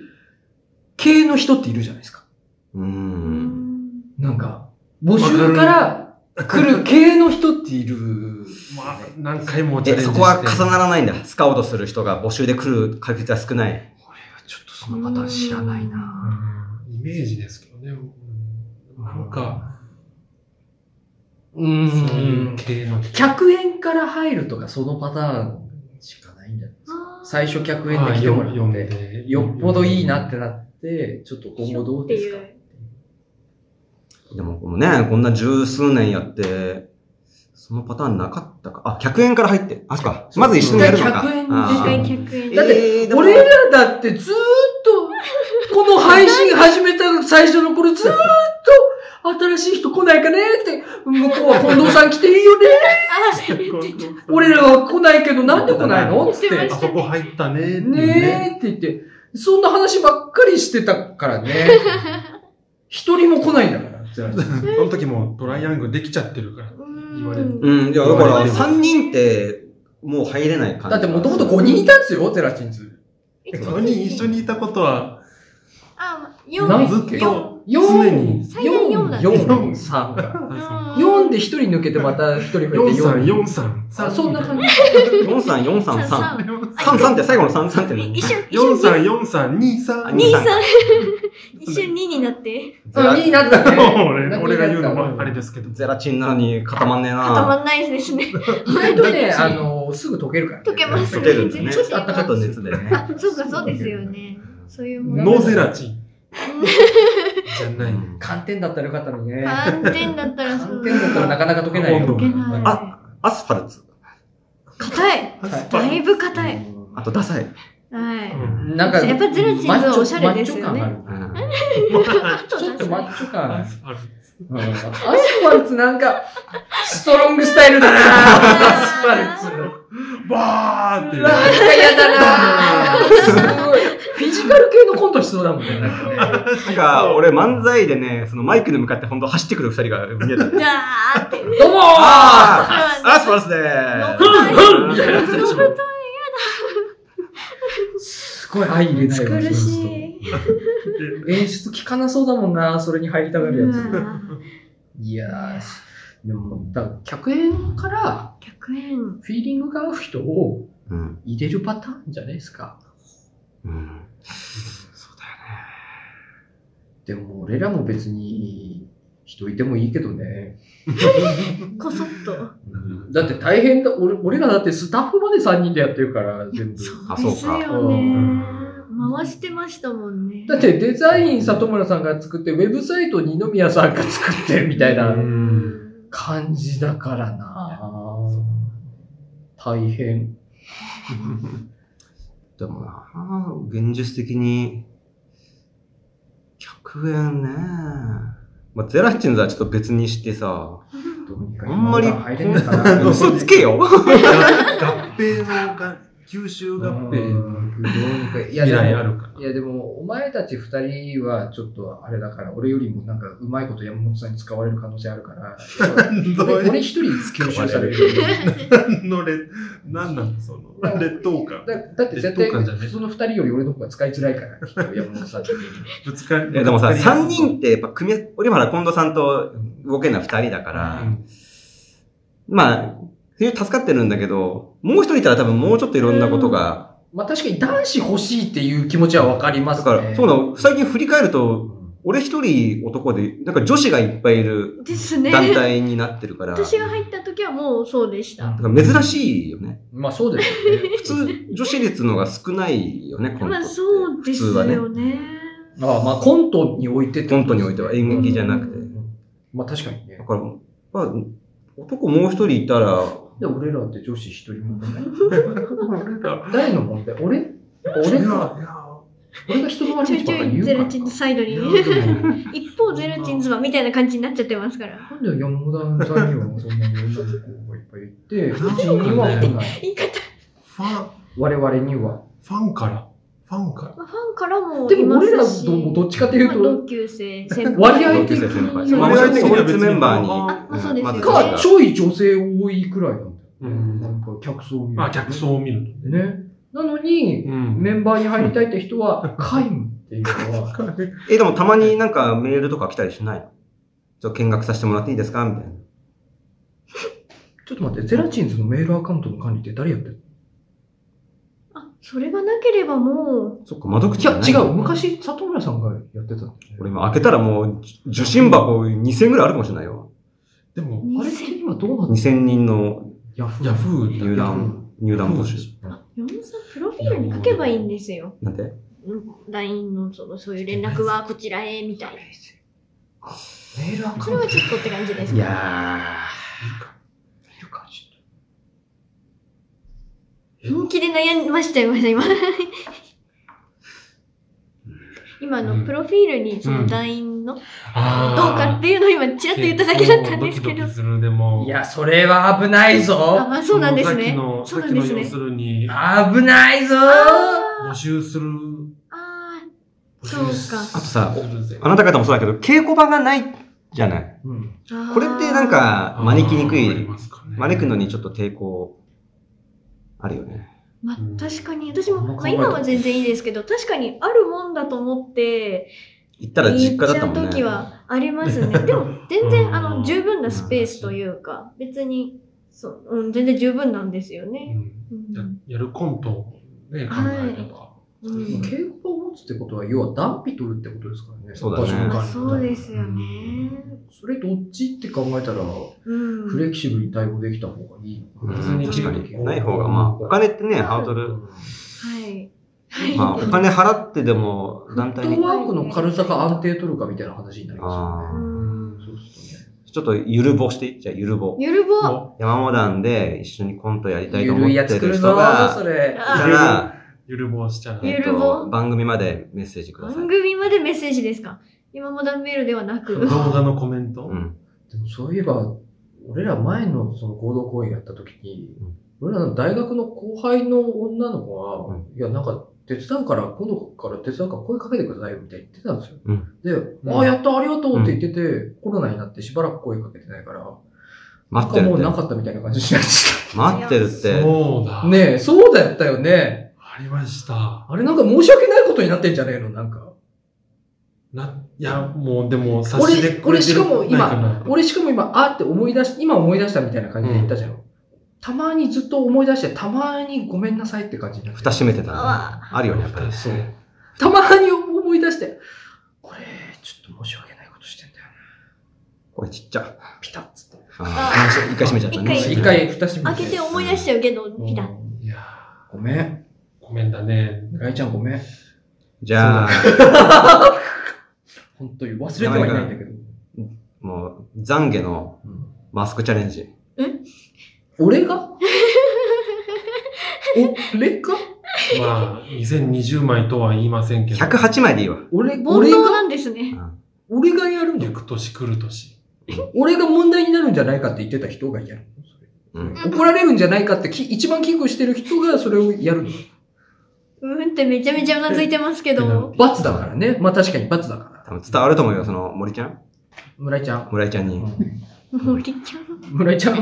Speaker 2: 系の人っているじゃないですか。
Speaker 3: うーん。
Speaker 2: なんか、募集から来る系の人っている。
Speaker 4: ーまあ、何回もチャ
Speaker 3: え、
Speaker 4: レンジ
Speaker 3: そ
Speaker 4: して。
Speaker 3: こは重ならないんだ。スカウトする人が募集で来る確率は少ない。
Speaker 2: ちょっとそのパターン知らないな
Speaker 4: うんイメージですけどね。うんなんか、
Speaker 2: う。
Speaker 4: そういうん系の。
Speaker 2: 100円から入るとか、そのパターンしかないんじゃない最初100円で来てもら
Speaker 4: ああ
Speaker 2: って、
Speaker 4: で
Speaker 2: よっぽどいいなってなって、ちょっと今後どうですか
Speaker 1: って
Speaker 3: でも、このね、こんな十数年やって、そのパターンなかったか。あ、100円から入って。あ、そっか。まず一緒にやるのか。
Speaker 2: 100円
Speaker 3: あー
Speaker 1: 100円、100円。
Speaker 2: だって、俺らだってずーっと、この配信始めた最初の頃ずーっと、新しい人来ないかねって、向こうは近藤さん来ていいよね俺らは来ないけどなんで来ないのつ
Speaker 1: 言
Speaker 2: っ
Speaker 1: ってて
Speaker 4: あそこ入ったねーっていう
Speaker 2: ねえって言って、そんな話ばっかりしてたからね。一人も来ないんだから。
Speaker 4: その時もトライアングルできちゃってるから。言われる
Speaker 3: うん、じゃあ、だから、3人って、もう入れない感じ。
Speaker 2: だってもともと5人いたんですよ、ゼラチンズ。
Speaker 4: 5人一緒にいたことは、
Speaker 1: あ、
Speaker 2: なん
Speaker 1: 4。
Speaker 4: ずっと、
Speaker 2: 4
Speaker 4: 常に
Speaker 1: 最大四だね
Speaker 2: 4、3が。4で1人抜けてまた1人増えて
Speaker 4: 4さん、
Speaker 2: 4。
Speaker 4: 4さん。
Speaker 2: あそんな 感じ。
Speaker 3: 4、3、4、3、3。
Speaker 1: 三
Speaker 3: 3、3って最後の3、3って何
Speaker 1: 一瞬、
Speaker 4: 4さん、4さん、2さ
Speaker 3: あ
Speaker 1: 2、
Speaker 4: ん。
Speaker 3: 二
Speaker 1: 3
Speaker 3: 三。
Speaker 1: 一瞬2になって。
Speaker 3: ゼラ
Speaker 2: 2になったね。
Speaker 4: 俺俺が言うのもあれですけど。
Speaker 3: ゼラチンなのに固まんねえ
Speaker 1: 固
Speaker 3: な
Speaker 1: まんないですね。
Speaker 2: 意外とね、あの、すぐ溶けるからね。
Speaker 1: 溶けます
Speaker 3: 溶けるんだね。
Speaker 1: ちょっと暖か
Speaker 3: ちょ
Speaker 1: く
Speaker 3: っと熱で ね。
Speaker 1: あ、そうか、そうですよね。そういうも
Speaker 4: ノ
Speaker 1: の。
Speaker 4: ーゼラチン。じゃ
Speaker 3: う
Speaker 4: ない。
Speaker 3: ん
Speaker 2: 寒天だったらよかったのにね。
Speaker 1: 寒天だったらそう
Speaker 2: 寒天だったらなかなか溶けないよ。
Speaker 4: 溶
Speaker 1: いけない。
Speaker 2: あ
Speaker 1: あ、
Speaker 3: アスファルツ。
Speaker 1: 硬い。だいぶ硬い。
Speaker 3: あと、ダサい。
Speaker 1: はい。
Speaker 2: なんか、
Speaker 1: やっぱゼラチンはおしゃれですよね
Speaker 2: マッチョマッチョ感ある
Speaker 3: うん
Speaker 1: ちょっ
Speaker 2: ちょっと
Speaker 1: と
Speaker 2: マッチョ感
Speaker 4: ア。スファル
Speaker 2: アスファルツなんか、ストロングスタイルだなアスファル
Speaker 4: トバーって
Speaker 2: ツ。
Speaker 4: いう
Speaker 2: なんか嫌 だなすごい。フィジカル系のコントしそうだもんね。なんかね
Speaker 3: なんか、俺漫才でね、そのマイクに向かって本当走ってくる二人が見えた。
Speaker 1: だーって。
Speaker 2: どうもー
Speaker 3: あ
Speaker 1: あ
Speaker 3: アスファルツで
Speaker 2: ふんふんみたいな
Speaker 3: ー
Speaker 2: やつでしょ。すごい愛入れないわ
Speaker 1: 苦しい。
Speaker 2: 演出効かなそうだもんなそれに入りたがるやつ。
Speaker 1: 100
Speaker 2: いやーし、でも、だから客演から
Speaker 1: 円。
Speaker 2: フィーリングが合う人を
Speaker 3: す。うん。
Speaker 2: 入れるパターンじゃないですか。
Speaker 3: うん。
Speaker 2: でも俺らも別に人いてもいいけどね。
Speaker 1: こそっと。
Speaker 2: だって大変だ、俺俺らだってスタッフまで3人でやってるから、全部。
Speaker 3: あ
Speaker 1: で
Speaker 3: そう
Speaker 1: す
Speaker 3: か
Speaker 1: よね
Speaker 4: うん。
Speaker 1: 回してましたもんね。
Speaker 2: だってデザイン里村さんが作って、ウェブサイト二宮さんが作ってみたいな
Speaker 4: うん
Speaker 2: 感じだからな。大変。
Speaker 3: でもな、現実的に、100円ね。まあ、ゼラチンズはちょっと別にしてさ、
Speaker 2: どうにか
Speaker 3: あんまり
Speaker 2: 入れないかな。
Speaker 3: 嘘つけよ
Speaker 4: 合併のが、九州合
Speaker 2: うんどうに
Speaker 4: 併
Speaker 2: か。いや
Speaker 4: 以
Speaker 2: で
Speaker 4: 来
Speaker 2: も
Speaker 4: あるから。
Speaker 2: いやでも、お前たち二人はちょっとあれだから、俺よりもなんかうまいこと山本さんに使われる可能性ある から、
Speaker 4: どう
Speaker 2: 俺一人吸収される。
Speaker 4: のれ、なんなのその、劣等感。
Speaker 2: だだって絶対、普通の二人より俺の方が使いづらいから、きっと山本さん的に。
Speaker 4: ぶつかり。
Speaker 3: いやでもさ、3人ってやっぱ組み合、俺まだ近藤さんと動けない2人だから、
Speaker 4: うん
Speaker 3: まあ、非常に助かってるんだけど、もう1人いたら多分もうちょっといろんなことが、
Speaker 2: まあ確かに男子欲しいっていう気持ちはわかりま
Speaker 3: だ
Speaker 2: す
Speaker 3: か
Speaker 2: ね。
Speaker 3: ら、そうなの、最近振り返ると、俺1人男で、なんか女子がいっぱいいる
Speaker 1: ですね。
Speaker 3: 団体になってるから、だ
Speaker 1: 私
Speaker 3: か
Speaker 1: が入った時はもうそうでした。
Speaker 3: ら珍しいよね。
Speaker 2: まあそうですよね。
Speaker 3: 普通、女子率のが少ないよね、コント
Speaker 1: ま
Speaker 3: っ
Speaker 1: あ
Speaker 3: て。
Speaker 1: そうです
Speaker 3: 普通はね。
Speaker 1: よね。
Speaker 2: ああまあコントにおいてって
Speaker 3: コ
Speaker 2: こ
Speaker 3: ント
Speaker 2: とで
Speaker 3: に
Speaker 2: す
Speaker 3: お
Speaker 2: ね
Speaker 3: いては演劇じゃなくて。
Speaker 2: まあ確かにね
Speaker 3: だ。から、まあ、男もう一人いたら、
Speaker 2: で、俺らって女子一人もいない。
Speaker 4: 俺ら、
Speaker 2: 誰の問題俺やっぱ俺
Speaker 4: い
Speaker 2: が、
Speaker 4: や
Speaker 2: 俺が人の
Speaker 1: ちょ
Speaker 2: 悪
Speaker 1: いち
Speaker 2: 口ばっ
Speaker 1: ょ
Speaker 2: かり
Speaker 1: いゼ
Speaker 2: 言
Speaker 1: ラ
Speaker 2: うから
Speaker 1: チンズサイドに。
Speaker 4: いやいやでも
Speaker 1: 一方ゼラチンズはみたいな感じになっちゃってますから。
Speaker 2: なんだよ、山本さんにはそんなに女の子がいっぱいい て、うちには来ない。
Speaker 1: 言い方。
Speaker 4: ファン、フ
Speaker 2: 我々には。
Speaker 4: ァンから、ファンから。
Speaker 1: まあファンからも
Speaker 2: で
Speaker 1: い
Speaker 2: も
Speaker 1: ま
Speaker 2: 俺ら
Speaker 1: すし。
Speaker 2: どどっちかとい
Speaker 1: まあ
Speaker 2: う
Speaker 1: 同級生、先
Speaker 2: と、割合
Speaker 3: 同級
Speaker 2: 的
Speaker 3: 生先輩。
Speaker 2: に
Speaker 3: まあ、
Speaker 4: 割
Speaker 3: も
Speaker 4: 合
Speaker 3: ち
Speaker 4: 的に
Speaker 3: ろん創
Speaker 4: は別に
Speaker 3: 立メンバーに。
Speaker 4: あ
Speaker 1: まあそうですよね
Speaker 2: か、ち
Speaker 3: ず
Speaker 2: ょい女性多いくらいなんだよ。
Speaker 4: うん
Speaker 2: なんか客層を見ると
Speaker 4: まあ、客層を見る
Speaker 2: ね。なのに、
Speaker 4: と。う
Speaker 2: メ
Speaker 4: ん。
Speaker 2: ンバーに入りたいって人は、皆無っていうの は、
Speaker 3: え、でもたまになんかメールとか来たりしないのちょっと見学させてもらっていいですかみたいな。
Speaker 2: ちょっと待って、ゼラチンズのメールアカウントの管理って誰やってる
Speaker 1: あ、それがなければもう、
Speaker 3: そっか、窓
Speaker 2: い
Speaker 3: 口じゃ
Speaker 2: や、
Speaker 3: ない
Speaker 2: 違う。。昔、里村さんがやってたんだよね
Speaker 3: 俺今開けたらもう、受信箱2000ぐらいあるかもしれないよ。
Speaker 4: でも、
Speaker 2: あれって今どうなって
Speaker 3: 2000人の
Speaker 2: ヤフー
Speaker 4: ヤフー
Speaker 3: 入団、入団募集。
Speaker 1: 山本さんプロフィールに書けばいいんですよ。
Speaker 3: なんで
Speaker 1: LINE のそのそういう連絡はこちらへみたいな。
Speaker 2: メールア
Speaker 1: そ
Speaker 2: カ
Speaker 1: れ
Speaker 2: ウント
Speaker 1: はちょっとって感じです
Speaker 3: い
Speaker 1: か
Speaker 3: や
Speaker 2: いるか、ちょっと。
Speaker 1: 本気で悩ましちゃいました、今。今のプロフィールにその団員のどうか
Speaker 4: あ
Speaker 1: っていうのを今ちらっと言っただけだったんですけど
Speaker 4: ドキドキ。する、でも。
Speaker 6: いや、それは危ない
Speaker 1: あ、
Speaker 6: ぞ
Speaker 1: まあそうなんですね。
Speaker 4: そ
Speaker 1: そうな
Speaker 4: のさっ
Speaker 1: ん
Speaker 4: き
Speaker 1: です
Speaker 4: の、さっきの要
Speaker 1: ね
Speaker 4: す。るに、
Speaker 6: 危ないぞ
Speaker 1: あ
Speaker 4: 募集する、
Speaker 1: ーあ
Speaker 4: 募集す
Speaker 1: そうか
Speaker 3: あとさ
Speaker 4: するぜ
Speaker 3: あなた方もそうだけど、稽古場がないじゃない。
Speaker 4: うん
Speaker 1: ー。
Speaker 3: これってなんか、招きにく
Speaker 4: あり
Speaker 3: い。
Speaker 4: ますかね
Speaker 3: 招くのにちょっと抵抗、あるよね。
Speaker 1: まあ
Speaker 4: うん
Speaker 1: 確かに、私も、
Speaker 2: あんま
Speaker 1: ま
Speaker 2: 考
Speaker 1: あ
Speaker 2: えた
Speaker 1: 今は全然いいですけど、確かにあるもんだと思って、
Speaker 3: 行ったら実家だったもんね。
Speaker 1: 行っちゃう時はあります ね。でも全然、
Speaker 4: うん
Speaker 1: あの、十分なスペースというか、別に、そう、うん、全然十分なんですよ
Speaker 4: う
Speaker 1: ね。
Speaker 4: ん
Speaker 1: う
Speaker 4: や
Speaker 1: ん
Speaker 4: やるコントをね、考えれば。
Speaker 1: うん
Speaker 2: 稽古場を持つってことは、要は断ピ取るってことですからね。
Speaker 3: そうだね
Speaker 2: 場所
Speaker 1: ま
Speaker 2: 管
Speaker 1: あ
Speaker 2: 理
Speaker 1: そうですよね。
Speaker 2: それどっちって考えたら、
Speaker 1: うん。
Speaker 2: フレキシブルに対応できた方がいい。
Speaker 3: うん
Speaker 4: 別に
Speaker 3: 確かに。ない方が、まあ、お金ってね、ハードル。
Speaker 1: はい。
Speaker 3: まあ、お金払ってでも、団体
Speaker 2: フッ
Speaker 3: に
Speaker 2: ト、ワークの軽さが安定取るかみたいな話になり
Speaker 1: う
Speaker 2: ま
Speaker 1: ん。
Speaker 2: すよね。そうするとね。
Speaker 3: ちょっとゆるぼしていっちゃう、ゆるぼ。
Speaker 1: ゆるぼ
Speaker 4: も
Speaker 3: 山モダンで一緒にコントやりたいと
Speaker 6: ゆる
Speaker 3: 思っ
Speaker 6: いやつ
Speaker 3: て
Speaker 6: 来
Speaker 3: る
Speaker 6: る
Speaker 3: 人
Speaker 6: ぞ
Speaker 3: が、
Speaker 6: それ。
Speaker 3: いた
Speaker 1: あ
Speaker 3: ら、
Speaker 4: うゆるぼうしちゃう。
Speaker 1: ゆ
Speaker 3: えっ
Speaker 1: るぼ
Speaker 3: と、番組までメッセージください
Speaker 1: 番。組までメッセージですか今もダメールではなく。
Speaker 4: 動画のコメント、
Speaker 3: うん。
Speaker 2: でもそういえば、俺ら前のその合同講演やった時に、
Speaker 3: うん
Speaker 2: 俺らの大学の後輩の女の子が、
Speaker 3: う
Speaker 2: いや、なんか手伝うから、今度から手伝うから声かけてくださいよみたいに言ってたんですよ。
Speaker 3: うん
Speaker 2: で、ああ、やった、ありがとうって言ってて、コロナになってしばらく声かけてないから、
Speaker 3: 待って
Speaker 2: なん
Speaker 3: る
Speaker 2: かもうな
Speaker 3: っ
Speaker 2: かったみたいな感じになっちゃ
Speaker 3: て。待ってるって。
Speaker 4: そうだ。
Speaker 2: う。ねえ、そうだったよね。
Speaker 4: ありました。
Speaker 2: あれなんか申し訳ないことになってんじゃねえのなんか。
Speaker 4: な、いや、もうでも、差
Speaker 2: 俺
Speaker 4: しで
Speaker 2: 俺しかも今
Speaker 4: ないな
Speaker 2: 俺しかも今、あーって思い出し、今思い出したみたいな感じで言ったじゃん。たまにずっと思い出して、たまにごめんなさいって感じになって
Speaker 3: 蓋閉めてたら
Speaker 1: あ
Speaker 3: あるよね、やっぱり。
Speaker 2: そう。たまに思い出して、これ、ちょっと申し訳ないことしてんだよ
Speaker 3: これちっちゃ。
Speaker 2: な。ピタッつって。
Speaker 3: あー一回閉めちゃったね。
Speaker 1: 一
Speaker 2: 一回蓋閉め
Speaker 1: 開
Speaker 2: て。
Speaker 1: けて思い出しちゃうけど、ピタッ。
Speaker 2: うん
Speaker 4: いや
Speaker 2: ごめん。
Speaker 4: ー、ごめんだね。
Speaker 2: ライちゃんごめん。
Speaker 3: じゃあ、
Speaker 2: 本当に忘れてはいないんだけど。
Speaker 3: もう、懺悔の
Speaker 2: うん
Speaker 3: マスクチャレンジ。
Speaker 2: 俺が俺か
Speaker 4: まあ、2020枚とは言いませんけど。
Speaker 3: 108枚でいいわ。
Speaker 2: 俺、
Speaker 1: 煩
Speaker 2: 俺
Speaker 1: 悩
Speaker 2: が、
Speaker 1: なんですね。
Speaker 2: 俺がやるんだよ。
Speaker 4: 行く年来る年。
Speaker 2: 俺が問題になるんじゃないかって言ってた人がやるのそれ
Speaker 3: うん。
Speaker 2: 怒られるんじゃないかってき一番危惧してる人がそれをやるの。
Speaker 1: うんってめちゃめちゃうなずいてますけど。
Speaker 2: 罰だからね。まあ確かに罰だから。
Speaker 3: 多分伝わると思うよ、その森ちゃん
Speaker 2: 村井ちゃん。
Speaker 3: 村井ちゃんに。
Speaker 1: 森ちゃん。
Speaker 2: 村井ちゃん、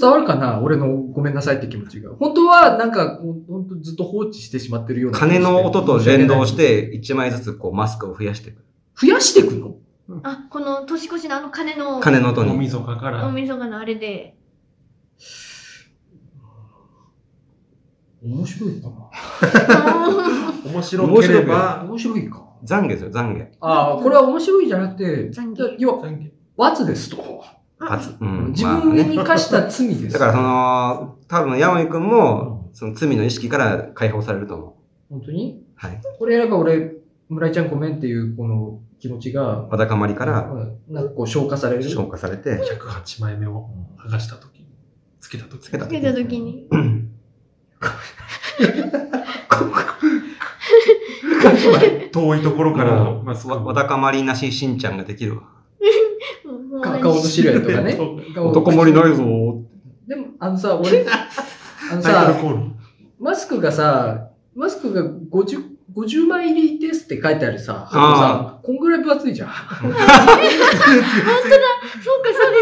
Speaker 2: 伝わるかな俺のごめんなさいって気持ちが。本当は、なんか、こう本当ずっと放置してしまってるような。
Speaker 3: 鐘の音と連動し。て、1枚ずつこうマスクを増やしていく。
Speaker 2: 増やしていくの
Speaker 1: あ、この年越しのあの鐘の、
Speaker 3: 鐘の音
Speaker 4: 大
Speaker 3: に。
Speaker 4: 晦日か
Speaker 1: 大
Speaker 4: ら。
Speaker 1: 晦日のあれで。
Speaker 2: 面白いかな
Speaker 4: 面白ければ、
Speaker 2: 面白いか。
Speaker 3: 懺悔ですよ、懺悔。
Speaker 2: ああ、これは面白いじゃなくて、
Speaker 1: 懺悔
Speaker 2: 要は、罰ですと。
Speaker 3: 罰。うん。
Speaker 2: 自
Speaker 3: まあ
Speaker 2: 分
Speaker 3: ね。
Speaker 2: に課した罪です。
Speaker 3: だからその、多分山井くんも、その罪の意識から解放されると思
Speaker 2: 本当に
Speaker 3: はい。
Speaker 2: これやれば俺、村井ちゃんごめんっていう、この気持ちが
Speaker 3: う。、わだかまりから
Speaker 2: うんなんかこう消化される。
Speaker 3: 消化されて、
Speaker 4: 108枚目を剥がした時つけた時
Speaker 3: つけた
Speaker 1: つけた時に。
Speaker 4: 遠いところか
Speaker 3: も
Speaker 4: ら、
Speaker 3: う
Speaker 4: まあ、そ
Speaker 3: わわだかまりなししんちゃんができるわ。
Speaker 1: もう
Speaker 2: か顔のシルエットがね。
Speaker 3: 男盛りないぞー。
Speaker 2: でも、あのさ、俺、あの
Speaker 4: タイトル
Speaker 2: さ、
Speaker 4: コール。
Speaker 2: マスクがさ、マスクが50、50枚入りですって書いてあるさ、箱
Speaker 3: あ
Speaker 2: さ、こんぐらい分厚い じゃん。
Speaker 1: そうか、そうです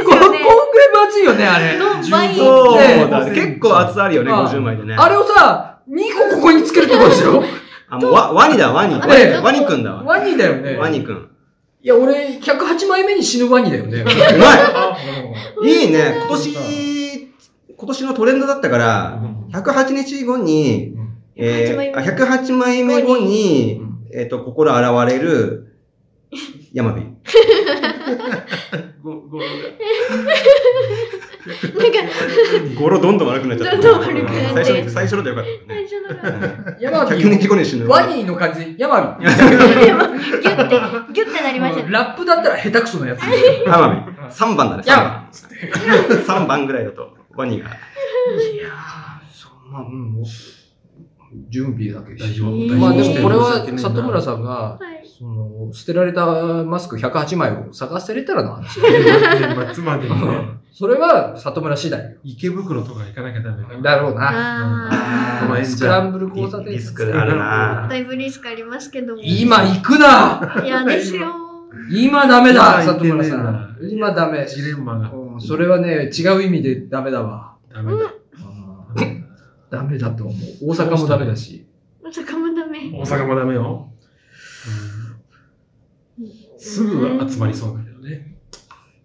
Speaker 2: こんこ
Speaker 1: よ
Speaker 2: ん
Speaker 1: ね
Speaker 2: ぐらい。分厚いよね、あれ。
Speaker 1: の倍。
Speaker 3: そうだ
Speaker 4: ね
Speaker 3: ね。結構厚さあるよね、
Speaker 2: ああ
Speaker 3: 50枚でね。
Speaker 2: あれをさ、2個ここにつけるってことでし ょ
Speaker 3: あ、もうワワニだ、ワニ。
Speaker 1: あ
Speaker 3: ワニ
Speaker 2: ね
Speaker 3: ワニくんだわ。
Speaker 2: ワニだよね。
Speaker 3: ワニくん。
Speaker 2: いや、俺、108枚目に死ぬワニだよ ね。
Speaker 3: うまいいいね。今年、今年のトレンドだったから、108日後に、えー、あ108枚目後に、えっ、と、心現れる、山火。
Speaker 4: ごご
Speaker 1: なんか、
Speaker 3: 語呂どんどん悪くなっちゃった。
Speaker 1: どんどん悪くな
Speaker 4: って
Speaker 3: 最初の、最初のでよかったよ
Speaker 1: 最
Speaker 3: ね。
Speaker 1: 初のが、
Speaker 2: ヤマビ
Speaker 3: 100日後に死ぬ。
Speaker 2: ワニの感じ、ヤマビ。
Speaker 1: でもギュッて、ギュッてなりましたね。
Speaker 2: ラップだったら下手くそのやつ。
Speaker 3: 山火。3番だね。
Speaker 2: ヤ
Speaker 3: 3
Speaker 2: マ
Speaker 3: 番。三番ぐらいだと、ワニが。
Speaker 2: ビ。いやー、そんな、うん、準備だけ
Speaker 4: 大丈夫
Speaker 1: えー
Speaker 4: 大丈夫
Speaker 2: まあでもこれは
Speaker 4: 申し訳ないな
Speaker 2: 里村さんが
Speaker 1: はい
Speaker 2: その、捨てられたマスク108枚を探してれたらの話。
Speaker 4: つまりね、
Speaker 2: それは、里村次第。
Speaker 4: 池袋とか行かなきゃダメだ。
Speaker 2: だろうな。
Speaker 1: あ
Speaker 4: ごめん
Speaker 2: スクランブル交差点。
Speaker 3: リスクある
Speaker 1: あ。
Speaker 3: な
Speaker 1: だいぶリスクありますけども。い
Speaker 2: 今行くな
Speaker 1: やですよ。
Speaker 2: 今ダメだ
Speaker 4: 今行
Speaker 2: 里
Speaker 4: けねえな
Speaker 2: 村さん。今ダメ。
Speaker 4: ジレンマが。
Speaker 2: うんそれはね、違う意味でダメだわ。
Speaker 4: ダメだ。
Speaker 2: ダメだと思う。大阪もダメだし。
Speaker 1: まさかもダメ。
Speaker 4: 大阪もダメよ。すぐ集まりそうだけどね。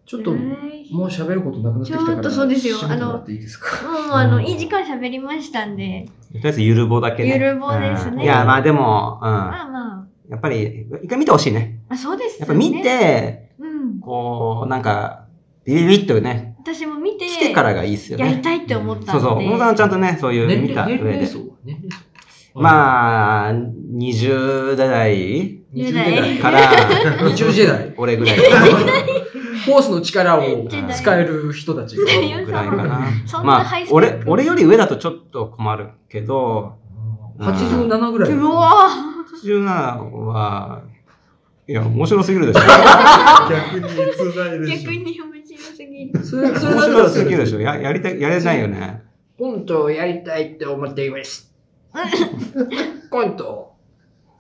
Speaker 2: ちょっと、も
Speaker 1: はいも
Speaker 2: う喋ることなくなってきたから。
Speaker 1: ちょっとそうですよ
Speaker 2: 締めてもらっていいですか。
Speaker 1: うあの、いい時間喋りましたんで。
Speaker 3: とりあえず、ゆるぼだけね。
Speaker 1: ゆるぼですね
Speaker 3: うんいや、まあでも、うん。
Speaker 1: まあま
Speaker 3: やっぱり、一回見てほしいね
Speaker 1: あ。。あ、そうです
Speaker 3: や
Speaker 1: よ
Speaker 3: っ
Speaker 1: ね。
Speaker 3: ぱ見。て、
Speaker 1: うん。
Speaker 3: こう、なんか、ビビビッとね、
Speaker 1: 私も見て、
Speaker 3: 来てからがいいっすよ
Speaker 1: やり
Speaker 3: ね。
Speaker 1: たいって思ったんで。
Speaker 3: そうそう。小野さんはちゃんとね、そういう見た上
Speaker 2: 年齢
Speaker 3: で。
Speaker 2: 層はね。
Speaker 3: まあ、20代
Speaker 1: 20
Speaker 2: 20
Speaker 1: 代
Speaker 2: 代。
Speaker 3: から
Speaker 2: 20時代。
Speaker 3: 俺ぐらい。
Speaker 2: ホースの力を
Speaker 1: 時代
Speaker 2: 使える人たちが。
Speaker 3: ぐらいか
Speaker 1: そ
Speaker 3: な。
Speaker 1: んな
Speaker 3: ま
Speaker 1: ハイ
Speaker 3: あ
Speaker 1: ス、ペック
Speaker 3: 俺、俺より上だとちょっと困るけど、
Speaker 2: 87ぐらい。
Speaker 1: うわぁ。
Speaker 3: 17は、いや、面白すぎるでしょ。
Speaker 4: 逆に逸材でしょ
Speaker 1: 逆。に面白すぎる。
Speaker 2: それ、それ
Speaker 3: 面
Speaker 2: だった
Speaker 3: 白
Speaker 2: ら
Speaker 3: す
Speaker 2: す
Speaker 3: ぎる
Speaker 2: る
Speaker 3: でしょ。や、やりたい、やれないよね。
Speaker 2: コントをやりたいって思ってい ます。コントを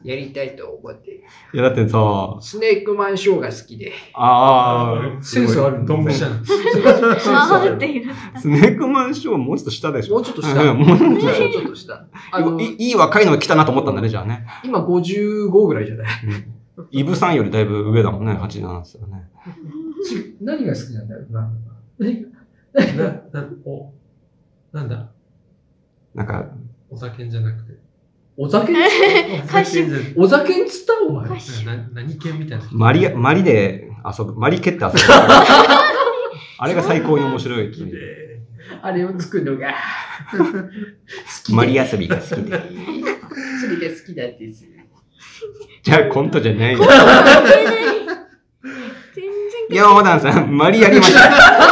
Speaker 2: やりたいと思っています。
Speaker 3: いや、だってさ、
Speaker 2: スネークマンショーが好きで。
Speaker 3: ああ、
Speaker 2: センスあるんだ
Speaker 4: ドンピシャ。
Speaker 1: あーっていう。
Speaker 3: スネークマンショーもうちょっと下でしょ。
Speaker 2: もうちょっと下。
Speaker 3: うんもうちょっ
Speaker 2: もう
Speaker 3: と下
Speaker 2: ちょっと下。あの、
Speaker 3: いいい若いのが来たなと思ったんだね、じゃあね。
Speaker 2: 今55ぐらいじゃない
Speaker 3: イブさんよりだいぶ上だもんね、87ですよね。
Speaker 2: 何が好きなんだろうな。
Speaker 4: な、な、お、なんだ
Speaker 3: なんか、
Speaker 4: お酒じゃなくて。
Speaker 2: お酒ん
Speaker 4: お酒じゃなくて。
Speaker 2: お酒んつったお前。
Speaker 4: なな何犬みたいな。
Speaker 3: マリ、マリで遊ぶ、マリ蹴っ て遊ぶ。あれが最高に面白い。
Speaker 4: 綺麗。
Speaker 2: あれを作るのが好きで。
Speaker 3: マリ遊びが好き
Speaker 2: そ
Speaker 3: で。
Speaker 2: れが好きなんです。
Speaker 3: じゃあコントじゃないよ。
Speaker 1: 全然
Speaker 3: 山本さん、マリやりました。
Speaker 1: やらな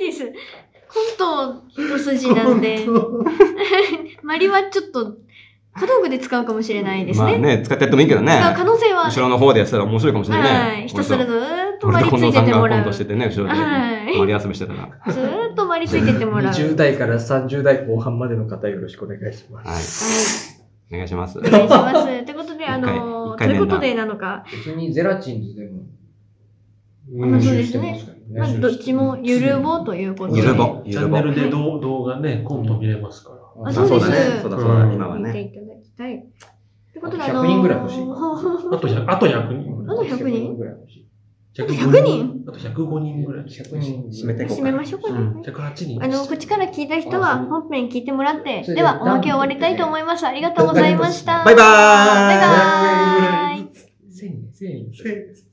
Speaker 1: いです。コント一筋なんで、マリはちょっと小道具で使うかもしれないです
Speaker 3: まあ
Speaker 1: ね。
Speaker 3: ね、使ってやってもいいけどね。
Speaker 1: 使う可能性は、
Speaker 3: 後ろの方でやってたら面白いかもしれな
Speaker 1: はい
Speaker 3: ね。
Speaker 1: い。ひたすらずーっとマ
Speaker 3: 俺
Speaker 1: リ
Speaker 3: と
Speaker 1: つ
Speaker 3: 近
Speaker 1: い
Speaker 3: 藤
Speaker 1: てっ
Speaker 3: さん
Speaker 1: て
Speaker 3: が
Speaker 1: も
Speaker 3: コ
Speaker 1: ら
Speaker 3: ン
Speaker 1: う。
Speaker 3: トして
Speaker 1: ず
Speaker 3: てね、後ろで。
Speaker 1: はい
Speaker 3: マリ遊びしてたら。
Speaker 1: ーっとマリついてってもらう。
Speaker 2: 20代から30代後半までの方よろしくお願いします。
Speaker 3: はい。お願い します。
Speaker 1: お願いします。ってことで、あ
Speaker 3: 一
Speaker 1: の、と
Speaker 3: 回
Speaker 1: いう
Speaker 3: 連打
Speaker 1: ことでなのか、
Speaker 2: 別にゼラチンズでも。
Speaker 1: まあそう
Speaker 2: 練
Speaker 1: で
Speaker 2: 習
Speaker 1: す
Speaker 2: して
Speaker 1: ね
Speaker 2: ますからね
Speaker 1: まあ、どっちもゆるぼということで。
Speaker 3: ゆるぼ。
Speaker 4: チ
Speaker 3: ゆ
Speaker 4: ャ
Speaker 3: る
Speaker 4: ン
Speaker 3: ぼ
Speaker 4: ネ。ルで動動画ね、コント見れますから。
Speaker 1: あそうです
Speaker 3: だね。そうだそうだ、今は
Speaker 1: 見て
Speaker 3: ね。
Speaker 1: いただきたい。ってことで、あの
Speaker 2: 100人ぐらい欲しい。
Speaker 4: あと100、あと100人。
Speaker 1: まだ100人
Speaker 2: ぐらい欲しい。
Speaker 1: 100人
Speaker 4: あと105人ぐらい。
Speaker 2: 100人
Speaker 3: 締めていこ
Speaker 1: 締
Speaker 3: う
Speaker 1: め
Speaker 3: か。
Speaker 1: ましょうかね。
Speaker 3: う
Speaker 4: 108人。
Speaker 1: あの、こっちから聞いた人は本編聞いてもらって、
Speaker 2: それ
Speaker 1: で
Speaker 2: で
Speaker 1: はおまけを終わりたいと思います。ありがとうございました。
Speaker 3: バイバーイ
Speaker 1: バイバーイ
Speaker 2: 1000人、1000人。